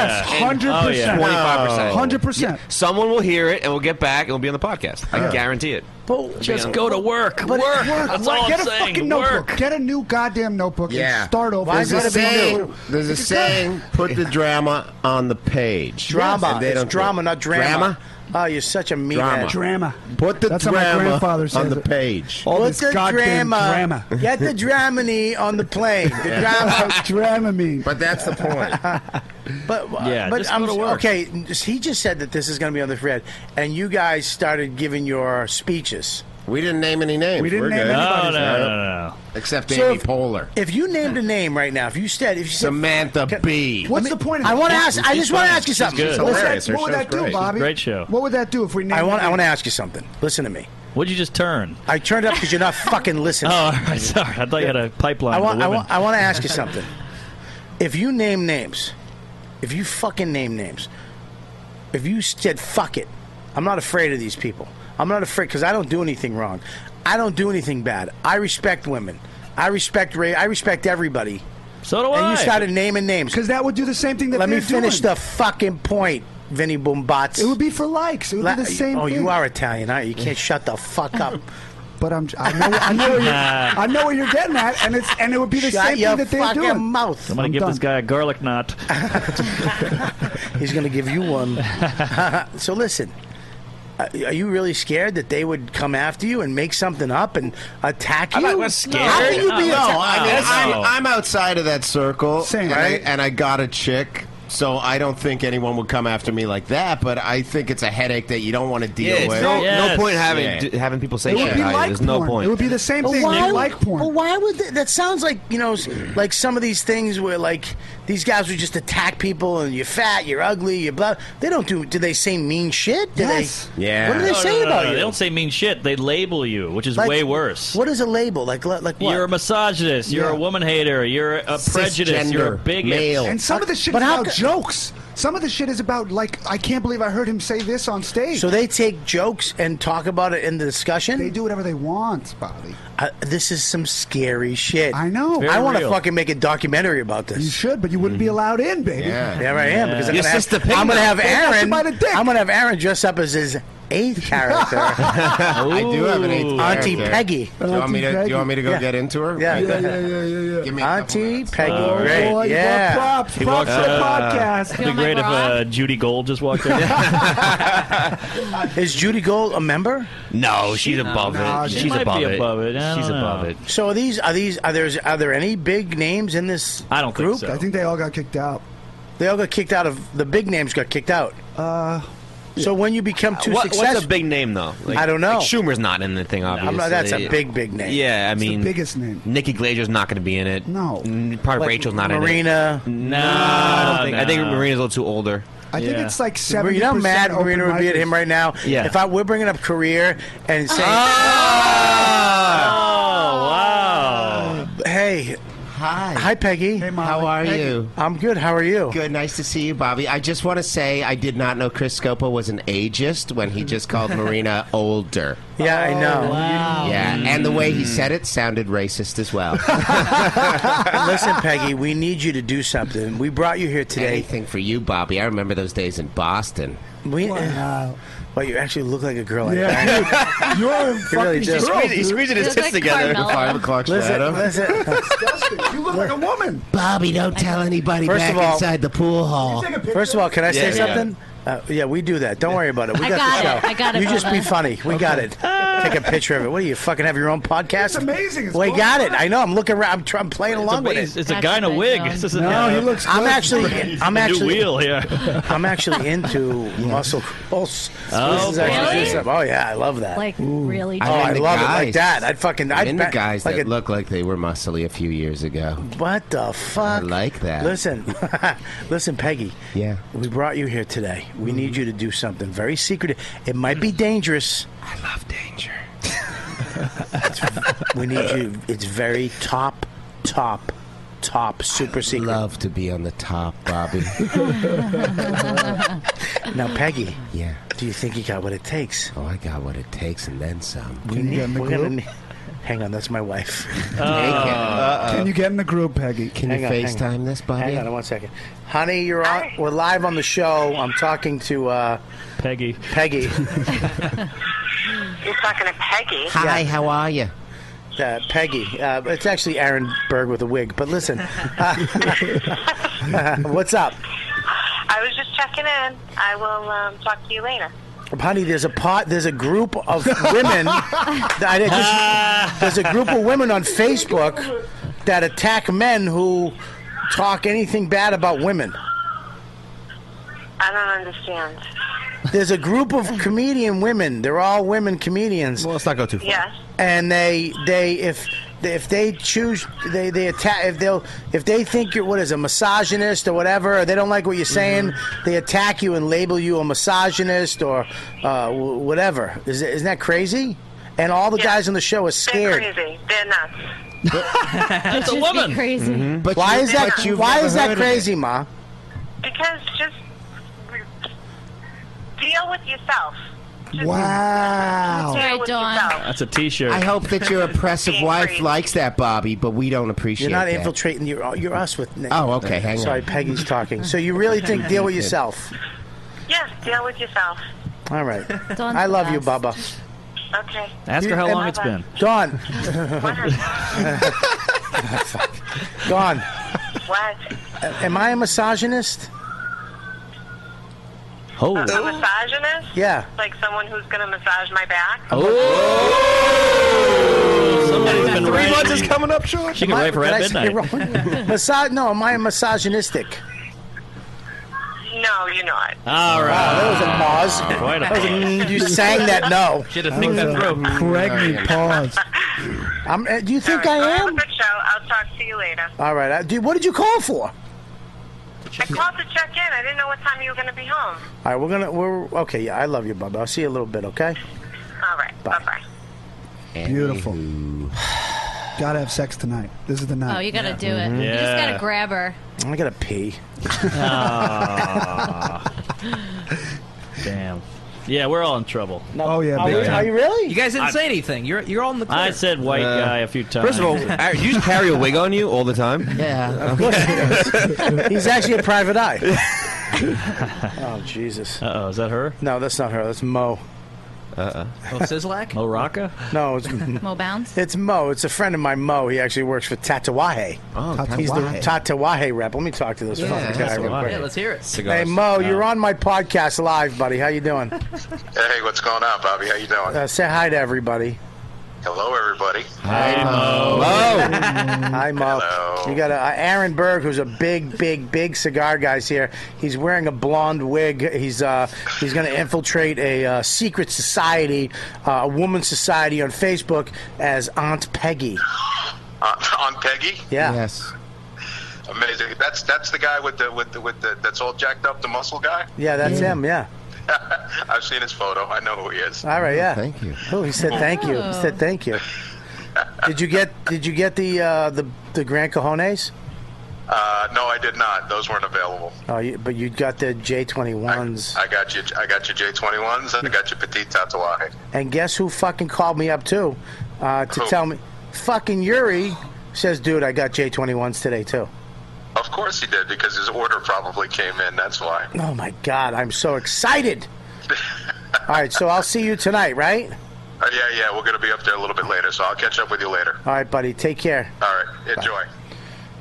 Speaker 9: Oh, yeah.
Speaker 12: and
Speaker 6: Hundred percent.
Speaker 12: 25%.
Speaker 6: Hundred percent.
Speaker 12: Someone will hear it, and we'll get back, and we'll be on the podcast. I guarantee it.
Speaker 2: But
Speaker 9: Just go to work.
Speaker 2: But it-
Speaker 9: work.
Speaker 6: Work.
Speaker 9: That's
Speaker 6: Like,
Speaker 9: all
Speaker 6: get
Speaker 9: I'm
Speaker 6: a
Speaker 9: saying.
Speaker 6: fucking notebook.
Speaker 9: Work.
Speaker 6: Get a new goddamn notebook
Speaker 10: Yeah.
Speaker 6: and start over.
Speaker 2: Why
Speaker 6: It's
Speaker 10: There's a
Speaker 2: gotta
Speaker 6: gotta be
Speaker 10: saying.
Speaker 6: new.
Speaker 10: There's a
Speaker 6: It's
Speaker 10: saying. Put
Speaker 6: [laughs]
Speaker 10: the drama on the page.
Speaker 2: Drama.
Speaker 10: And they
Speaker 2: it's
Speaker 10: don't do
Speaker 2: drama,
Speaker 10: it.
Speaker 2: not drama.
Speaker 10: Drama?
Speaker 2: Oh, you're such a
Speaker 10: Drama.
Speaker 2: meathead.
Speaker 6: Drama.
Speaker 10: Put the
Speaker 6: That's how my
Speaker 10: drama
Speaker 6: grandfather
Speaker 10: on
Speaker 6: says
Speaker 10: the
Speaker 6: it.
Speaker 10: page.
Speaker 6: All
Speaker 2: Put
Speaker 6: this
Speaker 2: the
Speaker 6: goddamn
Speaker 2: drama.
Speaker 6: drama.
Speaker 2: Get the Dramony on the plane. The drama. [laughs]
Speaker 6: Dramamine.
Speaker 10: [laughs] But that's the point.
Speaker 2: But uh,
Speaker 9: Yeah,
Speaker 2: but
Speaker 9: just
Speaker 2: I'm
Speaker 9: go to work.
Speaker 2: okay. He just said that this is going to be on the thread, and you guys started giving your speeches.
Speaker 10: we didn't name any names.
Speaker 6: We didn't
Speaker 10: We're
Speaker 6: name
Speaker 10: good.
Speaker 6: anybody.
Speaker 9: No, no,
Speaker 6: Everybody's
Speaker 9: no, no,
Speaker 10: Except
Speaker 2: So
Speaker 10: Amy
Speaker 2: if-
Speaker 10: Poehler.
Speaker 2: If you named a name right now, if you said, if you said,
Speaker 10: Samantha B.
Speaker 6: What's the point? Of
Speaker 2: I
Speaker 6: it?
Speaker 2: want to ask. I just want to ask you something.
Speaker 9: good.
Speaker 2: Listen,
Speaker 10: Hilarious.
Speaker 6: What would
Speaker 10: Her
Speaker 6: that
Speaker 10: show's
Speaker 6: do,
Speaker 10: great.
Speaker 6: Bobby?
Speaker 9: Great show.
Speaker 6: What would that do if we named?
Speaker 2: I want.
Speaker 6: it?
Speaker 2: I want to ask you something. Listen to me.
Speaker 9: What'd you just turn?
Speaker 2: I turned it up because you're
Speaker 9: [laughs]
Speaker 2: not fucking listening.
Speaker 9: Oh, all right. Sorry. I thought you had a pipeline.
Speaker 2: I want.
Speaker 9: to
Speaker 2: I
Speaker 9: women.
Speaker 2: want. I want to ask you something. If you name names, if you fucking name names, if you said fuck it, I'm not afraid of these people. I'm not afraid because I don't do anything wrong. I don't do anything bad. I respect women. I respect ra- I respect everybody.
Speaker 9: So do
Speaker 2: And
Speaker 9: I.
Speaker 2: you started naming names because
Speaker 6: that would do the same thing. That
Speaker 2: let me
Speaker 6: they're
Speaker 2: finish
Speaker 6: doing.
Speaker 2: the fucking point, Vinny Boombats. It would
Speaker 6: be for likes. It would be the same
Speaker 2: Oh, you
Speaker 6: thing.
Speaker 2: are Italian, aren't you? You can't shut the fuck up.
Speaker 6: But I'm. I know. I know. Where
Speaker 2: [laughs]
Speaker 6: you're,
Speaker 9: Nah.
Speaker 6: I know where you're getting at, and it's and it would be the
Speaker 2: Shut
Speaker 6: same
Speaker 2: your
Speaker 6: thing that they're
Speaker 2: fucking
Speaker 6: doing.
Speaker 2: mouth.
Speaker 9: I'm gonna
Speaker 2: I'm
Speaker 9: give
Speaker 2: done.
Speaker 9: this guy a garlic knot.
Speaker 2: He's going to give you one. [laughs] so listen, uh, are you really scared that they would come after you and make something up and attack you?
Speaker 10: I'm not scared.
Speaker 2: How can you be?
Speaker 10: no, I mean,
Speaker 2: attacked?
Speaker 10: I'm, I'm outside of that circle,
Speaker 2: Same,
Speaker 10: and,
Speaker 2: right?
Speaker 10: I, and I got a chick. So I don't think anyone would come after me like that, but I think it's a headache that you don't want to deal
Speaker 12: Yeah, it's
Speaker 10: with.
Speaker 12: no- no Yes. point having- d- having people say It would shit be about you. like There's no porn. point. It would be the same
Speaker 2: But
Speaker 12: thing
Speaker 2: Why,
Speaker 12: they
Speaker 2: would-
Speaker 12: like
Speaker 2: But why would they, that sounds like you know s- like some of these things where like these guys would just attack people and you're fat, you're ugly, you're blah. They don't do. Do they say mean shit? Do yes. They, What do they
Speaker 9: No, no,
Speaker 2: say
Speaker 9: no, no,
Speaker 2: about
Speaker 9: no.
Speaker 2: you?
Speaker 9: They don't say mean shit. They label you, which is
Speaker 2: Like-
Speaker 9: way worse.
Speaker 2: What is a label? Like li- like what?
Speaker 9: You're a misogynist. You're a woman hater. You're a prejudice. You're a bigot.
Speaker 6: And some of the shit
Speaker 9: But
Speaker 6: is
Speaker 9: how
Speaker 6: about
Speaker 9: could-
Speaker 6: jokes. Some of the shit is about like I can't believe I heard him say this on stage.
Speaker 2: So they take jokes and talk about it in the discussion. They
Speaker 6: do whatever they want, Bobby.
Speaker 2: Uh, this is some scary shit. I
Speaker 6: know.
Speaker 2: I want to
Speaker 6: real.
Speaker 2: fucking make a documentary about this. Mm-hmm.
Speaker 6: You should, but you wouldn't be allowed in, baby.
Speaker 2: Yeah, there I am because I'm gonna, have, I'm gonna have
Speaker 6: They got you
Speaker 2: Aaron.
Speaker 6: by the dick.
Speaker 2: I'm gonna have Aaron dress up as his
Speaker 6: [laughs]
Speaker 2: eighth character.
Speaker 10: I do have an eighth
Speaker 2: Auntie
Speaker 10: character.
Speaker 2: Peggy.
Speaker 10: Do you want me to- do you want me to go
Speaker 2: Yeah.
Speaker 10: get into her?
Speaker 2: Yeah,
Speaker 10: Yeah, yeah,
Speaker 6: yeah, yeah.
Speaker 10: Give
Speaker 2: Auntie Peggy,
Speaker 9: Oh,
Speaker 2: great.
Speaker 9: boy, you
Speaker 2: yeah,
Speaker 9: got props. He Props walks for the out. podcast. It'd be Feel my great if, bra? uh,
Speaker 2: Judy Gold just walked in. Is Judy Gold a member?
Speaker 12: No, she's above it. she's above it. She's above it.
Speaker 2: So are these are these are there are there any big names in this? I don't group.
Speaker 6: I think they all got kicked out.
Speaker 2: They all got kicked out of the big names. Got kicked out.
Speaker 6: Uh,
Speaker 2: so when you become too
Speaker 12: What-
Speaker 2: successful,
Speaker 12: What's a big name though? Like-
Speaker 2: I don't know.
Speaker 12: like Schumer's not in the thing, obviously.
Speaker 2: not- that's a big, big name.
Speaker 12: Yeah, I
Speaker 2: It's the
Speaker 12: mean,
Speaker 2: biggest name.
Speaker 12: Nikki Glazer's not going to be in it.
Speaker 6: No,
Speaker 12: probably
Speaker 2: Like
Speaker 12: Rachel's not
Speaker 2: Marina.
Speaker 12: in it.
Speaker 2: No,
Speaker 12: No, I, don't think, I think
Speaker 2: no.
Speaker 12: Marina's a little too older.
Speaker 6: I think it's
Speaker 9: [laughs]
Speaker 6: like
Speaker 2: Were
Speaker 6: seven.
Speaker 2: you not mad Marina would be at him right now?
Speaker 12: Yeah. Ah!
Speaker 2: If I we're bringing up career and saying,
Speaker 9: oh,
Speaker 2: wow, hey,
Speaker 10: Hi.
Speaker 2: hi, Peggy.
Speaker 10: Hey, How are you?
Speaker 2: I'm good. How are you?
Speaker 10: Good. Nice to see you, Bobby. I just want to say I did not know Chris Scopa was an ageist when he just called Marina older.
Speaker 2: Yeah, I
Speaker 12: Oh,
Speaker 2: know. Oh.
Speaker 10: Yeah,
Speaker 2: Mm.
Speaker 10: and the way he said it sounded racist as well.
Speaker 2: [laughs] Listen, Peggy, we need you to do something. We brought you here today.
Speaker 10: Anything for you, Bobby. I remember those days in Boston.
Speaker 2: We, wow. Well, you actually look like a girl. Like
Speaker 10: Yeah,
Speaker 2: that. [laughs]
Speaker 6: You're
Speaker 2: You really do.
Speaker 10: Five o'clock shadow.
Speaker 2: Listen, listen.
Speaker 6: You look like a woman.
Speaker 10: Bobby, don't tell anybody
Speaker 2: First
Speaker 10: back
Speaker 2: of all-
Speaker 10: inside the pool hall.
Speaker 2: First of all, can I say
Speaker 10: Yeah, yeah.
Speaker 2: something? Uh, yeah, we do that. Don't worry about it. We
Speaker 10: I
Speaker 2: got,
Speaker 10: got
Speaker 2: the
Speaker 10: it.
Speaker 2: show.
Speaker 10: I got it,
Speaker 2: You just be
Speaker 10: brother.
Speaker 2: funny. We got it. Take a picture of it. What do you fucking have your own podcast? It's
Speaker 6: amazing.
Speaker 2: we got it. I know. I'm looking around. I'm, tr- I'm playing along with
Speaker 9: amazing.
Speaker 2: it.
Speaker 9: It's a guy in a That's wig. amazing. This is-
Speaker 6: No, he looks
Speaker 2: I'm
Speaker 6: good.
Speaker 2: actually. I'm
Speaker 9: The new
Speaker 2: actually.
Speaker 9: wheel here.
Speaker 2: [laughs] I'm actually into muscle pulse.
Speaker 9: Oh,
Speaker 2: actually
Speaker 9: really?
Speaker 2: something. Oh yeah, I love that.
Speaker 7: Like really?
Speaker 2: Oh, I
Speaker 10: into
Speaker 2: love it
Speaker 10: guys.
Speaker 2: like that. I'd fucking.
Speaker 10: I'm
Speaker 2: I'd
Speaker 10: into
Speaker 2: bet-
Speaker 10: guys
Speaker 2: like
Speaker 10: that
Speaker 2: a-
Speaker 10: look like they were muscly a few years ago.
Speaker 2: What the
Speaker 10: I
Speaker 2: fuck?
Speaker 10: like that.
Speaker 2: Listen, [laughs] listen, Peggy.
Speaker 10: Yeah.
Speaker 2: We brought you here today. We need you to do something very secretive. It might be dangerous. I love danger. we need you. It's very top, top, top, super secret.
Speaker 10: Love to be on the top, Bobby.
Speaker 2: [laughs] now, Peggy.
Speaker 10: Yeah.
Speaker 2: Do you think you got what it takes?
Speaker 10: Oh, I got what it takes and then some.
Speaker 2: We need. We're gonna. need- Hang on, that's my
Speaker 10: [laughs]
Speaker 2: wife.
Speaker 6: Can you get in the group, Peggy?
Speaker 10: Can
Speaker 2: Hang on, hang on. Hang on one second. Honey, you're on, we're live on the show. I'm talking to uh,
Speaker 9: Peggy.
Speaker 10: [laughs]
Speaker 2: Peggy.
Speaker 1: You're talking to Peggy.
Speaker 2: Hi,
Speaker 10: how are you?
Speaker 2: Uh, Peggy. Uh, it's actually Aaron Berg with a wig, but listen. Uh, [laughs] what's up?
Speaker 1: I was just checking in. I will um, talk to you later.
Speaker 2: Honey, there's a pot. There's a group of
Speaker 10: [laughs]
Speaker 2: women. that I didn't just- there's a group of women on Facebook that attack men who talk anything bad about women.
Speaker 1: I don't understand.
Speaker 2: There's a group of comedian women. They're all women comedians. Well,
Speaker 12: let's not go too
Speaker 1: far. Yes.
Speaker 2: And they they if if they choose they they attack if they'll if they think you're what is a misogynist or whatever or they don't like what you're saying
Speaker 12: Mm-hmm.
Speaker 2: they attack you and label you a misogynist or uh, w- whatever. Is, isn't that crazy? And all the guys on the show are scared.
Speaker 1: They're crazy. They're
Speaker 2: [laughs]
Speaker 1: nuts.
Speaker 9: That's
Speaker 1: a woman.
Speaker 7: Crazy.
Speaker 12: Mm-hmm.
Speaker 10: But
Speaker 2: why
Speaker 1: you-
Speaker 2: is that?
Speaker 1: but you've
Speaker 2: Why
Speaker 1: never
Speaker 2: is
Speaker 1: heard
Speaker 2: that
Speaker 1: of it.
Speaker 2: crazy, Ma?
Speaker 1: Because just deal with yourself.
Speaker 2: Ah.
Speaker 10: Wow.
Speaker 7: That's right, Dawn.
Speaker 9: That's a T-shirt.
Speaker 10: I hope that
Speaker 6: [laughs]
Speaker 10: your oppressive wife likes that, Bobby, but we don't appreciate
Speaker 2: You're not
Speaker 10: that.
Speaker 2: infiltrating. You're, you're us with Nick.
Speaker 10: Oh, okay, hang on.
Speaker 2: Sorry, Peggy's talking. So you really
Speaker 10: [laughs]
Speaker 2: think deal with yourself?
Speaker 1: Yes, deal with yourself.
Speaker 2: All right.
Speaker 1: Dawn's
Speaker 2: I love
Speaker 1: the
Speaker 2: you, Bubba.
Speaker 1: Okay.
Speaker 9: Ask her how
Speaker 2: You-
Speaker 9: long it's been.
Speaker 2: Dawn. [laughs] Dawn,
Speaker 1: What?
Speaker 2: a- am I a misogynist?
Speaker 9: Oh.
Speaker 1: A misogynist?
Speaker 2: Yeah. Oh.
Speaker 1: Like someone who's going to massage my back?
Speaker 9: Somebody's been
Speaker 2: Three months
Speaker 9: is
Speaker 10: coming up short.
Speaker 9: She can
Speaker 2: Am I-
Speaker 9: rave her
Speaker 2: did
Speaker 9: at
Speaker 2: I say
Speaker 9: midnight.
Speaker 2: it
Speaker 9: [laughs]
Speaker 2: wrong? Miso- no, am I a misogynistic?
Speaker 1: No, you're not.
Speaker 9: All right.
Speaker 2: that was a pause. [laughs]
Speaker 9: Quite a
Speaker 2: That was a-
Speaker 9: pause.
Speaker 2: you sang that no. Mm-hmm.
Speaker 9: She had to think that through.
Speaker 2: Pregnant pause. I'm, uh, do you think I am? All right. I, do, what did you call for?
Speaker 1: I called to check in. I didn't know what time you were going to be home.
Speaker 2: All right, we're gonna. We're okay. Yeah, I love you, Bubba. I'll see you in a little bit. Okay.
Speaker 1: All right. Bye bye.
Speaker 6: Beautiful. Gotta have sex tonight. This is the night.
Speaker 7: Oh, you gotta do
Speaker 2: Mm-hmm.
Speaker 7: it. You just gotta grab her.
Speaker 2: I gotta pee.
Speaker 6: Mm-hmm.
Speaker 9: Ah,
Speaker 2: [laughs]
Speaker 6: [laughs]
Speaker 9: Damn. Yeah, we're all in trouble.
Speaker 2: oh yeah.
Speaker 11: big time.
Speaker 2: really?
Speaker 11: You guys didn't
Speaker 9: I-
Speaker 11: say anything. You're you're all in the clear.
Speaker 9: I said white
Speaker 12: Uh,
Speaker 9: guy a few times.
Speaker 12: First of
Speaker 9: [laughs]
Speaker 12: all, Aaron, do you just carry a wig on you all the time?
Speaker 11: [laughs] Yeah.
Speaker 2: [laughs] He's actually a private eye. oh Jesus.
Speaker 9: Uh oh, is that her?
Speaker 2: No, that's not her. That's Mo.
Speaker 9: Uh
Speaker 11: Oh, Sizzlack?
Speaker 9: Mo Rocca?
Speaker 2: No, it's
Speaker 7: Mo Bounds?
Speaker 2: it's Mo. It's a friend of mine, Mo. He actually works for Tatawahe.
Speaker 12: Oh,
Speaker 2: He's the Tatawahe rep. Let me talk to this fucking guy real quick.
Speaker 11: yeah, let's hear it.
Speaker 2: Hey Mo, you're on my podcast live, buddy. How you doing?
Speaker 17: Hey, what's going on, Bobby? How you doing?
Speaker 2: Uh, say hi to everybody.
Speaker 17: Hello, everybody.
Speaker 2: Hi, Mo. Mo. Hi, Mo. You got a, uh, Aaron Berg, who's a big, big, big cigar guy's here. He's wearing a blonde wig. He's uh, he's going to infiltrate a uh, secret society, uh, a woman's society on Facebook as Aunt Peggy.
Speaker 17: On, Uh, [laughs] on Peggy.
Speaker 2: Yeah. Yes.
Speaker 17: Amazing. That's that's the guy with the with the with the that's all jacked up, the muscle guy.
Speaker 2: Yeah, that's him. Yeah.
Speaker 17: I've seen his photo. I know who he is.
Speaker 2: All right. Yeah.
Speaker 17: Thank you.
Speaker 2: Oh, he said thank you. He said thank you. Did you get Did you get the uh, the the Grand Cajones?
Speaker 17: Uh, no, I did not. Those weren't available.
Speaker 2: Oh, you, but you got the J twenty ones.
Speaker 17: I got you. I got you J21s. I got you Petit Tatuaje.
Speaker 2: And guess who fucking called me up too, uh, to
Speaker 17: Who?
Speaker 2: tell me, fucking Yuri says, dude, I got J21s today too.
Speaker 17: Of course he did because his order probably came in. That's why.
Speaker 2: Oh my god, I'm so excited. All right, so I'll see you tonight, right?
Speaker 17: Uh, yeah, yeah. We're gonna be up there a little bit later, so I'll catch up with you later.
Speaker 2: All right, buddy, take care.
Speaker 17: All right. Enjoy.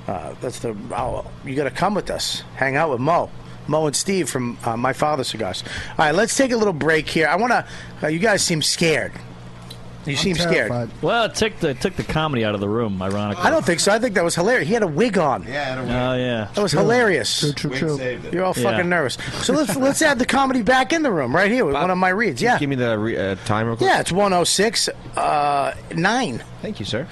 Speaker 2: Uh, that's the. Oh, you got to come with us. Hang out with Mo, Mo and Steve from uh, My Father Cigars. All right, let's take a little break here. I want to. Uh, you guys seem scared. You seem scared.
Speaker 9: Well, it took the took the comedy out of the room, ironically.
Speaker 2: I don't think so. I think that was hilarious. He had a wig on.
Speaker 9: Yeah, Oh yeah.
Speaker 2: That was hilarious. You're all
Speaker 9: Yeah.
Speaker 2: fucking nervous. So let's let's add the comedy back in the room right here with one of my reads. Yeah,
Speaker 12: Give me the re- uh, time real quick.
Speaker 2: yeah, it's 106 uh, nine.
Speaker 12: Thank you, sir.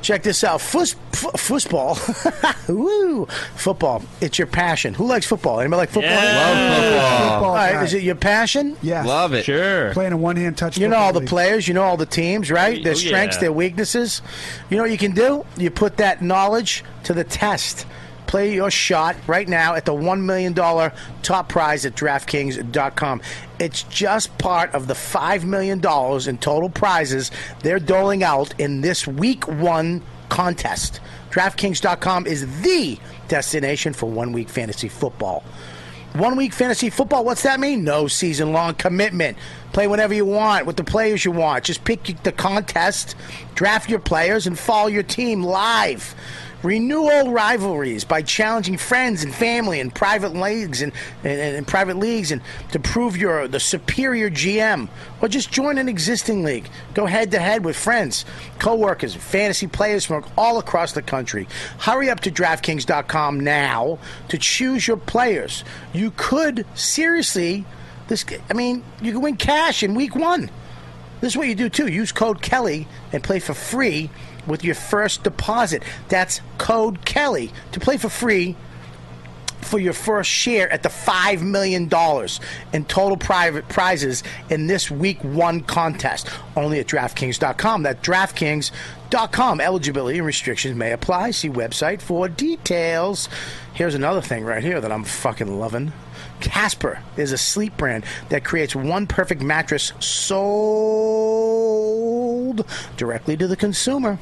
Speaker 2: Check this out. Fus- f- football. [laughs] Woo. Football. It's your passion. Who likes football? Anybody like football?
Speaker 12: Yeah. Love football. Football,
Speaker 2: All right.
Speaker 6: right.
Speaker 2: Is it your passion?
Speaker 6: Yes.
Speaker 12: Love it. Sure.
Speaker 6: Playing a one hand touch.
Speaker 2: You know
Speaker 6: football
Speaker 2: all the
Speaker 6: league.
Speaker 2: players, you know all the teams, right? Their
Speaker 6: Oh, yeah.
Speaker 2: strengths, their weaknesses. You know what you can do? You put that knowledge to the test. Play your shot right now at the $1 million top prize at DraftKings.com. It's just part of the $5 million in total prizes they're doling out in this week one contest. DraftKings.com is the destination for one week fantasy football. One week fantasy football, what's that mean? No season long commitment. Play whenever you want with the players you want. Just pick y- the contest, draft your players, and follow your team live. Renew old rivalries by challenging friends and family in private leagues and, and, and, and private leagues and to prove you're the superior GM. Or just join an existing league. Go head to head with friends, coworkers, fantasy players from all across the country. Hurry up to DraftKings.com now to choose your players. You could seriously, this. I mean, you can win cash in week one. This is what you do too. Use code Kelly and play for free with your first deposit. That's code Kelly to play for free for your first share at the $5 million in total private prizes in this week one contest. Only at DraftKings.com. That DraftKings.com. Eligibility and restrictions may apply. See website for details. Here's another thing right here that I'm fucking loving. Casper is a sleep brand that creates one perfect mattress sold directly to the consumer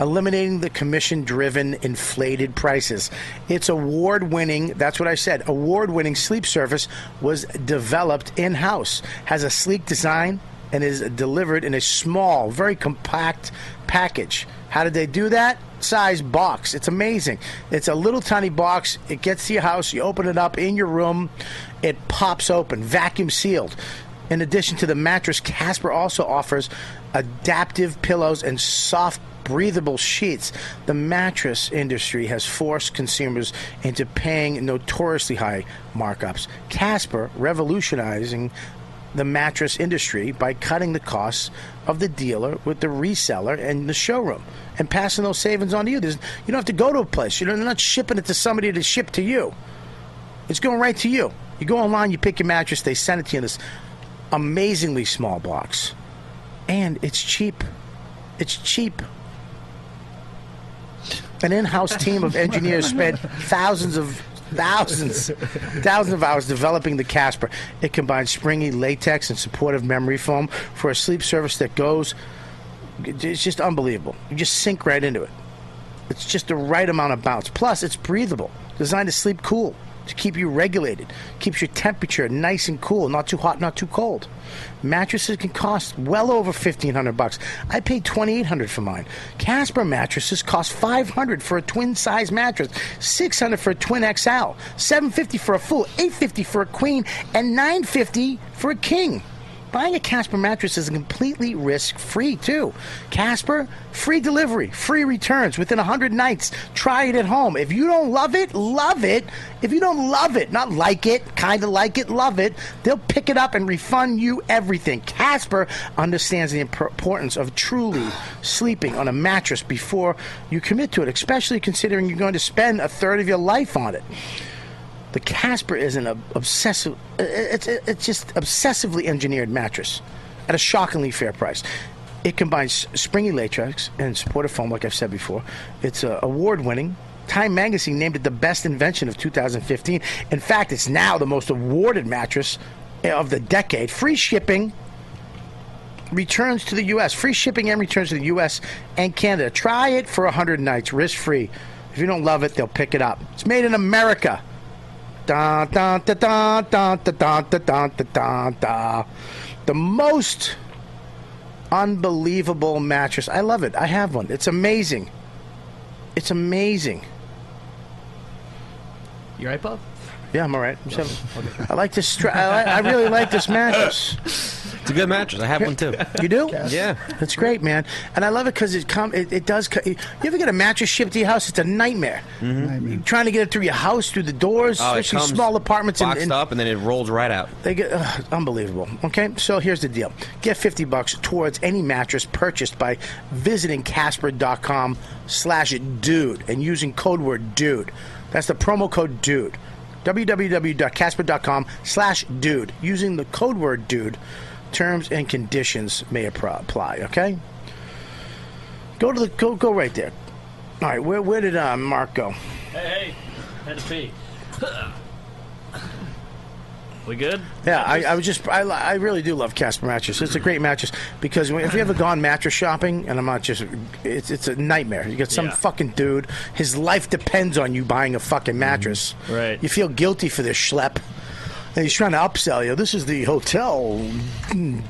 Speaker 2: eliminating the commission driven inflated prices. Its award winning, that's what I said, award winning sleep surface was developed in house, has a sleek design, and is delivered in a small, very compact package. How did they do that? Size box. It's amazing. It's a little tiny box. It gets to your house. You open it up in your room. It pops open, vacuum sealed. In addition to the mattress, Casper also offers adaptive pillows and soft breathable sheets. The mattress industry has forced consumers into paying notoriously high markups. Casper revolutionizing the mattress industry by cutting the costs of the dealer with the reseller and the showroom and passing those savings on to you. There's, you don't have to go to a place. You know, they're not shipping it to somebody to ship to you. It's going right to you. You go online, you pick your mattress, they send it to you in this amazingly small box. And it's cheap. It's cheap. An in-house team of engineers spent thousands of thousands thousands of hours developing the Casper. It combines springy latex and supportive memory foam for a sleep surface that goes it's just unbelievable. You just sink right into it. It's just the right amount of bounce. Plus, it's breathable, designed to sleep cool, to keep you regulated, keeps your temperature nice and cool, not too hot, not too cold. Mattresses can cost well over fifteen hundred bucks. I paid twenty eight hundred for mine. Casper mattresses cost five hundred for a twin size mattress, six hundred for a twin XL, seven fifty for a full, eight fifty for a queen, and nine fifty for a king. Buying a Casper mattress is completely risk free, too. Casper, free delivery, free returns within 100 nights. Try it at home. If you don't love it, love it. If you don't love it, not like it, kind of like it, love it, they'll pick it up and refund you everything. Casper understands the impor- importance of truly sleeping on a mattress before you commit to it, especially considering you're going to spend a third of your life on it the Casper is an ob- obsessive. It's it's just obsessively engineered mattress at a shockingly fair price. It combines springy latex and supportive foam, like I've said before. It's uh, award-winning. Time Magazine named it the best invention of 2015. In fact, it's now the most awarded mattress of the decade. Free shipping returns to the U.S. Free shipping and returns to the U.S. and Canada. Try it for 100 nights, risk-free. If you don't love it, they'll pick it up. It's made in America. Da, da, da, da, da, da, da, da, da, da, da, da. The most unbelievable mattress. I love it. I have one. It's amazing. It's amazing.
Speaker 11: You right, Bob?
Speaker 2: Yeah, I'm all right. I'm seven. I like this. Stra- I, li- I really like this mattress.
Speaker 12: It's a good mattress. I have one too.
Speaker 2: You do?
Speaker 12: Yeah.
Speaker 2: That's great, man. And I love it because it come. It, it does. Co- you ever get a mattress shipped to your house? It's a nightmare. You're trying to get it through your house, through the doors,
Speaker 12: Mm-hmm. Oh, it
Speaker 2: especially
Speaker 12: comes
Speaker 2: small apartments. in-
Speaker 12: boxed
Speaker 2: in,
Speaker 12: up and then it rolls right out.
Speaker 2: They get ugh, unbelievable. Okay, so here's the deal: get fifty bucks towards any mattress purchased by visiting Casper.com/dude and using code word dude. That's the promo code dude. www.casper.com/dude using the code word dude. Terms and conditions may appro- apply. Okay, go to the go go right there. All right, where where did uh, Mark go?
Speaker 9: Hey, hey, had to pee. We good?
Speaker 2: Yeah, I, I was just I, li- I really do love Casper mattress. It's a great mattress because when- if you ever gone mattress shopping, and I'm not just it's it's a nightmare. You get some
Speaker 9: Yeah.
Speaker 2: fucking dude, his life depends on you buying a
Speaker 9: Mm-hmm.
Speaker 2: fucking mattress. Right. You feel guilty for this schlep. And he's trying to upsell you. This is the hotel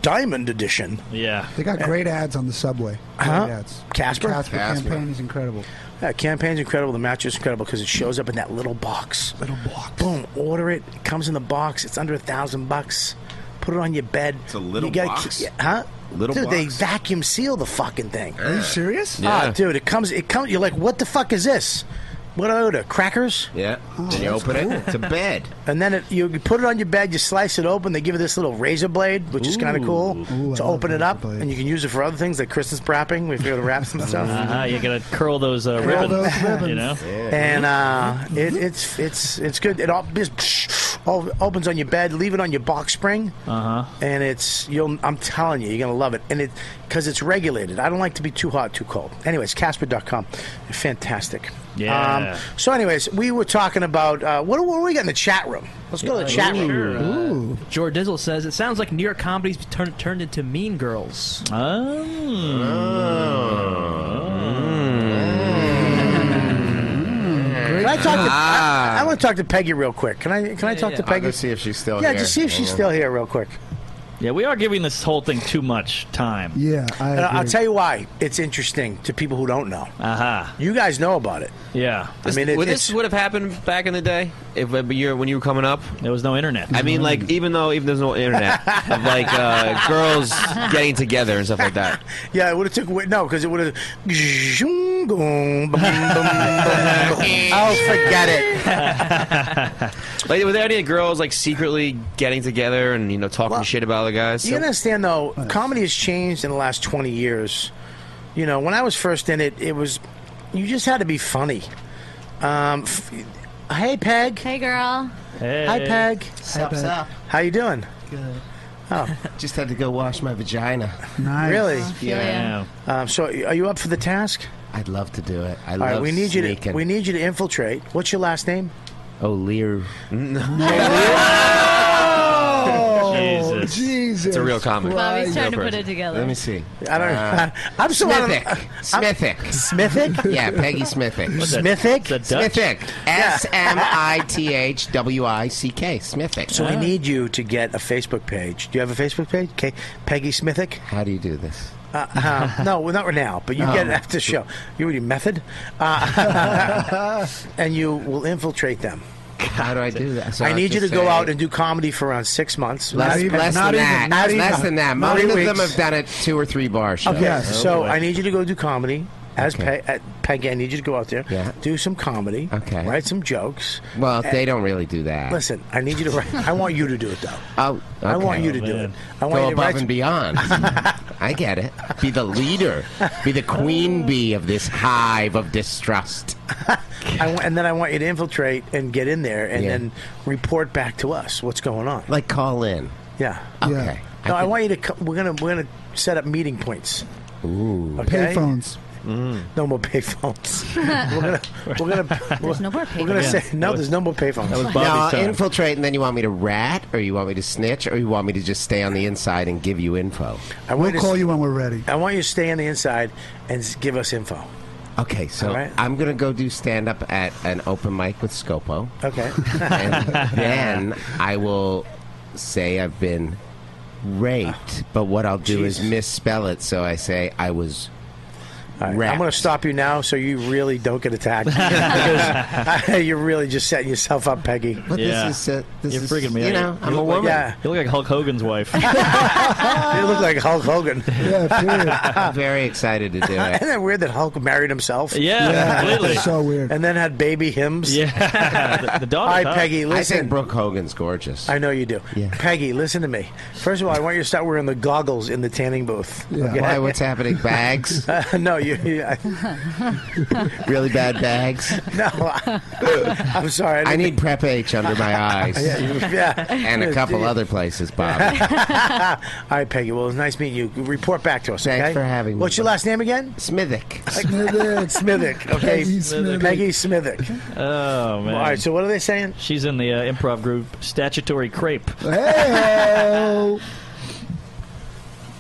Speaker 2: diamond edition.
Speaker 9: Yeah.
Speaker 6: They got great ads on the subway. Great
Speaker 2: Huh?
Speaker 6: ads.
Speaker 2: Casper?
Speaker 6: Casper,
Speaker 2: Casper.
Speaker 6: campaign is incredible.
Speaker 2: That campaign's incredible. The match is incredible because it shows up in that little box. Little box. Boom. Order it. It comes in the box. It's under a thousand bucks. Put it on your bed. It's a
Speaker 10: little box?
Speaker 2: huh?
Speaker 10: Little
Speaker 2: dude, they
Speaker 10: box?
Speaker 2: vacuum seal the fucking thing.
Speaker 10: Are you serious?
Speaker 2: Ah,
Speaker 10: Yeah.
Speaker 2: dude, it comes. It comes. You're like, what the fuck is this? What do I order? Crackers.
Speaker 10: Yeah.
Speaker 2: Oh,
Speaker 10: then you open it. It's a bed.
Speaker 2: And then it, you put it on your bed. You slice it open. They give you this little razor blade, which is kind of cool, to open it up, and you can use it for other things like Christmas wrapping. We able to wrap
Speaker 10: [laughs]
Speaker 2: some stuff.
Speaker 9: Uh-huh, you gotta curl those uh, ribbons. You know,
Speaker 2: And uh, it, it's it's it's good. It all just all opens on your bed. Leave it on your box spring,
Speaker 9: uh huh.
Speaker 2: and it's you'll. I'm telling you, you're gonna love it. And it because it's regulated. I don't like to be too hot, too cold. Anyways, Casper.com, fantastic. Um,
Speaker 5: Yeah.
Speaker 2: so, anyways, we were talking about uh, what, what do we got in the chat room? Let's go to the chat room.
Speaker 11: Ooh. Uh, George Dizzle says it sounds like New York comedy's turned turned into Mean Girls.
Speaker 9: Oh.
Speaker 2: Oh.
Speaker 6: Mm.
Speaker 2: Can I talk to? I, want to talk to Peggy real quick. Can I? Can I talk to
Speaker 9: yeah. Ah. I'll
Speaker 2: Peggy?
Speaker 9: go see if she's still
Speaker 2: yeah,
Speaker 9: here.
Speaker 2: just see if she's
Speaker 9: Yeah.
Speaker 2: still here real quick.
Speaker 9: Yeah, we are giving this whole thing too much time.
Speaker 2: Yeah,
Speaker 9: I
Speaker 2: I'll
Speaker 9: agree.
Speaker 2: tell you why. It's interesting to people who don't know.
Speaker 9: Uh huh.
Speaker 2: You guys know about it.
Speaker 9: Yeah.
Speaker 2: I mean, it,
Speaker 12: would
Speaker 2: it's
Speaker 12: this would have happened back in the day if uh, you're, when you were coming up?
Speaker 9: There was no internet.
Speaker 12: I mean, like even though even there's no internet
Speaker 9: [laughs]
Speaker 12: of like uh, girls getting together and stuff like that.
Speaker 2: yeah, it would have took wi- no because it would
Speaker 9: [laughs]
Speaker 2: have. oh, forget it.
Speaker 12: Like, were there any girls like secretly getting together and you know talking shit about other guys?
Speaker 2: You understand though, comedy has changed in the last twenty years. You know, when I was first in it, it was you just had to be funny. Um, f- hey, Peg.
Speaker 7: Hey, girl.
Speaker 2: Hi, Peg.
Speaker 7: Sup, Hi, Peg. sup.
Speaker 2: How you doing?
Speaker 7: Good.
Speaker 2: Oh,
Speaker 10: [laughs] just had to go wash my vagina.
Speaker 2: Nice. Really?
Speaker 7: Oh,
Speaker 10: Yeah.
Speaker 2: Um, so, are you up for the task?
Speaker 10: I'd love to do it. I
Speaker 2: All
Speaker 10: love
Speaker 2: right, we need you. To,
Speaker 10: sneaking.
Speaker 2: we need you to infiltrate. What's your last name? Mm.
Speaker 10: O'Leary. [laughs]
Speaker 2: Oh,
Speaker 10: Jesus.
Speaker 2: Jesus!
Speaker 10: It's a real comic.
Speaker 2: comment.
Speaker 7: Bobby's trying to put it together.
Speaker 10: Let me see.
Speaker 2: I don't.
Speaker 10: Uh,
Speaker 2: [laughs] I'm so out of-
Speaker 10: Smithick. Smithick.
Speaker 2: Smithick.
Speaker 10: [laughs] yeah, Peggy Smithick.
Speaker 2: What's that? Smithick? Is that Dutch?
Speaker 10: Smithick. S M I T H W I C K. Smithick.
Speaker 2: So we need you to get a Facebook page. Do you have a Facebook page? Okay, Peggy Smithick.
Speaker 10: How do you do this?
Speaker 2: Uh, uh, no, well, not right now, but you
Speaker 10: No.
Speaker 2: get it after the show. You already method,
Speaker 10: [laughs]
Speaker 2: uh, and you will infiltrate them.
Speaker 10: How do I do that? So
Speaker 2: I
Speaker 10: have
Speaker 2: need you to
Speaker 10: say-
Speaker 2: go out and do comedy for around six months.
Speaker 10: Less, less than that. less than that.
Speaker 2: Not
Speaker 10: Most of
Speaker 2: even
Speaker 10: them
Speaker 2: weeks. Oh,
Speaker 10: have done it two or three bar shows.
Speaker 2: Okay. so I need you to go do comedy. As
Speaker 10: Okay.
Speaker 2: Pe- at Peggy, I need you to go out there, do some comedy, okay. write some jokes.
Speaker 10: Well,
Speaker 2: And-
Speaker 10: they don't really do that.
Speaker 2: Listen, I need you to write. I want you to do it though.
Speaker 10: Oh,
Speaker 2: I
Speaker 10: okay.
Speaker 2: want you to do it. I want
Speaker 10: Go
Speaker 2: you to
Speaker 10: above
Speaker 2: write [laughs]
Speaker 10: and beyond. I get it. Be the leader. Be
Speaker 2: [laughs]
Speaker 10: the queen bee of this hive of distrust.
Speaker 2: I want, and then I want you to infiltrate and get in there and
Speaker 10: Yeah.
Speaker 2: then report back to us what's going on.
Speaker 10: Like call in.
Speaker 2: Yeah.
Speaker 10: Okay. Yeah.
Speaker 2: No, I, want you to. co- We're gonna we're gonna set up meeting points.
Speaker 10: Ooh.
Speaker 2: Okay? Mm.
Speaker 6: Payphones.
Speaker 2: No more
Speaker 10: [laughs]
Speaker 2: payphones. we're gonna we're gonna we're,
Speaker 7: no more
Speaker 2: we're gonna
Speaker 10: payphones.
Speaker 2: say no. There's no more payphones.
Speaker 10: now, infiltrate, and then you want me to rat, or you want me to snitch, or you want me to just stay on the inside and give you info.
Speaker 2: I want you to-
Speaker 6: Call you when we're ready.
Speaker 2: I want you to stay on the inside and s- give us info.
Speaker 10: Okay, so
Speaker 2: All right.
Speaker 10: I'm gonna go do stand up at an open mic with Scopo.
Speaker 2: Okay.
Speaker 10: [laughs] and then I will say I've been raped. But what I'll do is misspell it, so I say I was
Speaker 7: [laughs]
Speaker 2: I'm going to stop you now so you really don't get attacked. [laughs] Because I- you're really just setting yourself up, Peggy.
Speaker 10: But this Yeah. is, uh, this
Speaker 9: You're freaking me
Speaker 10: you
Speaker 9: out.
Speaker 10: know, I'm
Speaker 9: you
Speaker 10: a
Speaker 9: look like-
Speaker 10: woman.
Speaker 2: Yeah.
Speaker 9: You look like Hulk Hogan's
Speaker 10: [laughs]
Speaker 9: wife.
Speaker 2: you look like Hulk Hogan. [laughs]
Speaker 10: I'm very excited to do it.
Speaker 2: Isn't that weird that Hulk married himself?
Speaker 9: Yeah, Yeah, completely. that's
Speaker 2: so weird. And then had baby hymns.
Speaker 9: Yeah, the, the dog.
Speaker 2: All right, Peggy, listen.
Speaker 10: I think Brooke Hogan's gorgeous. [laughs]
Speaker 2: I know you do. Peggy, listen to me. First of all, I want you to start wearing the goggles in the tanning booth.
Speaker 10: Yeah. Why, what's happening? Bags?
Speaker 2: Uh, [laughs] no, you. you I,
Speaker 10: [laughs] really bad bags.
Speaker 2: [laughs] no, I, am sorry.
Speaker 10: I
Speaker 2: didn't-
Speaker 10: need Prep
Speaker 2: [laughs]
Speaker 10: H under my eyes.
Speaker 2: Yeah, yeah.
Speaker 10: And a couple other
Speaker 2: [laughs]
Speaker 10: places, Bob.
Speaker 2: All right, Peggy. Well, it was nice meeting you. Report back to us. Thanks for having me. What's your last name again?
Speaker 10: Smithick.
Speaker 2: Smithick. Smithick. Okay.
Speaker 9: Peggy Smithick.
Speaker 2: Peggy Smithick.
Speaker 9: Oh man.
Speaker 2: All right. So what are they saying?
Speaker 9: She's in the uh, improv group Statutory Crepe.
Speaker 11: Hey.
Speaker 2: Oh.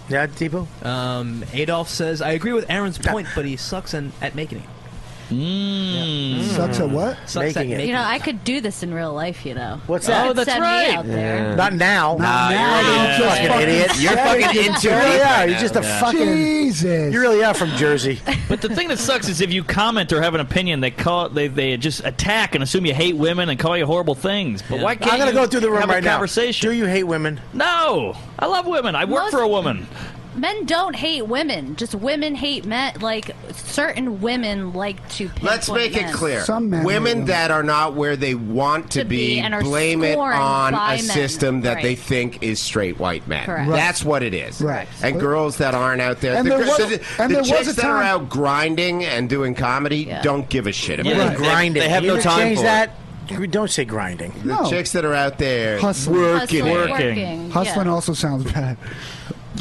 Speaker 2: yeah, Depot.
Speaker 11: Um, Adolf says I agree with Aaron's point, but he sucks in, at making it.
Speaker 2: Hmm.
Speaker 9: Mm.
Speaker 6: Sucks at what?
Speaker 11: Sucks at making
Speaker 7: You know, I could do this in real life, you know.
Speaker 2: What's
Speaker 7: They
Speaker 2: that?
Speaker 7: could
Speaker 2: Oh, that's
Speaker 7: send
Speaker 2: right.
Speaker 7: Me out there.
Speaker 2: Yeah. Not now.
Speaker 6: Not now,
Speaker 2: Yeah.
Speaker 6: you
Speaker 2: Fucking idiot.
Speaker 5: You're
Speaker 2: Yeah,
Speaker 5: fucking
Speaker 2: you
Speaker 5: in too deep
Speaker 2: really are.
Speaker 5: right
Speaker 2: You're
Speaker 5: now.
Speaker 2: just a
Speaker 9: Yeah.
Speaker 2: fucking.
Speaker 6: Jesus.
Speaker 2: You really are from Jersey.
Speaker 9: But the thing that sucks is if you comment or have an opinion, they call they they just attack and assume you hate women and call you horrible things. But why can't
Speaker 2: I'm gonna
Speaker 9: you
Speaker 2: go through the room
Speaker 9: have
Speaker 2: right
Speaker 9: a conversation?
Speaker 2: now. Do you hate women?
Speaker 9: No, I love women. I work for a woman.
Speaker 7: Men don't hate women. Just women hate men. Like certain women like to.
Speaker 10: Let's
Speaker 7: pinpoint
Speaker 10: make it
Speaker 7: men.
Speaker 10: clear. women that are not where they want to,
Speaker 7: To be and are
Speaker 10: blame it
Speaker 7: scorned
Speaker 10: on
Speaker 7: by
Speaker 10: a
Speaker 7: men.
Speaker 10: system that they
Speaker 7: Right.
Speaker 10: think is straight white men.
Speaker 7: Correct.
Speaker 6: Right.
Speaker 10: That's what it is.
Speaker 6: Correct.
Speaker 10: And girls that aren't out there.
Speaker 6: And
Speaker 10: the,
Speaker 6: there
Speaker 10: gr-
Speaker 6: was-
Speaker 10: the,
Speaker 6: and
Speaker 10: the
Speaker 6: there was
Speaker 10: chicks
Speaker 6: a
Speaker 10: that are
Speaker 6: time-
Speaker 10: out grinding and doing comedy don't give a shit about
Speaker 2: Yeah,
Speaker 10: it.
Speaker 2: grinding. You can change
Speaker 10: it.
Speaker 2: that. You Don't say grinding.
Speaker 10: The chicks that are out there
Speaker 6: Hustling. Hustling,
Speaker 10: working, it.
Speaker 6: working, Hustling also sounds bad.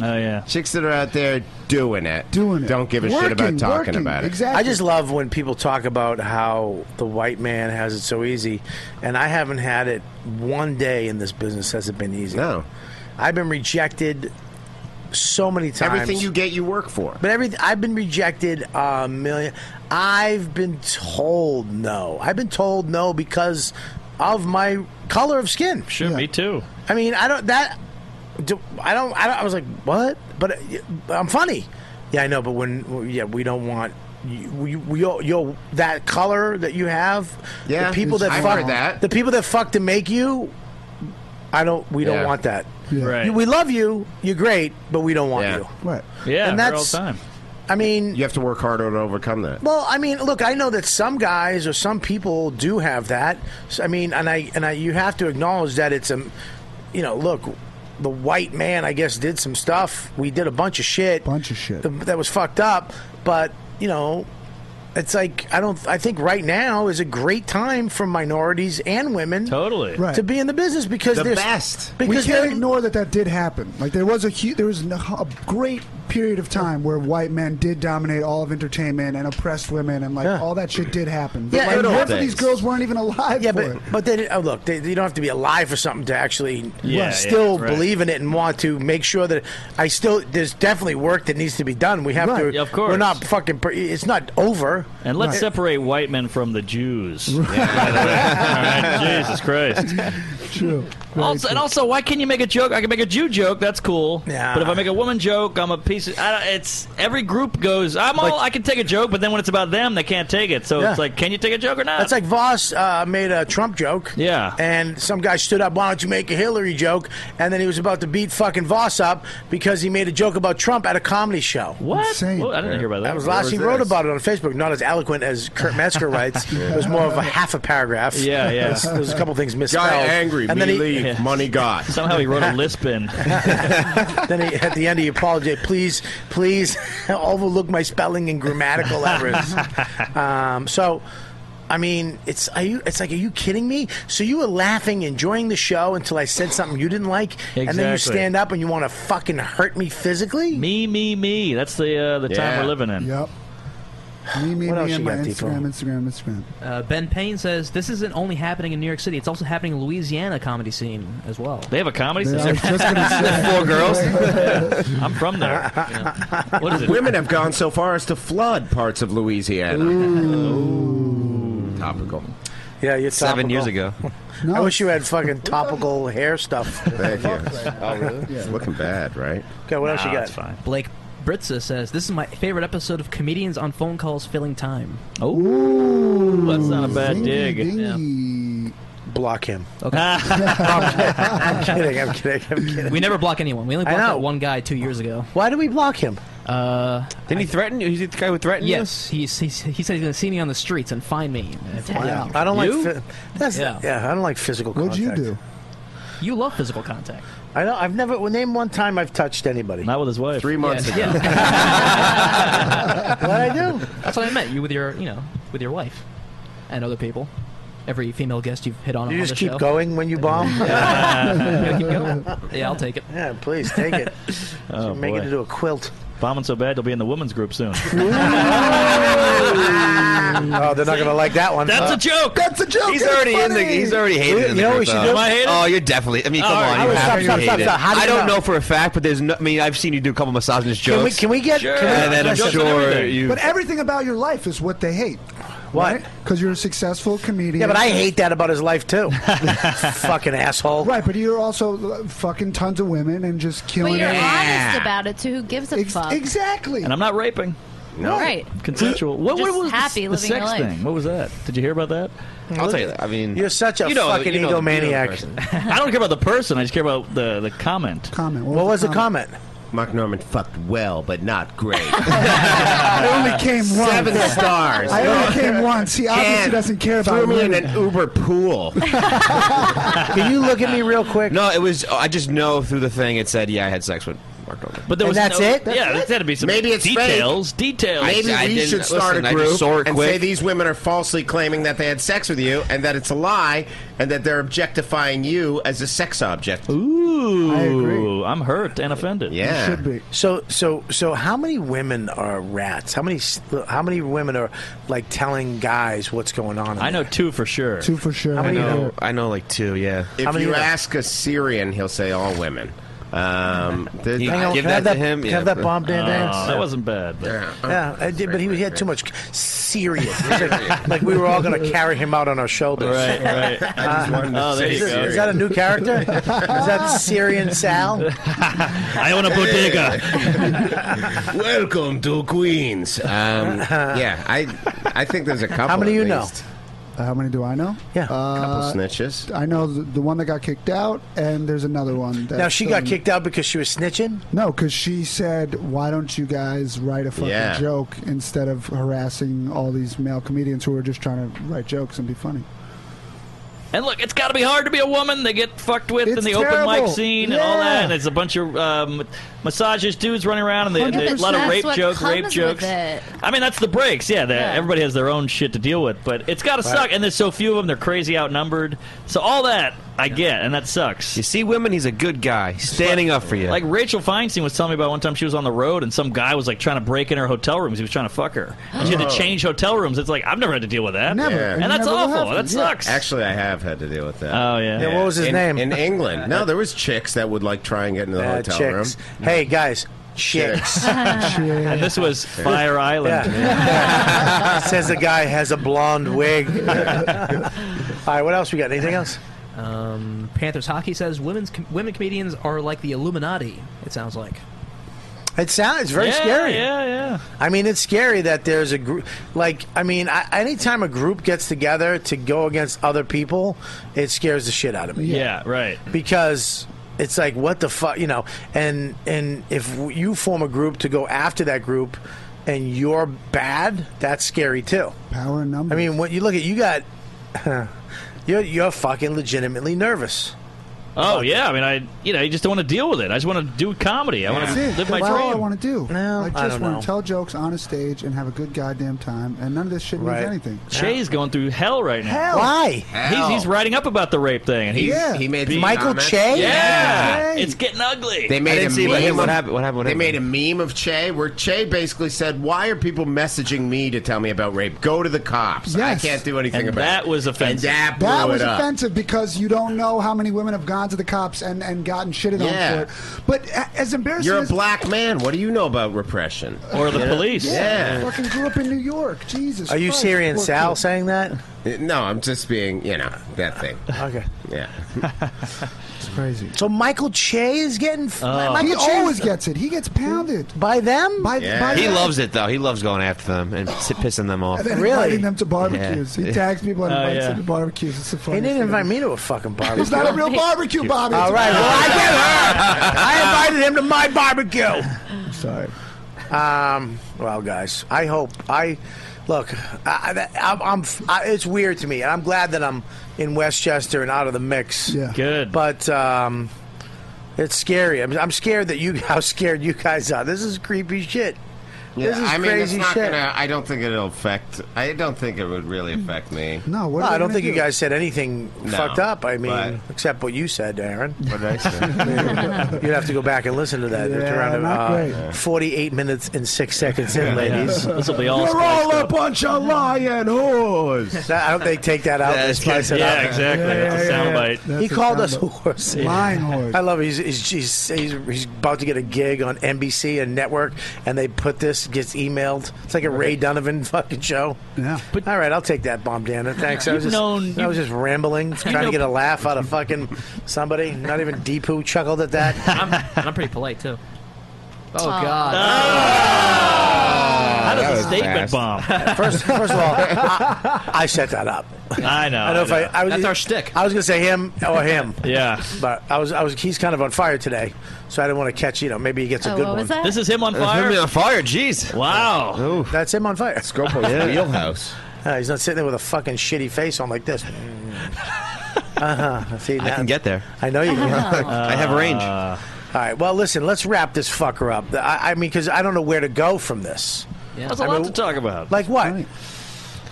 Speaker 10: Oh yeah, chicks that are out there doing it, doing it. Don't give a shit about talking about it.
Speaker 2: I just love when people talk about how the white man has it so easy, and I haven't had it one day in this business has it been easy. No, I've been rejected so many times.
Speaker 10: Everything you get, you work for.
Speaker 2: But everything I've been rejected a million. I've been told no. I've been told no because of my color of skin.
Speaker 9: Sure, me too.
Speaker 2: I mean, I don't that. Do, I don't. I don't. I was like, what? But uh, I'm funny. Yeah, I know. But when yeah, we don't want. You, we, we, yo, yo, that color that you have,
Speaker 10: Yeah,
Speaker 2: the people that
Speaker 10: I've
Speaker 2: fuck,
Speaker 10: heard that.
Speaker 2: the people that fuck to make you, I don't. We
Speaker 10: Yeah.
Speaker 2: don't want that.
Speaker 10: Right.
Speaker 2: You- we love you. You're great, but we don't want you.
Speaker 6: Right.
Speaker 2: Yeah, And I hear all that's- the
Speaker 10: time.
Speaker 2: I mean,
Speaker 10: you have to work harder to overcome that.
Speaker 2: Well, I mean, look, I know that some guys or some people do have that. So, I mean, and I and I, you have to acknowledge that it's a, you know, look, the white man, I guess, did some stuff. We did a bunch of shit, bunch of shit that was fucked up. But you know, it's like I don't. I think right now is a great time for minorities and women, totally,
Speaker 6: Right.
Speaker 2: to be in the business because
Speaker 6: The
Speaker 2: there's
Speaker 6: best. we
Speaker 2: Because
Speaker 6: can't
Speaker 2: they're
Speaker 6: ignore that that did happen. Like there was a hu there was n- a great period of time where white men did dominate all of entertainment and oppressed women and like all that shit did happen. But,
Speaker 2: Yeah,
Speaker 6: like,
Speaker 2: good old
Speaker 6: half of these
Speaker 2: days.
Speaker 6: girls weren't even alive.
Speaker 2: Yeah,
Speaker 6: for
Speaker 2: but
Speaker 6: it.
Speaker 2: but they, oh, look, they, you don't have to be alive for something to actually
Speaker 6: Yeah,
Speaker 2: [laughs] still
Speaker 6: yeah, right.
Speaker 2: believe in it and want to make sure that I still. There's definitely work that needs to be done. We have
Speaker 9: Right.
Speaker 2: to.
Speaker 9: Of course.
Speaker 2: we're not fucking. per- It's not over.
Speaker 9: And let's
Speaker 2: It-
Speaker 9: separate white men from the Jews.
Speaker 2: [laughs]
Speaker 9: All right, Jesus Christ.
Speaker 6: True.
Speaker 9: Also, and also, why can't you make a joke? I can make a Jew joke. That's cool.
Speaker 2: Yeah.
Speaker 9: But if I make a woman joke, I'm a piece of. I don't, it's every group goes. I'm all. I can take a joke, but then when it's about them, they can't take it. So
Speaker 2: Yeah.
Speaker 9: it's like, can you take a joke or not?
Speaker 2: That's like Voss uh, made a Trump joke. Yeah. And some guy stood up, why don't you make a Hillary joke? And then he was about to beat fucking Voss up because he made a joke about Trump at a comedy show.
Speaker 9: What? Insane. Well, I didn't hear about that.
Speaker 2: That was
Speaker 9: Where
Speaker 2: last
Speaker 9: was
Speaker 2: he wrote
Speaker 9: this?
Speaker 2: about it on Facebook. Not as eloquent as Kurt Metzger writes. It was more of a half a paragraph.
Speaker 9: Yeah, yeah.
Speaker 2: There's a couple things misspelled.
Speaker 10: Guy angry,
Speaker 2: And
Speaker 10: me
Speaker 2: then he,
Speaker 9: [laughs]
Speaker 10: leave, money got.
Speaker 9: Somehow he
Speaker 10: [laughs]
Speaker 9: wrote a lisp in.
Speaker 2: [laughs] then he, at the end he apologized. Please, please [laughs] overlook my spelling and grammatical errors. Um, so, I mean, it's are you, it's like, are you kidding me? So you were laughing, enjoying the show until I said something you didn't like, and then you
Speaker 9: Exactly.
Speaker 2: stand up and you want to fucking hurt me physically?
Speaker 9: Me, me, me. That's the uh, the time
Speaker 2: Yeah.
Speaker 9: we're living in.
Speaker 6: Yep. Me, me,
Speaker 2: What
Speaker 6: me,
Speaker 2: else
Speaker 6: and
Speaker 2: you
Speaker 6: my
Speaker 2: got, Deepo?
Speaker 6: Instagram, Instagram, Instagram.
Speaker 11: Uh, ben Payne says this isn't only happening in New York City; it's also happening in Louisiana comedy scene as well.
Speaker 9: They have a comedy
Speaker 11: They- I
Speaker 9: scene.
Speaker 11: was just
Speaker 9: [laughs]
Speaker 11: gonna say.
Speaker 9: Four girls. [laughs] I'm from
Speaker 2: [laughs]
Speaker 9: there. What is it?
Speaker 10: Women have gone so far as to flood parts of Louisiana. Topical.
Speaker 2: Yeah, you're
Speaker 10: Seven
Speaker 2: topical. [laughs]
Speaker 10: years ago.
Speaker 2: I wish you had fucking topical hair stuff.
Speaker 10: Thank
Speaker 2: [laughs]
Speaker 10: you. Oh, really? It's looking bad, right?
Speaker 2: Okay, what else you got?
Speaker 11: Blake Britza says this is my favorite episode of comedians on phone calls filling time.
Speaker 9: Oh, that's not a bad dig.
Speaker 2: Block him. [laughs]
Speaker 11: Okay.
Speaker 2: I'm kidding. I'm kidding. I'm kidding.
Speaker 11: We never block anyone. We only
Speaker 2: I
Speaker 11: blocked
Speaker 2: know.
Speaker 11: that one guy two years ago.
Speaker 2: Why do we block him?
Speaker 11: Uh,
Speaker 12: Didn't he threaten you? He's the guy who threatened you?
Speaker 11: yes, he's, he's, he said he's going to see me on the streets and find me. and find
Speaker 2: Yeah.
Speaker 11: out.
Speaker 2: I don't
Speaker 11: You?
Speaker 2: like. Fi- that's yeah.
Speaker 11: Yeah.
Speaker 2: I don't like physical.
Speaker 11: What'd you do?
Speaker 2: contact.
Speaker 11: You love physical contact.
Speaker 2: I don't. I've never. well, Name one time I've touched anybody.
Speaker 9: Not with his wife.
Speaker 10: Three months
Speaker 11: Yeah.
Speaker 10: ago.
Speaker 2: what I do?
Speaker 11: That's what I meant. You with your, you know, with your wife and other people. Every female guest you've hit on.
Speaker 2: You
Speaker 11: on
Speaker 2: just
Speaker 11: the
Speaker 2: keep
Speaker 11: show. [laughs]
Speaker 2: going when you bomb.
Speaker 11: Yeah, keep going.
Speaker 2: [laughs]
Speaker 11: Yeah, I'll take it.
Speaker 2: Yeah, please take it.
Speaker 9: Oh,
Speaker 2: Make it
Speaker 9: boy.
Speaker 2: into a quilt.
Speaker 9: Bombing so bad, they'll be in the women's group
Speaker 2: [laughs]
Speaker 9: soon.
Speaker 2: Oh, they're not gonna like that one.
Speaker 9: That's a joke.
Speaker 6: Uh, That's a joke.
Speaker 12: He's already in the. He's already hated.
Speaker 2: You
Speaker 12: in the
Speaker 2: know what we
Speaker 12: group, though.
Speaker 2: should do? Am I hated?
Speaker 12: Oh, you're definitely. I mean,
Speaker 2: Oh,
Speaker 12: come
Speaker 2: all right.
Speaker 12: on. You
Speaker 2: Stop,
Speaker 12: have to
Speaker 2: stop,
Speaker 12: be
Speaker 2: stop,
Speaker 12: hated.
Speaker 2: stop. How do
Speaker 12: I
Speaker 2: you
Speaker 12: don't
Speaker 2: know?
Speaker 12: know for a fact, but there's. No, I mean, I've seen you do a couple misogynist jokes.
Speaker 2: Can we? Can we get? Can we,
Speaker 12: and then I'm
Speaker 2: listen,
Speaker 12: sure you.
Speaker 6: But everything about your life is what they hate.
Speaker 2: What?
Speaker 6: Because you're a successful comedian.
Speaker 2: Yeah, but I hate that about his life
Speaker 6: [laughs]
Speaker 2: too. Fucking asshole.
Speaker 6: Right, but you're also uh, fucking tons of women and just
Speaker 7: But
Speaker 6: killing
Speaker 7: you're
Speaker 6: it.
Speaker 7: honest
Speaker 6: [laughs]
Speaker 7: about it, too. Who gives a fuck?
Speaker 6: Exactly.
Speaker 9: and I'm not raping.
Speaker 7: No. Right.
Speaker 9: Consensual. What, what
Speaker 7: Just
Speaker 9: was the-
Speaker 7: happy
Speaker 9: the,
Speaker 7: living your
Speaker 9: sex
Speaker 7: life.
Speaker 9: thing? What was that? Did you hear about that?
Speaker 12: I'll tell you that. I mean,
Speaker 2: You're such a
Speaker 9: You know-
Speaker 2: fucking
Speaker 9: you know the- you know the [laughs]
Speaker 2: egomaniac.
Speaker 9: person. I don't care about the person. I just care about the the comment.
Speaker 6: Comment.
Speaker 2: What was the comment?
Speaker 10: Mark Norman fucked well, but not great.
Speaker 6: [laughs] I only came once.
Speaker 10: Seven stars.
Speaker 6: I only came once. He obviously
Speaker 10: Can't.
Speaker 6: doesn't care about
Speaker 10: Threw me in
Speaker 6: women.
Speaker 10: an Uber pool.
Speaker 12: Can
Speaker 2: you look at me real quick?
Speaker 12: No, it was. I just know through the thing it said, "Yeah, I had sex with Mark Norman."
Speaker 9: But there was no- Yeah,
Speaker 10: That's
Speaker 9: there's got to be some
Speaker 10: Maybe it's fake.
Speaker 9: details. Details.
Speaker 10: Maybe we should start
Speaker 12: listen,
Speaker 10: a
Speaker 12: I just
Speaker 10: group
Speaker 12: saw it
Speaker 10: and
Speaker 12: quick.
Speaker 10: say these women are falsely claiming that they had sex with you and that it's a lie and that they're objectifying you as a sex object.
Speaker 9: Ooh,
Speaker 10: I
Speaker 9: agree. I'm hurt and offended.
Speaker 10: [laughs] Yeah.
Speaker 2: should be. So so so how many women are rats? How many s- how many women are like telling guys what's going on?
Speaker 9: I know two for sure.
Speaker 2: Two for sure. How
Speaker 10: I
Speaker 2: many
Speaker 10: know,
Speaker 2: are-
Speaker 10: I know like two, yeah.
Speaker 2: How
Speaker 10: If
Speaker 2: many
Speaker 10: you
Speaker 2: are-
Speaker 10: ask a Syrian, he'll say all women. Um, the-
Speaker 2: Hang on, can I have that- can I have that bomb Dan dance?
Speaker 9: Uh, that wasn't bad. But.
Speaker 2: Yeah, I did, but he, he had too much
Speaker 5: [laughs]
Speaker 2: serious. It was [laughs] Like, like we were all going to carry him out on our shoulders.
Speaker 5: Right, right. [laughs] I
Speaker 2: [laughs]
Speaker 5: just wanted to Oh, there say
Speaker 2: is,
Speaker 5: you
Speaker 2: it-
Speaker 5: go.
Speaker 2: is that a new character? is that Syrian Sal?
Speaker 9: I own a bodega.
Speaker 10: [laughs] Welcome to Queens. Um, yeah, I I think there's a couple.
Speaker 6: many
Speaker 10: at
Speaker 6: you know?
Speaker 10: least.
Speaker 6: Uh, How many do I know?
Speaker 2: Yeah,
Speaker 10: Couple snitches.
Speaker 6: I know the, the one that got kicked out, and there's another one. That
Speaker 2: Now she got kicked out because she was snitching.
Speaker 6: No, because she said, "Why don't you guys write a fucking
Speaker 2: Yeah.
Speaker 6: joke instead of harassing all these male comedians who are just trying to write jokes and be funny?"
Speaker 9: And look, it's got to be hard to be a woman. They get fucked with in
Speaker 6: It's
Speaker 9: the open
Speaker 6: terrible.
Speaker 9: mic scene and all
Speaker 6: Yeah.
Speaker 9: that. And it's a bunch of um, massages, dudes running around, and they, they, a
Speaker 7: 100%.
Speaker 9: lot of
Speaker 7: That's
Speaker 9: rape
Speaker 7: what
Speaker 9: jokes,
Speaker 7: comes
Speaker 9: rape
Speaker 7: with
Speaker 9: jokes.
Speaker 7: it.
Speaker 9: I mean, that's the breaks. Yeah, they-
Speaker 7: Yeah.
Speaker 9: everybody has their own shit to deal with, but it's got to
Speaker 12: Right.
Speaker 9: suck. And there's so few of them; they're crazy outnumbered. So all that I get, and that sucks. You
Speaker 12: see, women, he's a good guy, standing up for you.
Speaker 9: Like Rachel Feinstein was telling me about one time she was on the road, and some guy was like trying to break in her hotel rooms. He was trying to fuck her. And she had to
Speaker 10: Oh.
Speaker 9: change hotel rooms. It's like I've never had to deal with that.
Speaker 10: Yeah.
Speaker 9: and that's awful. That sucks.
Speaker 10: Actually, I have had to deal with that.
Speaker 9: Oh, yeah.
Speaker 2: Yeah, what was his
Speaker 10: in,
Speaker 2: name?
Speaker 10: In England, no, there was chicks that would like try and get into the
Speaker 2: Uh,
Speaker 10: hotel
Speaker 2: chicks.
Speaker 10: room.
Speaker 2: Hey guys, chicks. [laughs]
Speaker 9: and this was Fire Island.
Speaker 2: [laughs] Says the guy has a blonde
Speaker 5: [laughs]
Speaker 2: wig. All right, what else we got? Anything else?
Speaker 11: Um, Panthers hockey says women's com- women comedians are like the Illuminati. It sounds like.
Speaker 2: It sounds very
Speaker 11: Yeah,
Speaker 2: scary.
Speaker 11: yeah, yeah.
Speaker 2: I mean, it's scary that there's a group. Like, I mean, I, anytime a group gets together to go against other people, it scares the shit out of me.
Speaker 9: Yeah, right.
Speaker 2: Because it's like, what the fuck, you know? And and if w- you form a group to go after that group, and you're bad, that's scary too.
Speaker 6: Power and number.
Speaker 2: I mean, when you look at you got, [laughs] you're you're fucking legitimately nervous.
Speaker 9: Oh yeah, I mean, I you know, you just don't want to deal with it. I just want to do comedy. I want
Speaker 6: That's
Speaker 9: to
Speaker 6: it.
Speaker 9: live
Speaker 6: That's
Speaker 9: my
Speaker 6: all I
Speaker 9: dream.
Speaker 6: want to do. I just
Speaker 9: don't
Speaker 6: want
Speaker 9: know.
Speaker 6: to tell jokes on a stage and have a good goddamn time, and none of this shit means anything.
Speaker 9: Shay's going through hell right now.
Speaker 6: Hell. Why?
Speaker 9: He's, he's writing up about the rape thing. And he's,
Speaker 10: Yeah. He made some
Speaker 9: Michael
Speaker 10: comments.
Speaker 9: Che.
Speaker 10: Yeah.
Speaker 9: Yeah. it's getting ugly.
Speaker 10: They made a meme.
Speaker 9: of-
Speaker 10: they made a meme of Che where Che basically said, "Why are people messaging me to tell me about rape? Go to the cops.
Speaker 6: Yes.
Speaker 10: I can't do anything
Speaker 9: And
Speaker 10: about
Speaker 9: that
Speaker 10: it."
Speaker 9: was offensive.
Speaker 10: And that blew
Speaker 6: That was
Speaker 10: it up.
Speaker 6: offensive because you don't know how many women have gone to the cops and, and gotten shitted
Speaker 10: Yeah.
Speaker 6: on for it. But a- as embarrassing
Speaker 10: You're a
Speaker 6: as
Speaker 10: black man. What do you know about repression?
Speaker 9: Or the
Speaker 10: You know?
Speaker 9: police.
Speaker 10: Yeah.
Speaker 6: I fucking grew up in New York. Jesus. Christ. Worked it.
Speaker 2: saying that?
Speaker 10: No, I'm just being, you know, that thing.
Speaker 2: Okay.
Speaker 10: Yeah.
Speaker 6: [laughs] It's crazy.
Speaker 2: So Michael Che is getting. f
Speaker 12: Oh.
Speaker 2: Michael
Speaker 6: he
Speaker 2: Che
Speaker 6: always gets it. He gets pounded
Speaker 2: by them.
Speaker 6: By, by
Speaker 12: He
Speaker 6: them. Oh.
Speaker 12: loves it though. He loves going after them and s- pissing them off.
Speaker 6: And then inviting them to barbecues.
Speaker 12: Yeah.
Speaker 6: He tags people and
Speaker 12: Oh,
Speaker 6: invites
Speaker 12: yeah.
Speaker 6: them to barbecues. It's a funny
Speaker 2: He didn't
Speaker 6: thing.
Speaker 2: invite me to a fucking
Speaker 6: [laughs]
Speaker 2: barbecue.
Speaker 6: It's not a real barbecue, Bobby. It's
Speaker 2: All
Speaker 6: a
Speaker 2: right. Well, I
Speaker 6: barbecue.
Speaker 2: get her. I invited him to my barbecue.
Speaker 6: Sorry.
Speaker 2: Um. Well, guys, I hope I look. I, I, I'm. I'm I, it's weird to me, and I'm glad that I'm in Westchester and out of the mix. Yeah.
Speaker 9: Good.
Speaker 2: But um, it's scary. I'm, I'm scared that you. [laughs] How scared you guys are. This is creepy shit.
Speaker 10: Yeah,
Speaker 2: this is
Speaker 10: I mean,
Speaker 2: crazy
Speaker 10: it's not
Speaker 2: shit.
Speaker 10: gonna. I don't think it'll affect. I don't think it would really affect me.
Speaker 6: No,
Speaker 2: Well, I don't think you guys said anything
Speaker 10: No,
Speaker 2: fucked up. I mean,
Speaker 10: but-
Speaker 2: except what you said, Aaron.
Speaker 10: [laughs] What did I say?
Speaker 2: [laughs] You'd have to go back and listen to that. It's
Speaker 10: Yeah,
Speaker 2: around,
Speaker 10: not
Speaker 2: uh,
Speaker 10: great.
Speaker 2: 48 minutes and six seconds in,
Speaker 10: Yeah. [laughs]
Speaker 2: ladies.
Speaker 10: Yeah. This'll be
Speaker 9: all
Speaker 10: You're all
Speaker 9: a
Speaker 2: bunch of lying whores. I hope they take that out.
Speaker 9: Yeah,
Speaker 2: and
Speaker 9: it's
Speaker 2: splice
Speaker 9: good.
Speaker 2: it
Speaker 9: Yeah,
Speaker 2: up.
Speaker 9: exactly. Yeah, That's a yeah, yeah. soundbite. That's
Speaker 2: He
Speaker 9: a
Speaker 2: called us
Speaker 9: soundbite.
Speaker 2: whores.
Speaker 9: Yeah. Lying
Speaker 2: I love it. He's, he's, he's, he's, he's about to get a gig on NBC and network, and they put this, gets emailed. It's like a Ray Donovan fucking show.
Speaker 6: Yeah.
Speaker 2: But, all right, I'll take that bomb, Dana. Thanks. I was,
Speaker 9: You've
Speaker 2: just,
Speaker 9: known-
Speaker 2: I was just rambling, trying to
Speaker 9: know-
Speaker 2: get a laugh out of fucking somebody. Not even Deepu chuckled
Speaker 9: [laughs]
Speaker 2: at that. [laughs]
Speaker 11: I'm, and I'm pretty polite too. Oh, God.
Speaker 9: How
Speaker 2: Uh, that
Speaker 9: does
Speaker 2: was
Speaker 9: a statement
Speaker 2: fast.
Speaker 9: bomb?
Speaker 11: [laughs]
Speaker 2: First, first of all, I, [laughs] I set that up.
Speaker 9: I know.
Speaker 2: I don't know
Speaker 9: I
Speaker 2: if I, I was,
Speaker 9: That's
Speaker 2: our stick. I was gonna say him or him.
Speaker 9: [laughs] yeah,
Speaker 2: but I was I was he's kind of on fire today, so I didn't want to catch you know maybe he gets a
Speaker 9: Oh,
Speaker 2: good
Speaker 9: what
Speaker 2: one.
Speaker 9: was that? This is him on That's fire? him on
Speaker 2: fire. Jeez.
Speaker 9: Wow.
Speaker 2: That's him on fire.
Speaker 10: Scopo's Yeah. wheelhouse.
Speaker 2: Uh, he's not sitting there with a fucking shitty face on
Speaker 9: [laughs]
Speaker 2: like this. Uh huh. See,
Speaker 12: I can get there.
Speaker 2: I know you. Can.
Speaker 12: I
Speaker 9: Uh,
Speaker 12: have range.
Speaker 2: All right. Well, listen. Let's wrap this fucker up. I, I mean, because I don't know where to go from this.
Speaker 9: Yeah. That's a
Speaker 2: I
Speaker 9: lot
Speaker 2: mean,
Speaker 9: to talk about.
Speaker 2: Like what?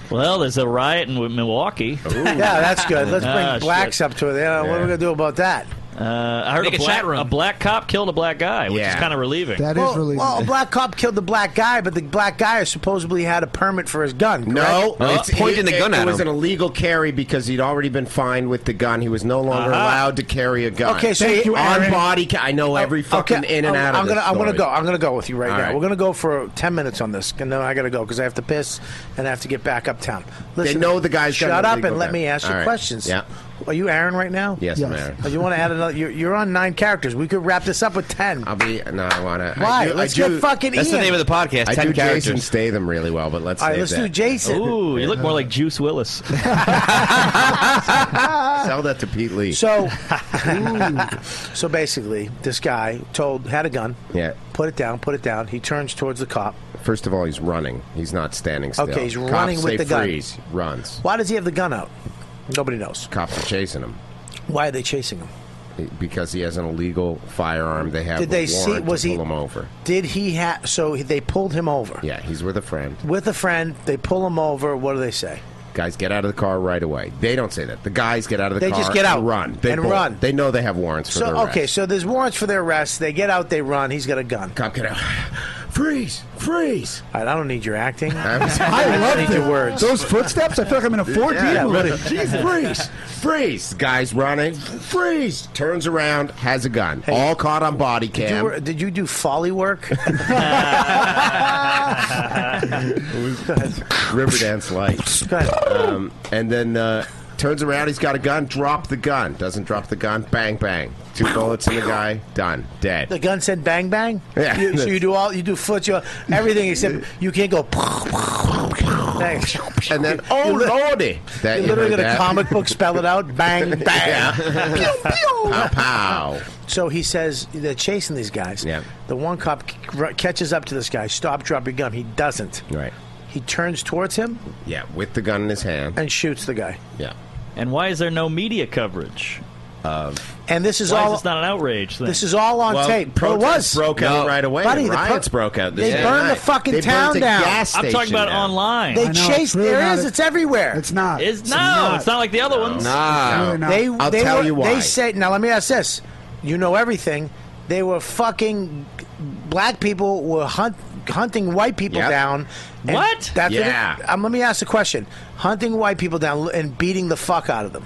Speaker 9: Well, there's a riot in Milwaukee.
Speaker 2: [laughs] Yeah, that's good. Let's bring
Speaker 9: Ah, shit.
Speaker 2: blacks up to it. Yeah, What are we gonna do about that?
Speaker 9: Uh, I heard a
Speaker 2: Make a
Speaker 9: black,
Speaker 2: chat room.
Speaker 9: a black cop killed a black guy, which is kind of relieving.
Speaker 2: That is well, Well, a black cop killed the black guy, but the black guy supposedly had a permit for his gun.
Speaker 10: No,
Speaker 2: correct?
Speaker 10: it's- it- it, It was an illegal carry because he'd already been fined with the gun. He was no longer
Speaker 2: Uh-huh.
Speaker 10: allowed to carry a gun.
Speaker 2: Okay, so you-
Speaker 10: on
Speaker 2: Aaron. Oh,
Speaker 10: body. Ca- I know every fucking in
Speaker 2: I'm,
Speaker 10: and out. Of
Speaker 2: I'm gonna,
Speaker 10: this
Speaker 2: I'm gonna
Speaker 10: story.
Speaker 2: go. I'm gonna go with you right
Speaker 10: All
Speaker 2: now.
Speaker 10: right.
Speaker 2: We're gonna go for ten minutes on this, and then I gotta go because I have to piss and I have to get back uptown. Listen,
Speaker 10: know the guy's got
Speaker 2: Shut
Speaker 10: an
Speaker 2: up
Speaker 10: illegal
Speaker 2: and let
Speaker 10: gun.
Speaker 2: me ask you
Speaker 10: All right.
Speaker 2: questions.
Speaker 10: Yeah.
Speaker 2: Are you Aaron right now?
Speaker 10: Yes, I'm Aaron.
Speaker 2: Oh, You want to add another? You're, you're on nine characters. We could wrap this up with ten.
Speaker 10: I'll be. No, I want to.
Speaker 2: Why? Let's get fucking That's the Ian. name of the podcast,
Speaker 10: I
Speaker 2: 10
Speaker 10: do Jason
Speaker 2: characters.
Speaker 10: Statham really well, but let's.
Speaker 2: All right,
Speaker 10: save
Speaker 2: let's
Speaker 10: that.
Speaker 2: do Jason. Uh,
Speaker 9: Ooh, you look more like Juice Willis.
Speaker 10: Sell that to Pete Lee. [laughs]
Speaker 2: So, mm, so basically, this guy told had a gun.
Speaker 10: Yeah.
Speaker 2: Put it down. Put it down. He turns towards the cop.
Speaker 10: First of all, he's running. He's not standing still.
Speaker 2: Okay, he's
Speaker 10: Cops
Speaker 2: running with
Speaker 10: say
Speaker 2: the gun.
Speaker 10: Freeze. Runs.
Speaker 2: Why does he have the gun out? Nobody knows.
Speaker 10: Cops are chasing him
Speaker 2: Why are they chasing him?
Speaker 10: because he has an illegal firearm. They have.
Speaker 2: Did
Speaker 10: the
Speaker 2: they see-
Speaker 10: warrant to
Speaker 2: was he-
Speaker 10: pull him over?
Speaker 2: Did he have? So they pulled him over
Speaker 10: Yeah, he's with a friend.
Speaker 2: with a friend. They pull him over. What do they say?
Speaker 10: Guys, get out of the car right away. They don't say that. The guys get out of the
Speaker 2: They
Speaker 10: car.
Speaker 2: just get out
Speaker 10: and run. They
Speaker 2: and
Speaker 10: bolt.
Speaker 2: run.
Speaker 10: They know they have warrants for their
Speaker 2: So okay,
Speaker 10: arrest.
Speaker 2: so there's warrants for their arrest. They get out. They run. He's got a gun.
Speaker 10: Cop, get out. Freeze! Freeze!
Speaker 2: All right, I don't need your
Speaker 10: [laughs]
Speaker 2: acting. I,
Speaker 6: I
Speaker 2: just need
Speaker 6: love
Speaker 2: your words.
Speaker 6: Those footsteps. I feel like I'm in a 4D
Speaker 10: Yeah,
Speaker 6: movie.
Speaker 10: [laughs] really. Freeze! Freeze! Guys running. Freeze! Turns around, has a gun. All caught on body
Speaker 2: Did you,
Speaker 10: cam.
Speaker 2: wor- did you do folly work?
Speaker 10: Riverdance light. Um, and then uh, turns around. He's got a gun. Drop the gun. Doesn't drop the gun. Bang bang. Two bullets in the guy. Done. Dead.
Speaker 2: The gun said bang bang.
Speaker 10: Yeah.
Speaker 2: You- so you do all you do foot you everything except you can't go. Thanks.
Speaker 10: And then oh lordy,
Speaker 2: you're
Speaker 10: That- you
Speaker 2: literally
Speaker 10: heard
Speaker 2: gonna
Speaker 10: that?
Speaker 2: comic book spell it out. Bang bang.
Speaker 10: [laughs] Yeah.
Speaker 2: Pew, pew.
Speaker 10: Pow pow.
Speaker 2: So he says they're chasing these guys.
Speaker 10: Yeah.
Speaker 2: The one cop c- r- catches up to this guy. Stop, drop your gun. He doesn't.
Speaker 10: Right.
Speaker 2: He turns towards him
Speaker 10: Yeah, with the gun in his hand.
Speaker 2: and shoots the guy.
Speaker 10: Yeah.
Speaker 9: And why is there no media coverage?
Speaker 10: Of
Speaker 2: And this is
Speaker 9: why
Speaker 2: all.
Speaker 9: is this not an outrage thing?
Speaker 2: this is all on
Speaker 10: Uh, Well,
Speaker 2: tape. But it
Speaker 10: protests
Speaker 2: was
Speaker 10: broke out No. right away.
Speaker 2: Buddy, the
Speaker 10: Riots broke out this
Speaker 2: They
Speaker 10: day.
Speaker 2: burned
Speaker 10: Yeah.
Speaker 2: the fucking
Speaker 10: They burnt
Speaker 2: town
Speaker 10: a
Speaker 2: down.
Speaker 10: gas
Speaker 9: I'm talking about online.
Speaker 2: They chased.
Speaker 6: really
Speaker 2: there
Speaker 6: not
Speaker 2: is.
Speaker 6: a-
Speaker 2: It's everywhere.
Speaker 6: It's not.
Speaker 9: Is no,
Speaker 2: not.
Speaker 9: it's not like the other ones.
Speaker 2: Ah, They,
Speaker 10: I'll
Speaker 2: they
Speaker 10: tell
Speaker 2: were-
Speaker 10: you why.
Speaker 2: They say now. Let me ask this: You know everything. They were fucking black people were hunt, hunting white people
Speaker 10: Yep.
Speaker 2: down. and
Speaker 9: What?
Speaker 2: That's what it-
Speaker 10: Yeah.
Speaker 2: um, let me ask a question: Hunting white people down and beating the fuck out of them.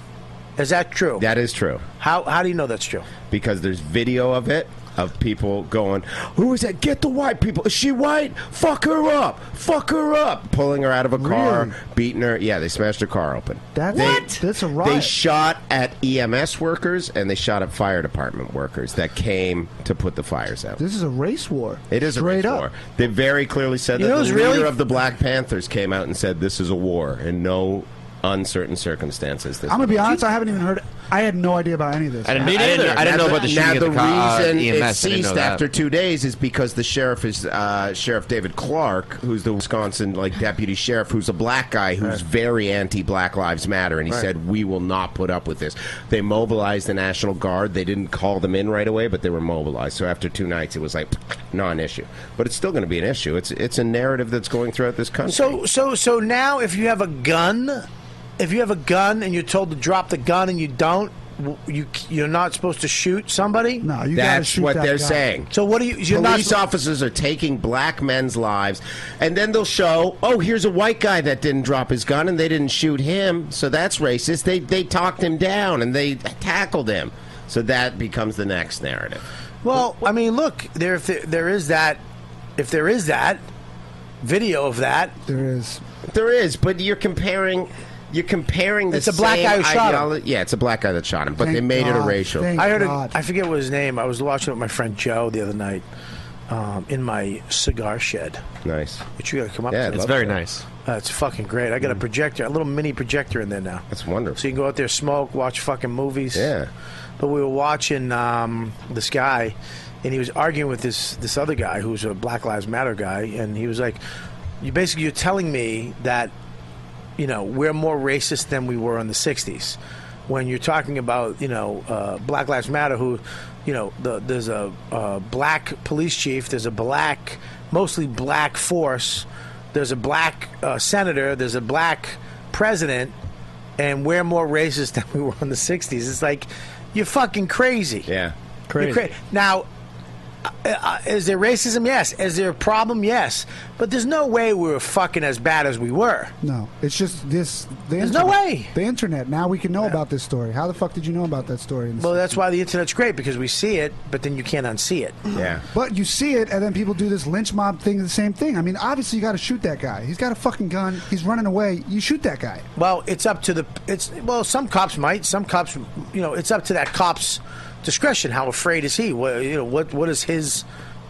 Speaker 2: Is that true?
Speaker 10: That is true
Speaker 2: How how do you know that's true?
Speaker 10: because there's video of it of people going, "Who is that? Get the white people. Is she white? Fuck her up. Fuck her up." Pulling her out of a car, beating her. Yeah, they smashed her car open.
Speaker 6: That's,
Speaker 10: They-
Speaker 6: That's a
Speaker 10: They
Speaker 6: riot.
Speaker 10: shot at EMS workers and they shot at fire department workers that came to put the fires out.
Speaker 6: this is a race war.
Speaker 10: It is a race war. They very clearly said
Speaker 6: You
Speaker 10: that
Speaker 6: know
Speaker 10: the
Speaker 6: who's
Speaker 10: leader
Speaker 6: really-
Speaker 10: of the Black Panthers came out and said this is a war in no uncertain circumstances. This
Speaker 6: I'm gonna
Speaker 10: is
Speaker 6: be honest. I haven't even heard. I had no idea about any of this.
Speaker 10: now the
Speaker 12: uh,
Speaker 10: reason it
Speaker 12: EMS. E I didn't know
Speaker 10: ceased
Speaker 12: that.
Speaker 10: after two days is because the sheriff is uh, Sheriff David Clark, who's the Wisconsin like deputy sheriff, who's a black guy who's very anti Black Lives Matter, and he
Speaker 12: Right.
Speaker 10: said we will not put up with this. They mobilized the National Guard. They didn't call them in right away, but they were mobilized. So after two nights, it was like non-issue. But it's still going to be an issue. It's it's a narrative that's going throughout this country.
Speaker 2: So so so now, if you have a gun, if you have a gun and you're told to drop the gun and you don't, w- you you're not supposed to shoot somebody. No,
Speaker 10: you gotta That's shoot what that they're guy. saying.
Speaker 2: So what do you? You're
Speaker 10: Police
Speaker 2: not,
Speaker 10: officers are taking black men's lives, and then they'll show, oh, here's a white guy that didn't drop his gun and they didn't shoot him, so that's racist. They they talked him down and they tackled him, so that becomes the next narrative.
Speaker 2: Well, I mean, look, there if there, there is that, if there is that video of that,
Speaker 6: there is.
Speaker 10: There is, but you're comparing. You're comparing the
Speaker 2: It's a black
Speaker 10: same
Speaker 2: guy who shot him.
Speaker 10: ideolo- Yeah, it's a black guy that shot him, but they made it a racial.
Speaker 2: I heard. A, I forget what his name. I was watching it with my friend Joe the other night, um, in my cigar shed.
Speaker 10: Nice.
Speaker 2: Which you got to come up.
Speaker 10: Yeah,
Speaker 2: to.
Speaker 10: I'd It's love very to. nice.
Speaker 2: Uh, it's fucking great. I got a projector, a little mini projector in there now.
Speaker 10: That's wonderful.
Speaker 2: So you can go out there, smoke, watch fucking movies.
Speaker 10: Yeah.
Speaker 2: But we were watching um, this guy, and he was arguing with this this other guy who was a Black Lives Matter guy, and he was like, "You basically you're telling me that you know, we're more racist than we were in the 60s. When you're talking about, you know, uh, Black Lives Matter, who, you know, the, there's a, uh black police chief, there's a black, mostly black force, there's a black uh, senator, there's a black president, and we're more racist [laughs] than we were in the 60s. It's like, you're fucking crazy.
Speaker 10: Yeah.
Speaker 2: You're cra- now, uh, uh, is there racism? Yes. Is there a problem? Yes. But there's no way we were fucking as bad as we were.
Speaker 6: No, it's just this. The
Speaker 2: There's
Speaker 6: internet,
Speaker 2: no way.
Speaker 6: The internet. Now we can know about this story. How the fuck did you know about that story?
Speaker 2: Well, that's why the internet's great because we see it, but then you can't unsee it.
Speaker 6: Mm-hmm.
Speaker 10: Yeah.
Speaker 6: But you see it, and then people do this lynch mob thing, the same thing. I mean, obviously, you got to shoot that guy. He's got a fucking gun. He's running away. You shoot that guy.
Speaker 2: Well, it's up to the it's well, some cops might, some cops, you know, it's up to that cop's discretion. How afraid is he? What you know, what what is his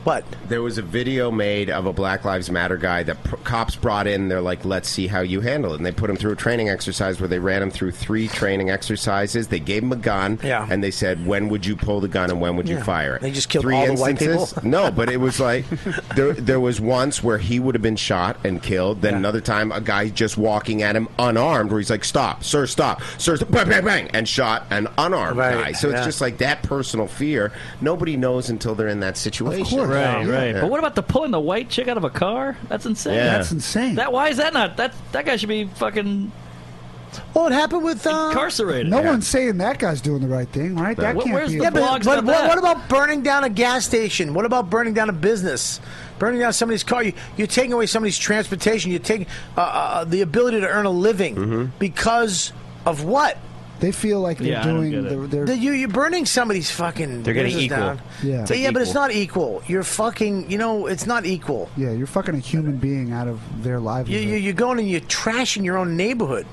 Speaker 2: what?
Speaker 10: There was a video made of a Black Lives Matter guy that pr- cops brought in. They're like, let's see how you handle it. And they put him through a training exercise where they ran him through three training exercises. They gave him a gun.
Speaker 2: Yeah.
Speaker 10: And they said, when would you pull the gun and when would you
Speaker 2: Yeah.
Speaker 10: fire it?
Speaker 2: They just killed
Speaker 10: three
Speaker 2: all the white
Speaker 10: instances.
Speaker 2: people?
Speaker 10: no, but it was like, there, there was once where he would have been shot and killed. Then another time, a guy just walking at him unarmed where he's like, stop, sir, stop, sir, stop, bang, bang, bang, and shot an unarmed
Speaker 2: Right,
Speaker 10: guy. So
Speaker 2: yeah.
Speaker 10: it's just like that personal fear. Nobody knows until they're in that situation.
Speaker 9: Right, right.
Speaker 10: Yeah.
Speaker 9: But what about the pulling the white chick out of a car? That's insane.
Speaker 10: Yeah. That's
Speaker 6: insane.
Speaker 9: That why is that not that that guy should be fucking
Speaker 2: Well, it happened with uh,
Speaker 9: incarcerated.
Speaker 6: No one's saying that guy's doing the right thing, right? That can't be.
Speaker 2: Yeah, but- but, what- what about burning down a gas station? What about burning down a business? Burning down somebody's car? You, you're taking away somebody's transportation. You're taking uh, uh, the ability to earn a living because of what?
Speaker 6: They feel like they're Mm-hmm. Yeah, I don't doing get it. the- they're-
Speaker 2: The- you, you're burning somebody's fucking.
Speaker 6: They're getting
Speaker 2: business
Speaker 6: equal.
Speaker 2: Down.
Speaker 6: Yeah. It's like
Speaker 2: yeah, but it's
Speaker 6: equal.
Speaker 2: not equal. You're fucking. You know, it's not equal.
Speaker 6: Yeah, you're fucking a human being out of their
Speaker 2: You,
Speaker 6: livelihood.
Speaker 2: you, you're going and you're trashing your own neighborhood.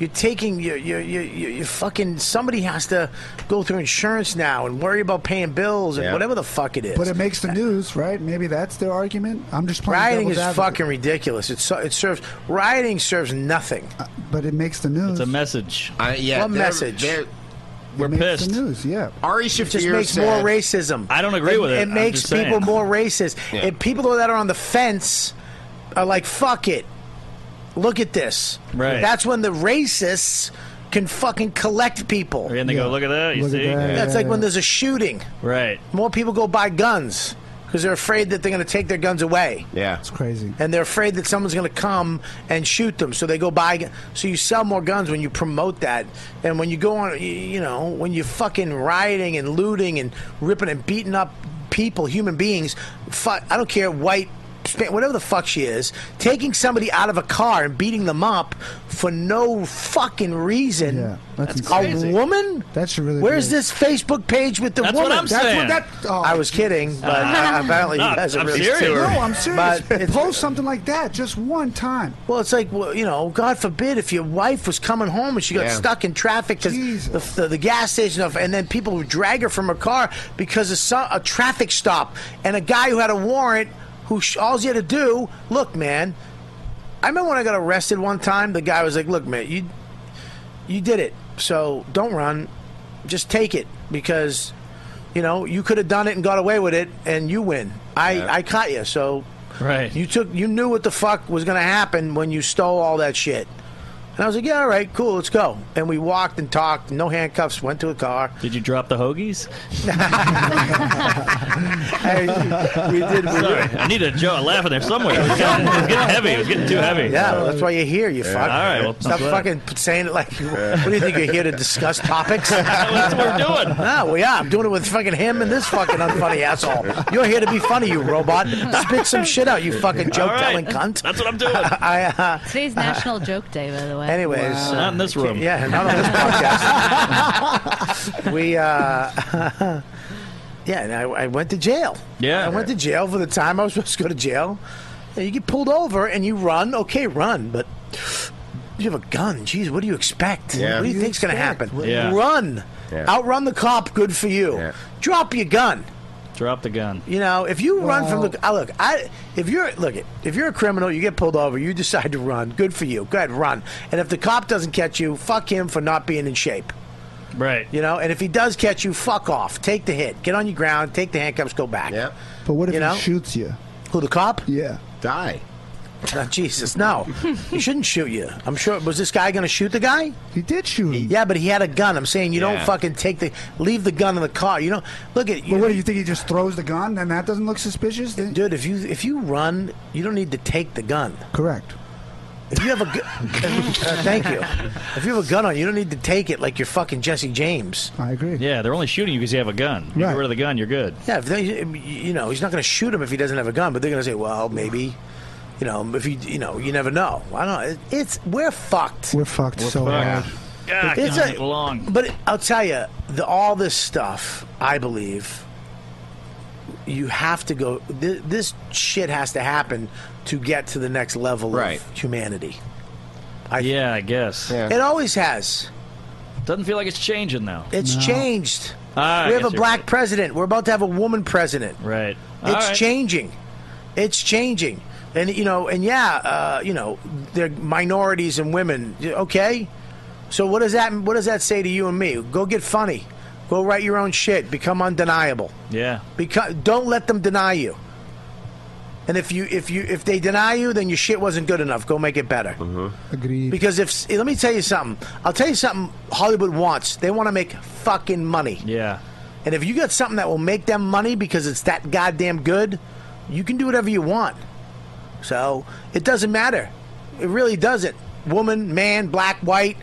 Speaker 2: You're taking your your your your fucking. Somebody has to go through insurance now and worry about paying bills and
Speaker 6: Yeah.
Speaker 2: whatever the fuck it is.
Speaker 6: But it makes the news, right? Maybe that's their argument. I'm just playing
Speaker 2: Rioting is
Speaker 6: devil's advocate.
Speaker 2: fucking ridiculous. It, so, it serves rioting serves nothing.
Speaker 6: But it makes the news. It's a
Speaker 9: message.
Speaker 10: I, yeah,
Speaker 2: What
Speaker 10: they're-
Speaker 2: message?
Speaker 10: they're-
Speaker 9: We're pissed.
Speaker 6: news, yeah.
Speaker 10: Ari
Speaker 2: It
Speaker 10: Shafir
Speaker 2: just makes more
Speaker 10: said-
Speaker 2: racism.
Speaker 9: I don't agree
Speaker 2: it,
Speaker 9: with it.
Speaker 2: It
Speaker 9: I'm
Speaker 2: makes
Speaker 9: just saying.
Speaker 2: people more racist.
Speaker 9: Yeah.
Speaker 2: And people that are on the fence are like, "Fuck it, look at this."
Speaker 9: Right.
Speaker 2: That's when the racists can fucking collect people.
Speaker 9: And they go, look at that. You see?
Speaker 2: That's like when there's a shooting.
Speaker 9: Right.
Speaker 2: More people go buy guns because they're afraid that they're going to take their guns away.
Speaker 10: Yeah.
Speaker 6: It's crazy.
Speaker 2: and they're afraid that someone's going to come and shoot them. So they go buy. gu- So you sell more guns when you promote that, and when you go on, y- you know, when you're fucking rioting and looting and ripping and beating up people, human beings. Fuck, I don't care, white. Spa- Whatever the fuck she is, taking somebody out of a car and beating them up for no fucking reason. Yeah,
Speaker 6: that's
Speaker 2: a woman.
Speaker 6: That's really.
Speaker 2: Where's this Facebook page with the
Speaker 6: That's what
Speaker 2: woman?
Speaker 6: I'm That's what saying. that- oh.
Speaker 2: I was kidding,
Speaker 6: [laughs]
Speaker 2: but uh, apparently you guys are really
Speaker 6: No, I'm serious. Post something like that just one time.
Speaker 2: Well, it's like well, you know, God forbid if your wife was coming home and she got
Speaker 6: Yeah.
Speaker 2: stuck in traffic because the, the, the gas station, of- and then people would drag her from her car because of some, a traffic stop and a guy who had a warrant who sh- all he had to do. Look, man, I remember when I got arrested one time. The guy was like, "Look, man, you you did it, so don't run, just take it because." You know, you could have done it and got away with it, and you win. I, I caught you, so
Speaker 9: Right.
Speaker 2: you took you knew what the fuck was gonna happen when you stole all that shit. And I was like, Yeah, all right, cool, let's go. And we walked and talked, no handcuffs, went to a car.
Speaker 9: Did you drop the
Speaker 2: [laughs]
Speaker 9: hoagies?
Speaker 2: we did. We
Speaker 9: Sorry,
Speaker 2: did.
Speaker 9: I need a jaw laugh in there somewhere. It was, getting, it was getting heavy. It was getting too heavy.
Speaker 2: Yeah, well, that's why you're here, you
Speaker 9: Yeah.
Speaker 2: fuck.
Speaker 9: All right, well,
Speaker 2: stop
Speaker 9: I'm glad.
Speaker 2: fucking saying it like you. What do you think you're here to
Speaker 9: [laughs]
Speaker 2: discuss topics? that's
Speaker 9: what we're doing.
Speaker 2: [laughs] No, we are. I'm doing it with fucking him and this fucking unfunny asshole. You're here to be funny, you robot. Spit some shit out, you fucking joke telling cunt.
Speaker 9: That's what I'm doing.
Speaker 2: [laughs] I, uh,
Speaker 7: Today's National Joke Day, by the way.
Speaker 2: Anyways, uh,
Speaker 9: Not in this
Speaker 2: I can't-
Speaker 9: room.
Speaker 2: Yeah, not on this
Speaker 9: [laughs]
Speaker 2: podcast. we, uh, [laughs] yeah, and I, I went to jail.
Speaker 9: Yeah.
Speaker 2: I went to jail for the time I was [laughs] supposed to go to jail. And you get pulled over and you run. Okay, run, but you have a gun. Jeez, what do you expect?
Speaker 5: Yeah.
Speaker 2: What do you,
Speaker 5: You
Speaker 2: think's going to
Speaker 5: expect-
Speaker 2: happen?
Speaker 5: Yeah.
Speaker 2: Run,
Speaker 5: Yeah.
Speaker 2: outrun the cop. Good for you. Drop your gun.
Speaker 9: Drop the gun.
Speaker 2: You know, if you run from
Speaker 9: Well-
Speaker 2: the I look, I if you're look if you're a criminal, you get pulled over, you decide to run. Good for you. Go ahead, run. And if the cop doesn't catch you, fuck him for not being in shape.
Speaker 9: Right.
Speaker 2: You know, and if he does catch you, fuck off. Take the hit. Get on your ground. Take the handcuffs. Go back. Yeah.
Speaker 6: But what if
Speaker 2: you know?
Speaker 6: he shoots you?
Speaker 2: Who the cop?
Speaker 6: Yeah.
Speaker 10: Die.
Speaker 2: Jesus, no! he shouldn't shoot you. I'm sure. Was this guy going to shoot the guy?
Speaker 6: He did shoot him.
Speaker 2: Yeah, but he had a gun. I'm saying you
Speaker 6: Yeah.
Speaker 2: don't fucking take the leave the gun in the car. You don't look at.
Speaker 6: But what do you think? He just throws the gun, and that doesn't look suspicious. Then
Speaker 2: Dude, if you if you run, you don't need to take the gun.
Speaker 6: Correct.
Speaker 2: If you have a gu- [laughs] uh, thank you. If you have a gun on, you don't need to take it like you're fucking Jesse James.
Speaker 6: I agree.
Speaker 9: Yeah, they're only shooting you because you have a gun. You
Speaker 2: Right.
Speaker 9: get rid of the gun, you're good.
Speaker 2: Yeah, if they, you know, he's not going to shoot him if he doesn't have a gun, but they're going to say, well, maybe, you know, if you, you know, you never know. I don't. It, it's we're fucked.
Speaker 6: We're fucked so bad.
Speaker 9: Yeah,
Speaker 2: It's
Speaker 9: God,
Speaker 2: a-
Speaker 9: it belong.
Speaker 2: But I'll tell you, the, all this stuff, I believe, you have to go. Th- this shit has to happen to get to the next level
Speaker 9: Right.
Speaker 2: of humanity.
Speaker 9: yeah, I guess.
Speaker 2: It always has.
Speaker 9: Doesn't feel like it's changing though.
Speaker 2: It's changed.
Speaker 9: Ah, I
Speaker 2: we have a
Speaker 9: guess you're
Speaker 2: black president. We're about to have a woman president.
Speaker 9: Right. All
Speaker 2: It's
Speaker 9: right.
Speaker 2: changing. It's changing. And you know, and yeah, uh, you know, they're minorities and women. Okay, so what does that what does that say to you and me? Go get funny. Go write your own shit. Become undeniable.
Speaker 9: Yeah.
Speaker 2: Because don't let them deny you. And if you if you if they deny you, then your shit wasn't good enough. Go make it better.
Speaker 6: Agreed.
Speaker 2: Because if let me tell you something, I'll tell you something. Hollywood wants they want to make fucking money.
Speaker 9: Yeah.
Speaker 2: And if you got something that will make them money because it's that goddamn good, you can do whatever you want. So it doesn't matter. It really doesn't. Woman, man, black, white.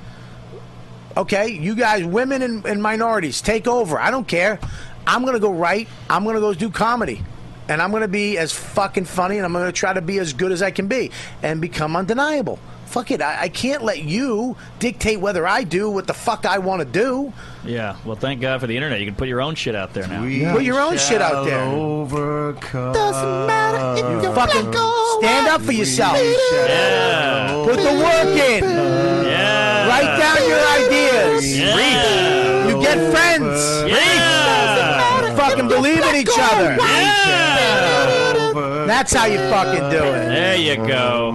Speaker 2: Okay, you guys, women and, and minorities, take over. I don't care. I'm gonna go write. I'm gonna go do comedy, and I'm gonna be as fucking funny, and I'm gonna try to be as good as I can be, and become undeniable. Fuck it. I, I can't let you dictate whether I do what the fuck I want to do.
Speaker 9: Yeah. Well, thank God for the internet. You can put your own shit out there now.
Speaker 2: Put your own shit out there. Doesn't matter. If you fucking stand up for yourself.
Speaker 9: Yeah.
Speaker 2: Put the work in.
Speaker 9: Yeah.
Speaker 2: Write down your ideas. Read. You get friends. Read. Fucking believe in each other. That's how you fucking do it.
Speaker 9: There you go.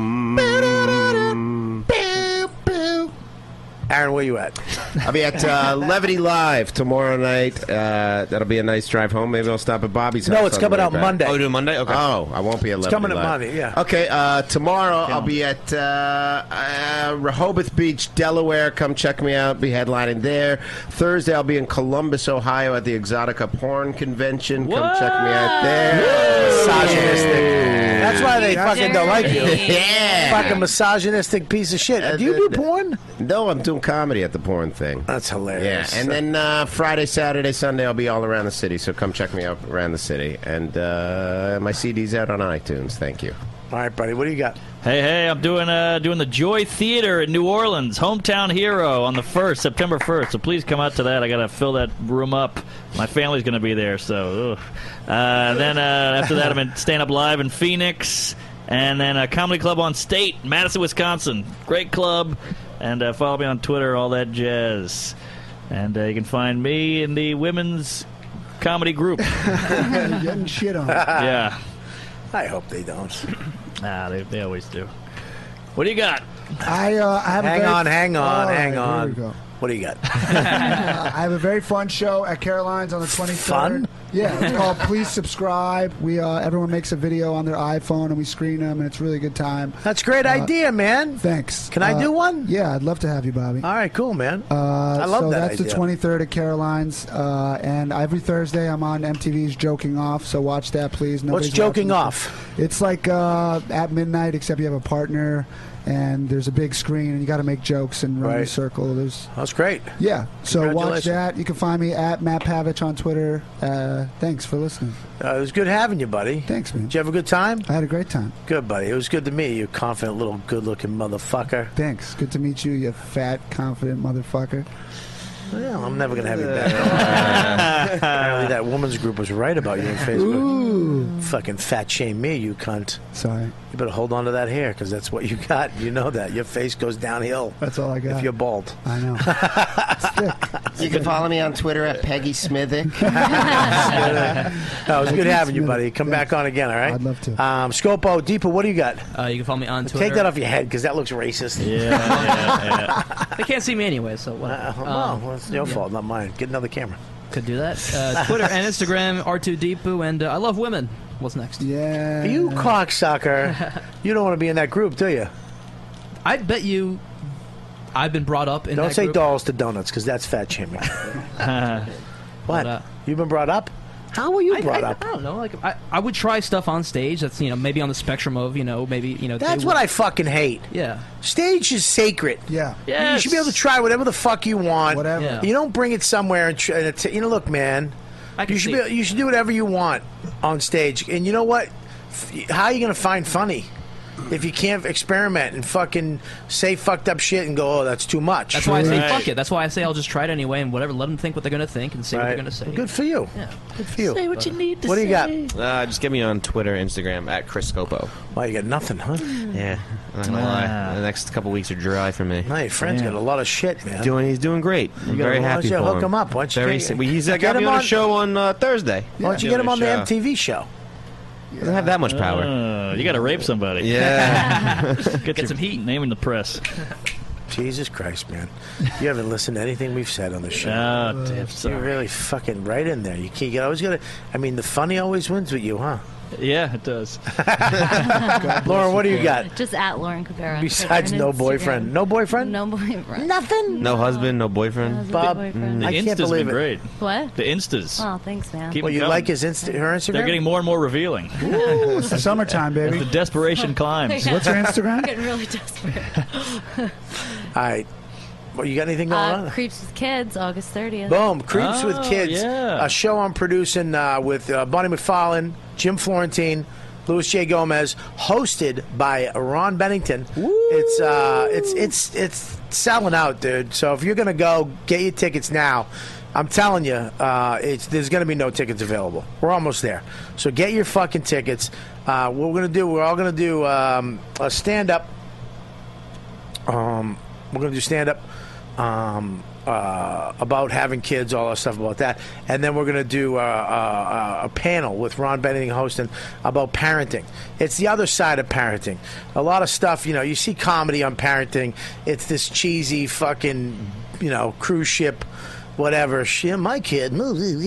Speaker 2: Aaron, where you at?
Speaker 10: I'll be at uh, Levity Live tomorrow night. Uh, that'll be a nice drive home. Maybe I'll stop at Bobby's
Speaker 2: No,
Speaker 10: house.
Speaker 2: it's
Speaker 10: on the
Speaker 2: coming
Speaker 10: way
Speaker 2: out
Speaker 10: back.
Speaker 2: Monday. Oh,
Speaker 10: do Monday? Okay. Oh, I won't be at
Speaker 2: It's
Speaker 10: Levity
Speaker 2: coming out
Speaker 10: Live.
Speaker 2: Monday, yeah.
Speaker 10: Okay, uh, tomorrow I'll be at uh, uh, Rehoboth Beach, Delaware. Come check me out. Be headlining there. Thursday I'll be in Columbus, Ohio at the Exotica Porn Convention. Come check me out there. Misogynistic.
Speaker 2: That's why they fucking don't like you.
Speaker 10: [laughs] yeah. Uh,
Speaker 2: Fucking misogynistic piece of shit. Do you do porn?
Speaker 10: No, I'm doing comedy at the porn thing.
Speaker 2: That's hilarious.
Speaker 10: Yeah, and then uh, Friday, Saturday, Sunday, I'll be all around the city. So come check me out around the city. And uh, my CD's out on iTunes. Thank you.
Speaker 2: All right, buddy. What do you got?
Speaker 9: Hey, hey, I'm doing uh doing the Joy Theater in New Orleans, hometown hero on the first September first. So please come out to that. I gotta fill that room up. My family's gonna be there. So ugh. uh, then uh, after that, I'm in stand up live in Phoenix, and then a comedy club on State, Madison, Wisconsin. Great club, and uh, follow me on Twitter, all that jazz. And uh, you can find me in the women's comedy group.
Speaker 6: Getting shit
Speaker 2: [laughs]
Speaker 6: on.
Speaker 9: yeah,
Speaker 2: I hope they don't.
Speaker 9: [clears throat] nah, they, they always do. What do you got?
Speaker 6: I, uh, I have a
Speaker 2: Hang
Speaker 6: very-
Speaker 2: on, hang
Speaker 6: All
Speaker 2: on,
Speaker 6: right,
Speaker 2: hang
Speaker 6: here we
Speaker 2: on.
Speaker 6: go.
Speaker 2: What do you got?
Speaker 6: Uh, I have a very fun show at Caroline's on the 23rd.
Speaker 2: Fun?
Speaker 6: Yeah, it's called Please Subscribe. We uh, everyone makes a video on their iPhone and we screen them, and it's a really good time. Uh,
Speaker 2: That's a great idea, man.
Speaker 6: Thanks. Uh,
Speaker 2: Can I do one?
Speaker 6: Yeah, I'd love to have you, Bobby.
Speaker 2: All right, cool, man.
Speaker 6: Uh,
Speaker 2: I love
Speaker 6: so
Speaker 2: that
Speaker 6: that's
Speaker 2: idea.
Speaker 6: the 23rd at Caroline's, uh, and every Thursday I'm on MTV's Joking Off. So watch that, please. Nobody's
Speaker 2: Joking
Speaker 6: watching.
Speaker 2: Off?
Speaker 6: It's like uh, at midnight, except you have a partner, and there's a big screen, and you got to make jokes and run in a
Speaker 2: Right.
Speaker 6: circle. There's
Speaker 2: That's great.
Speaker 6: yeah. So watch
Speaker 2: Congratulations.
Speaker 6: that. You can find me at Matt Pavich on Twitter. Uh, thanks for listening.
Speaker 2: Uh, it was good having you, buddy.
Speaker 6: Thanks, man.
Speaker 2: Did you have a good time?
Speaker 6: I had a great time.
Speaker 2: Good, buddy. It was good to meet you, confident little good-looking motherfucker.
Speaker 6: Thanks. Good to meet you, you fat, confident motherfucker. [laughs]
Speaker 2: Well, I'm never gonna have you back. Apparently that woman's group was right about you on Facebook. Fucking fat shame me, you cunt.
Speaker 6: Sorry.
Speaker 2: You better hold on to that hair because that's what you got. You know that. Your face goes downhill.
Speaker 6: That's all I got.
Speaker 2: If you're bald.
Speaker 6: I
Speaker 2: [laughs]
Speaker 6: know.
Speaker 10: You can follow me on Twitter at Peggy Smithick.
Speaker 2: uh, No, it was good having you, buddy. Come back on again, all right? I'd love to. Um, Scopo, Deepa, what do you got?
Speaker 11: Uh, you can follow me on Twitter.
Speaker 2: Take that off your head because that looks racist.
Speaker 11: they can't see me anyway, so whatever.
Speaker 2: Uh, well,
Speaker 11: Um,
Speaker 2: well, [laughs] it's your
Speaker 11: yeah.
Speaker 2: fault, not mine. Get another camera.
Speaker 11: Could do that.
Speaker 2: [laughs]
Speaker 11: Uh, Twitter and Instagram, R2 Deepu, and uh, I love women. What's next?
Speaker 6: Yeah.
Speaker 2: You
Speaker 11: Uh, [laughs]
Speaker 2: cocksucker. you don't want to be in that group, do you?
Speaker 11: I bet you I've been brought up in
Speaker 2: don't
Speaker 11: that
Speaker 2: say
Speaker 11: group.
Speaker 2: dolls to donuts because that's fat
Speaker 11: [laughs]
Speaker 2: shaming. [laughs] what?
Speaker 11: uh,
Speaker 2: You've been brought up? How were you brought
Speaker 11: I,
Speaker 2: up?
Speaker 11: I don't know. Like I, I would try stuff on stage that's you know maybe on the spectrum of you know maybe you know
Speaker 2: That's what I fucking hate.
Speaker 11: Yeah.
Speaker 2: Stage is sacred.
Speaker 6: Yeah.
Speaker 2: You should be able to try whatever the fuck you want. Whatever.
Speaker 11: Yeah.
Speaker 2: You don't bring it somewhere and, tr- and it's, you know, look, man. you should
Speaker 11: see.
Speaker 2: be, you should do whatever you want on stage. And you know what? F- How are you going to find funny? If you can't experiment and fucking say fucked up shit and go, oh, that's too much.
Speaker 11: That's why I say fuck it. That's why I say I'll just try it anyway and whatever. Let them think what they're gonna think and say what they're gonna say.
Speaker 2: Good for you.
Speaker 11: Yeah.
Speaker 2: Good for you.
Speaker 11: Say what you need to
Speaker 2: What do you got?
Speaker 11: say.
Speaker 12: Uh, just get me on Twitter, Instagram at Chris Scopo.
Speaker 2: Why you got nothing, huh?
Speaker 12: Yeah, I'm not gonna lie. The next couple weeks are dry for me.
Speaker 2: My friend's got a lot of shit, man.
Speaker 12: Doing, he's doing great. I'm
Speaker 2: gotta-
Speaker 12: very
Speaker 2: why
Speaker 12: happy
Speaker 2: don't you
Speaker 12: for
Speaker 2: hook
Speaker 12: him.
Speaker 2: him up? Why don't you
Speaker 12: very
Speaker 2: get-
Speaker 12: si- well, he's uh,
Speaker 2: Get
Speaker 12: got me
Speaker 2: him
Speaker 12: on,
Speaker 2: on-
Speaker 12: a show on uh, Thursday.
Speaker 2: Why don't you get him on the MTV show?
Speaker 12: Doesn't have that much power.
Speaker 9: Oh, you got to rape somebody.
Speaker 12: Yeah.
Speaker 9: Get, some heat. Name in the press.
Speaker 2: [laughs] Jesus Christ, man. You haven't listened to anything we've said on the show.
Speaker 9: Oh, damn, sorry.
Speaker 2: You're really fucking right in there. You can't you always gotta I mean the funny always wins with you, huh?
Speaker 9: Yeah, it does.
Speaker 2: [laughs] Laura, what do you got?
Speaker 7: Just at Lauren Cabrera. on
Speaker 2: Besides
Speaker 7: Twitter and
Speaker 2: no
Speaker 7: Instagram.
Speaker 2: boyfriend. No boyfriend?
Speaker 7: No boyfriend.
Speaker 2: Nothing?
Speaker 12: No husband, no boyfriend.
Speaker 2: Bob,
Speaker 7: boyfriend.
Speaker 9: The
Speaker 2: I
Speaker 9: Insta's
Speaker 2: can't believe
Speaker 9: been
Speaker 2: it.
Speaker 9: great.
Speaker 7: What?
Speaker 9: The Instas.
Speaker 7: [laughs] Oh, thanks, man.
Speaker 9: [laughs] Keep
Speaker 2: Well,
Speaker 9: 'em
Speaker 2: you
Speaker 9: coming.
Speaker 2: like his Insta her Instagram?
Speaker 9: They're getting more and more revealing.
Speaker 6: Ooh, it's the summertime,
Speaker 9: As
Speaker 6: baby.
Speaker 9: the
Speaker 6: [laughs]
Speaker 9: desperation climbs.
Speaker 7: [laughs]
Speaker 6: What's your
Speaker 7: I'm
Speaker 6: Instagram?
Speaker 7: getting really desperate.
Speaker 2: All right. Well, you got anything going on?
Speaker 7: Uh, Creeps with Kids, August 30th.
Speaker 2: Boom! Creeps with
Speaker 7: Oh,
Speaker 2: Kids, Uh, a show I'm producing uh, with uh, Bonnie McFarlane, Jim Florentine, Louis J. Gomez, hosted by Ron Bennington. It's uh, it's it's it's selling out, dude. So if you're gonna go, get your tickets now. I'm telling you, uh, it's, there's going to be no tickets available. We're almost there, so get your fucking tickets. Uh, what we're going to do, we're all going to do um, a stand up um, we're going to do stand up um, uh, about having kids, all that stuff about that. And then we're going to do uh, uh, uh, a panel with Ron Benning hosting about parenting. It's the other side of parenting. A lot of stuff, you know, you see comedy on parenting, it's this cheesy fucking, you know, cruise ship whatever shit my kid [laughs]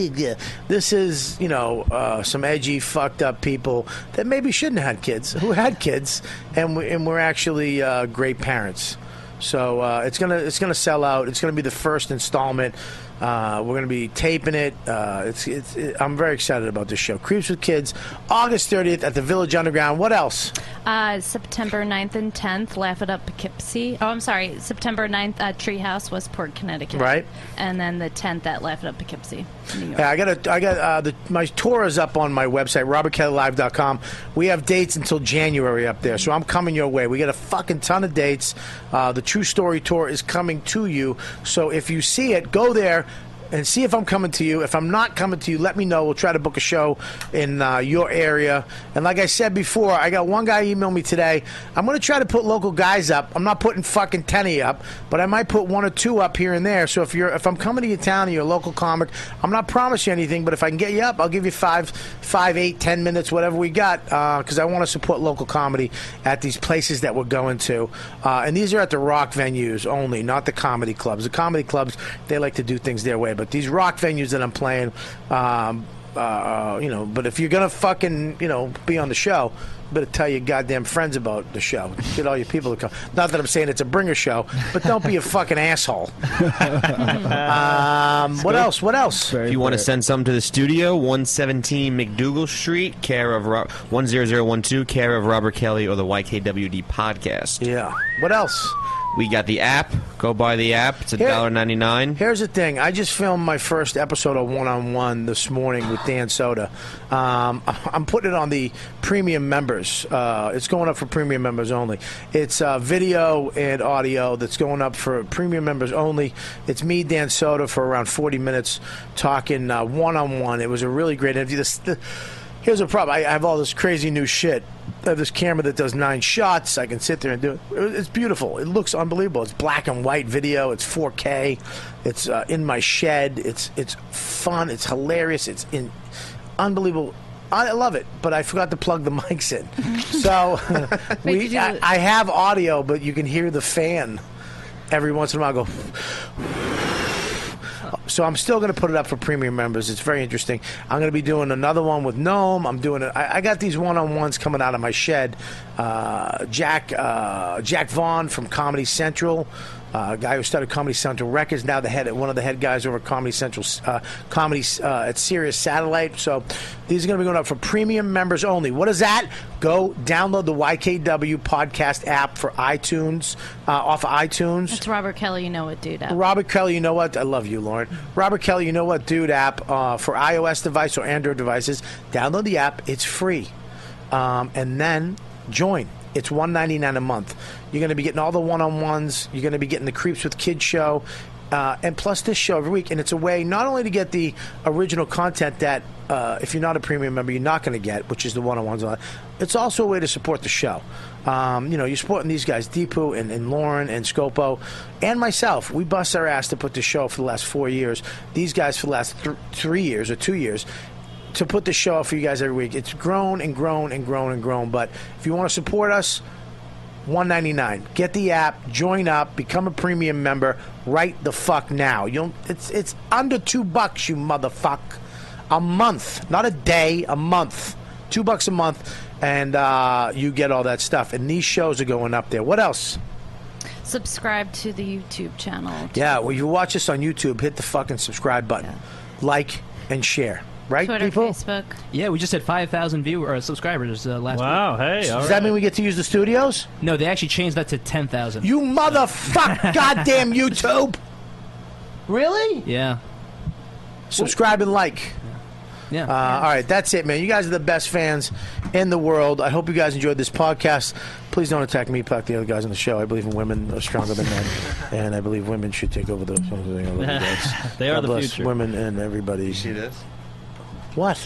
Speaker 2: this is you know uh, some edgy fucked up people that maybe shouldn't have had kids who had kids and, we, and we're actually uh, great parents so uh, it's gonna it's gonna sell out it's gonna be the first installment uh, we're gonna be taping it. Uh, it's, it's it, I'm very excited about this show. Creeps with Kids, August 30th at the Village Underground. What else?
Speaker 7: Uh, September 9th and 10th, Laugh It Up Poughkeepsie. Oh, I'm sorry. September 9th at Treehouse, Westport, Connecticut.
Speaker 2: Right.
Speaker 7: And then the 10th at Laugh It Up Poughkeepsie.
Speaker 2: Yeah, I got a, I got uh, the, my tour is up on my website robertkellylive.com. We have dates until January up there, so I'm coming your way. We got a fucking ton of dates. Uh, the True Story tour is coming to you, so if you see it, go there. And see if I'm coming to you. If I'm not coming to you, let me know. We'll try to book a show in uh, your area. And like I said before, I got one guy email me today. I'm going to try to put local guys up. I'm not putting fucking 10 of you up, but I might put one or two up here and there. So if you're if I'm coming to your town and you're a local comic, I'm not promising you anything, but if I can get you up, I'll give you five, five, eight, ten minutes, whatever we got, because I want to support local comedy at these places that we're going to. Uh, and these are at the rock venues only, not the comedy clubs. The comedy clubs they like to do things their way, but these rock venues that I'm playing. Um, uh, you know, but if you're gonna fucking, you know, be on the show, you better tell your goddamn friends about the show. Get all your people to come. Not that I'm saying it's a bringer show, but don't be a fucking asshole. um, what else? What else?
Speaker 12: If you want to send some to the studio, 117 McDougal Street, care of Ro- 10012, care of Robert Kelly or the YKWD podcast.
Speaker 2: Yeah. What else?
Speaker 12: We got the app. Go buy the app. It's a dollar ninety nine.
Speaker 2: Here's the thing. I just filmed my first episode of One on One this morning with Dan Soda. Um, [laughs] I'm putting it on the premium members. Uh, it's going up for premium members only. It's uh, video and audio that's going up for premium members only. It's me, Dan Soda, for around 40 minutes talking one on one. It was a really great interview. This, the, here's the problem. I, I have all this crazy new shit. I have this camera that does nine shots. I can sit there and do it. It's beautiful. It looks unbelievable. It's black and white video. It's 4K. It's uh, in my shed. It's it's fun. It's hilarious. It's in unbelievable. I love it, but I forgot to plug the [laughs] mics in. So
Speaker 5: did
Speaker 2: we,
Speaker 5: you-
Speaker 2: I, I have audio, but you can hear the fan every once in a while go. So I'm still going to put it up for premium members. It's very interesting. I'm going to be doing another one with Gnome. I'm doing it. I got these one-on-ones coming out of my shed. Uh, Jack uh, Jack Vaughn from Comedy Central, uh, a guy who started Comedy Central Records, now the head one of the head guys over at Comedy Central uh, Comedy uh, at Sirius Satellite. So these are going to be going up for premium members only. What is that? Go download the YKW podcast app for iTunes uh, off of iTunes.
Speaker 7: It's Robert Kelly. You know what, dude? Up.
Speaker 2: Robert Kelly, you know what? I love you, Lauren. Robert Kelly, you know what? Dude app uh, for iOS device or Android devices. Download the app. It's free, um, and then join. It's one ninety nine a month. You're going to be getting all the one on ones. You're going to be getting the Creeps with Kids show, uh, and plus this show every week. And it's a way not only to get the original content that uh, if you're not a premium member, you're not going to get, which is the one on ones. It's also a way to support the show. Um, you know, you're supporting these guys, Deepu and, and Lauren and Scopo and myself. We bust our ass to put the show for the last four years. These guys for the last th- three years or two years to put the show for you guys every week. It's grown and grown and grown and grown. But if you want to support us, 199. Get the app, join up, become a premium member right the fuck now. You don't, it's it's under 2 bucks, you motherfuck. A month, not a day, a month. 2 bucks a month and uh, you get all that stuff and these shows are going up there. What else?
Speaker 7: Subscribe to the YouTube channel.
Speaker 2: Yeah, well you watch us on YouTube, hit the fucking subscribe button. Like and share, right?
Speaker 7: Twitter,
Speaker 2: people?
Speaker 7: Facebook.
Speaker 11: Yeah, we just had 5,000 viewer, uh, subscribers uh, last
Speaker 2: Wow,
Speaker 11: week.
Speaker 2: hey, Does all that right. mean we get to use the studios?
Speaker 11: No, they actually changed that to 10,000.
Speaker 2: You
Speaker 9: [laughs]
Speaker 2: motherfuck goddamn YouTube. Really?
Speaker 11: Yeah.
Speaker 2: Subscribe and like.
Speaker 11: Yeah.
Speaker 2: Uh, all right, that's it, man. You guys are the best fans in the world. I hope you guys enjoyed this podcast. Please don't attack me, attack the other guys on the show. I believe in women are stronger than men, and I believe women should take
Speaker 9: [laughs]
Speaker 2: over the.
Speaker 9: They are
Speaker 2: God
Speaker 9: the
Speaker 2: bless
Speaker 9: future.
Speaker 2: Women and everybody. You see this? What?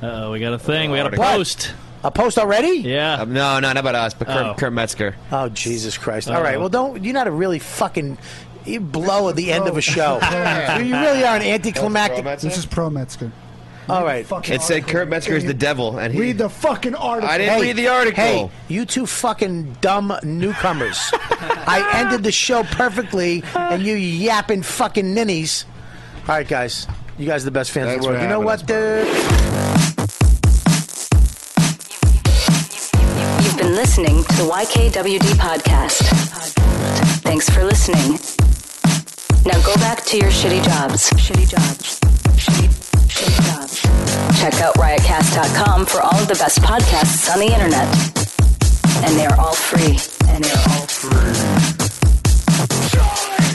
Speaker 9: Uh oh, we got a thing. We got a
Speaker 2: What?
Speaker 9: post.
Speaker 2: A post already?
Speaker 9: Yeah.
Speaker 12: Uh, no, no, not about us, but Kurt,
Speaker 9: Oh.
Speaker 12: Kurt Metzger.
Speaker 2: Oh Jesus Christ! All right, well, don't. You're not a really fucking. You blow at the end of a show. [laughs] you really are an anticlimactic.
Speaker 6: This is pro Metzger.
Speaker 2: All right.
Speaker 6: Fucking It said article. Kurt Metzger is the
Speaker 12: devil, and
Speaker 6: Read the fucking article.
Speaker 2: Hey, you two fucking dumb newcomers.
Speaker 6: [laughs]
Speaker 2: I ended the show perfectly, and you yapping fucking ninnies. All right, guys. You guys are the best fans in
Speaker 5: That's
Speaker 2: the world.
Speaker 5: what
Speaker 2: You know what, dude?
Speaker 14: You've been listening to the YKWD podcast. Thanks for listening. Now go back to your shitty jobs. Shitty jobs. Shitty, shitty jobs. Check out riotcast.com for all of the best podcasts on the internet. And they are all free. And they're all free.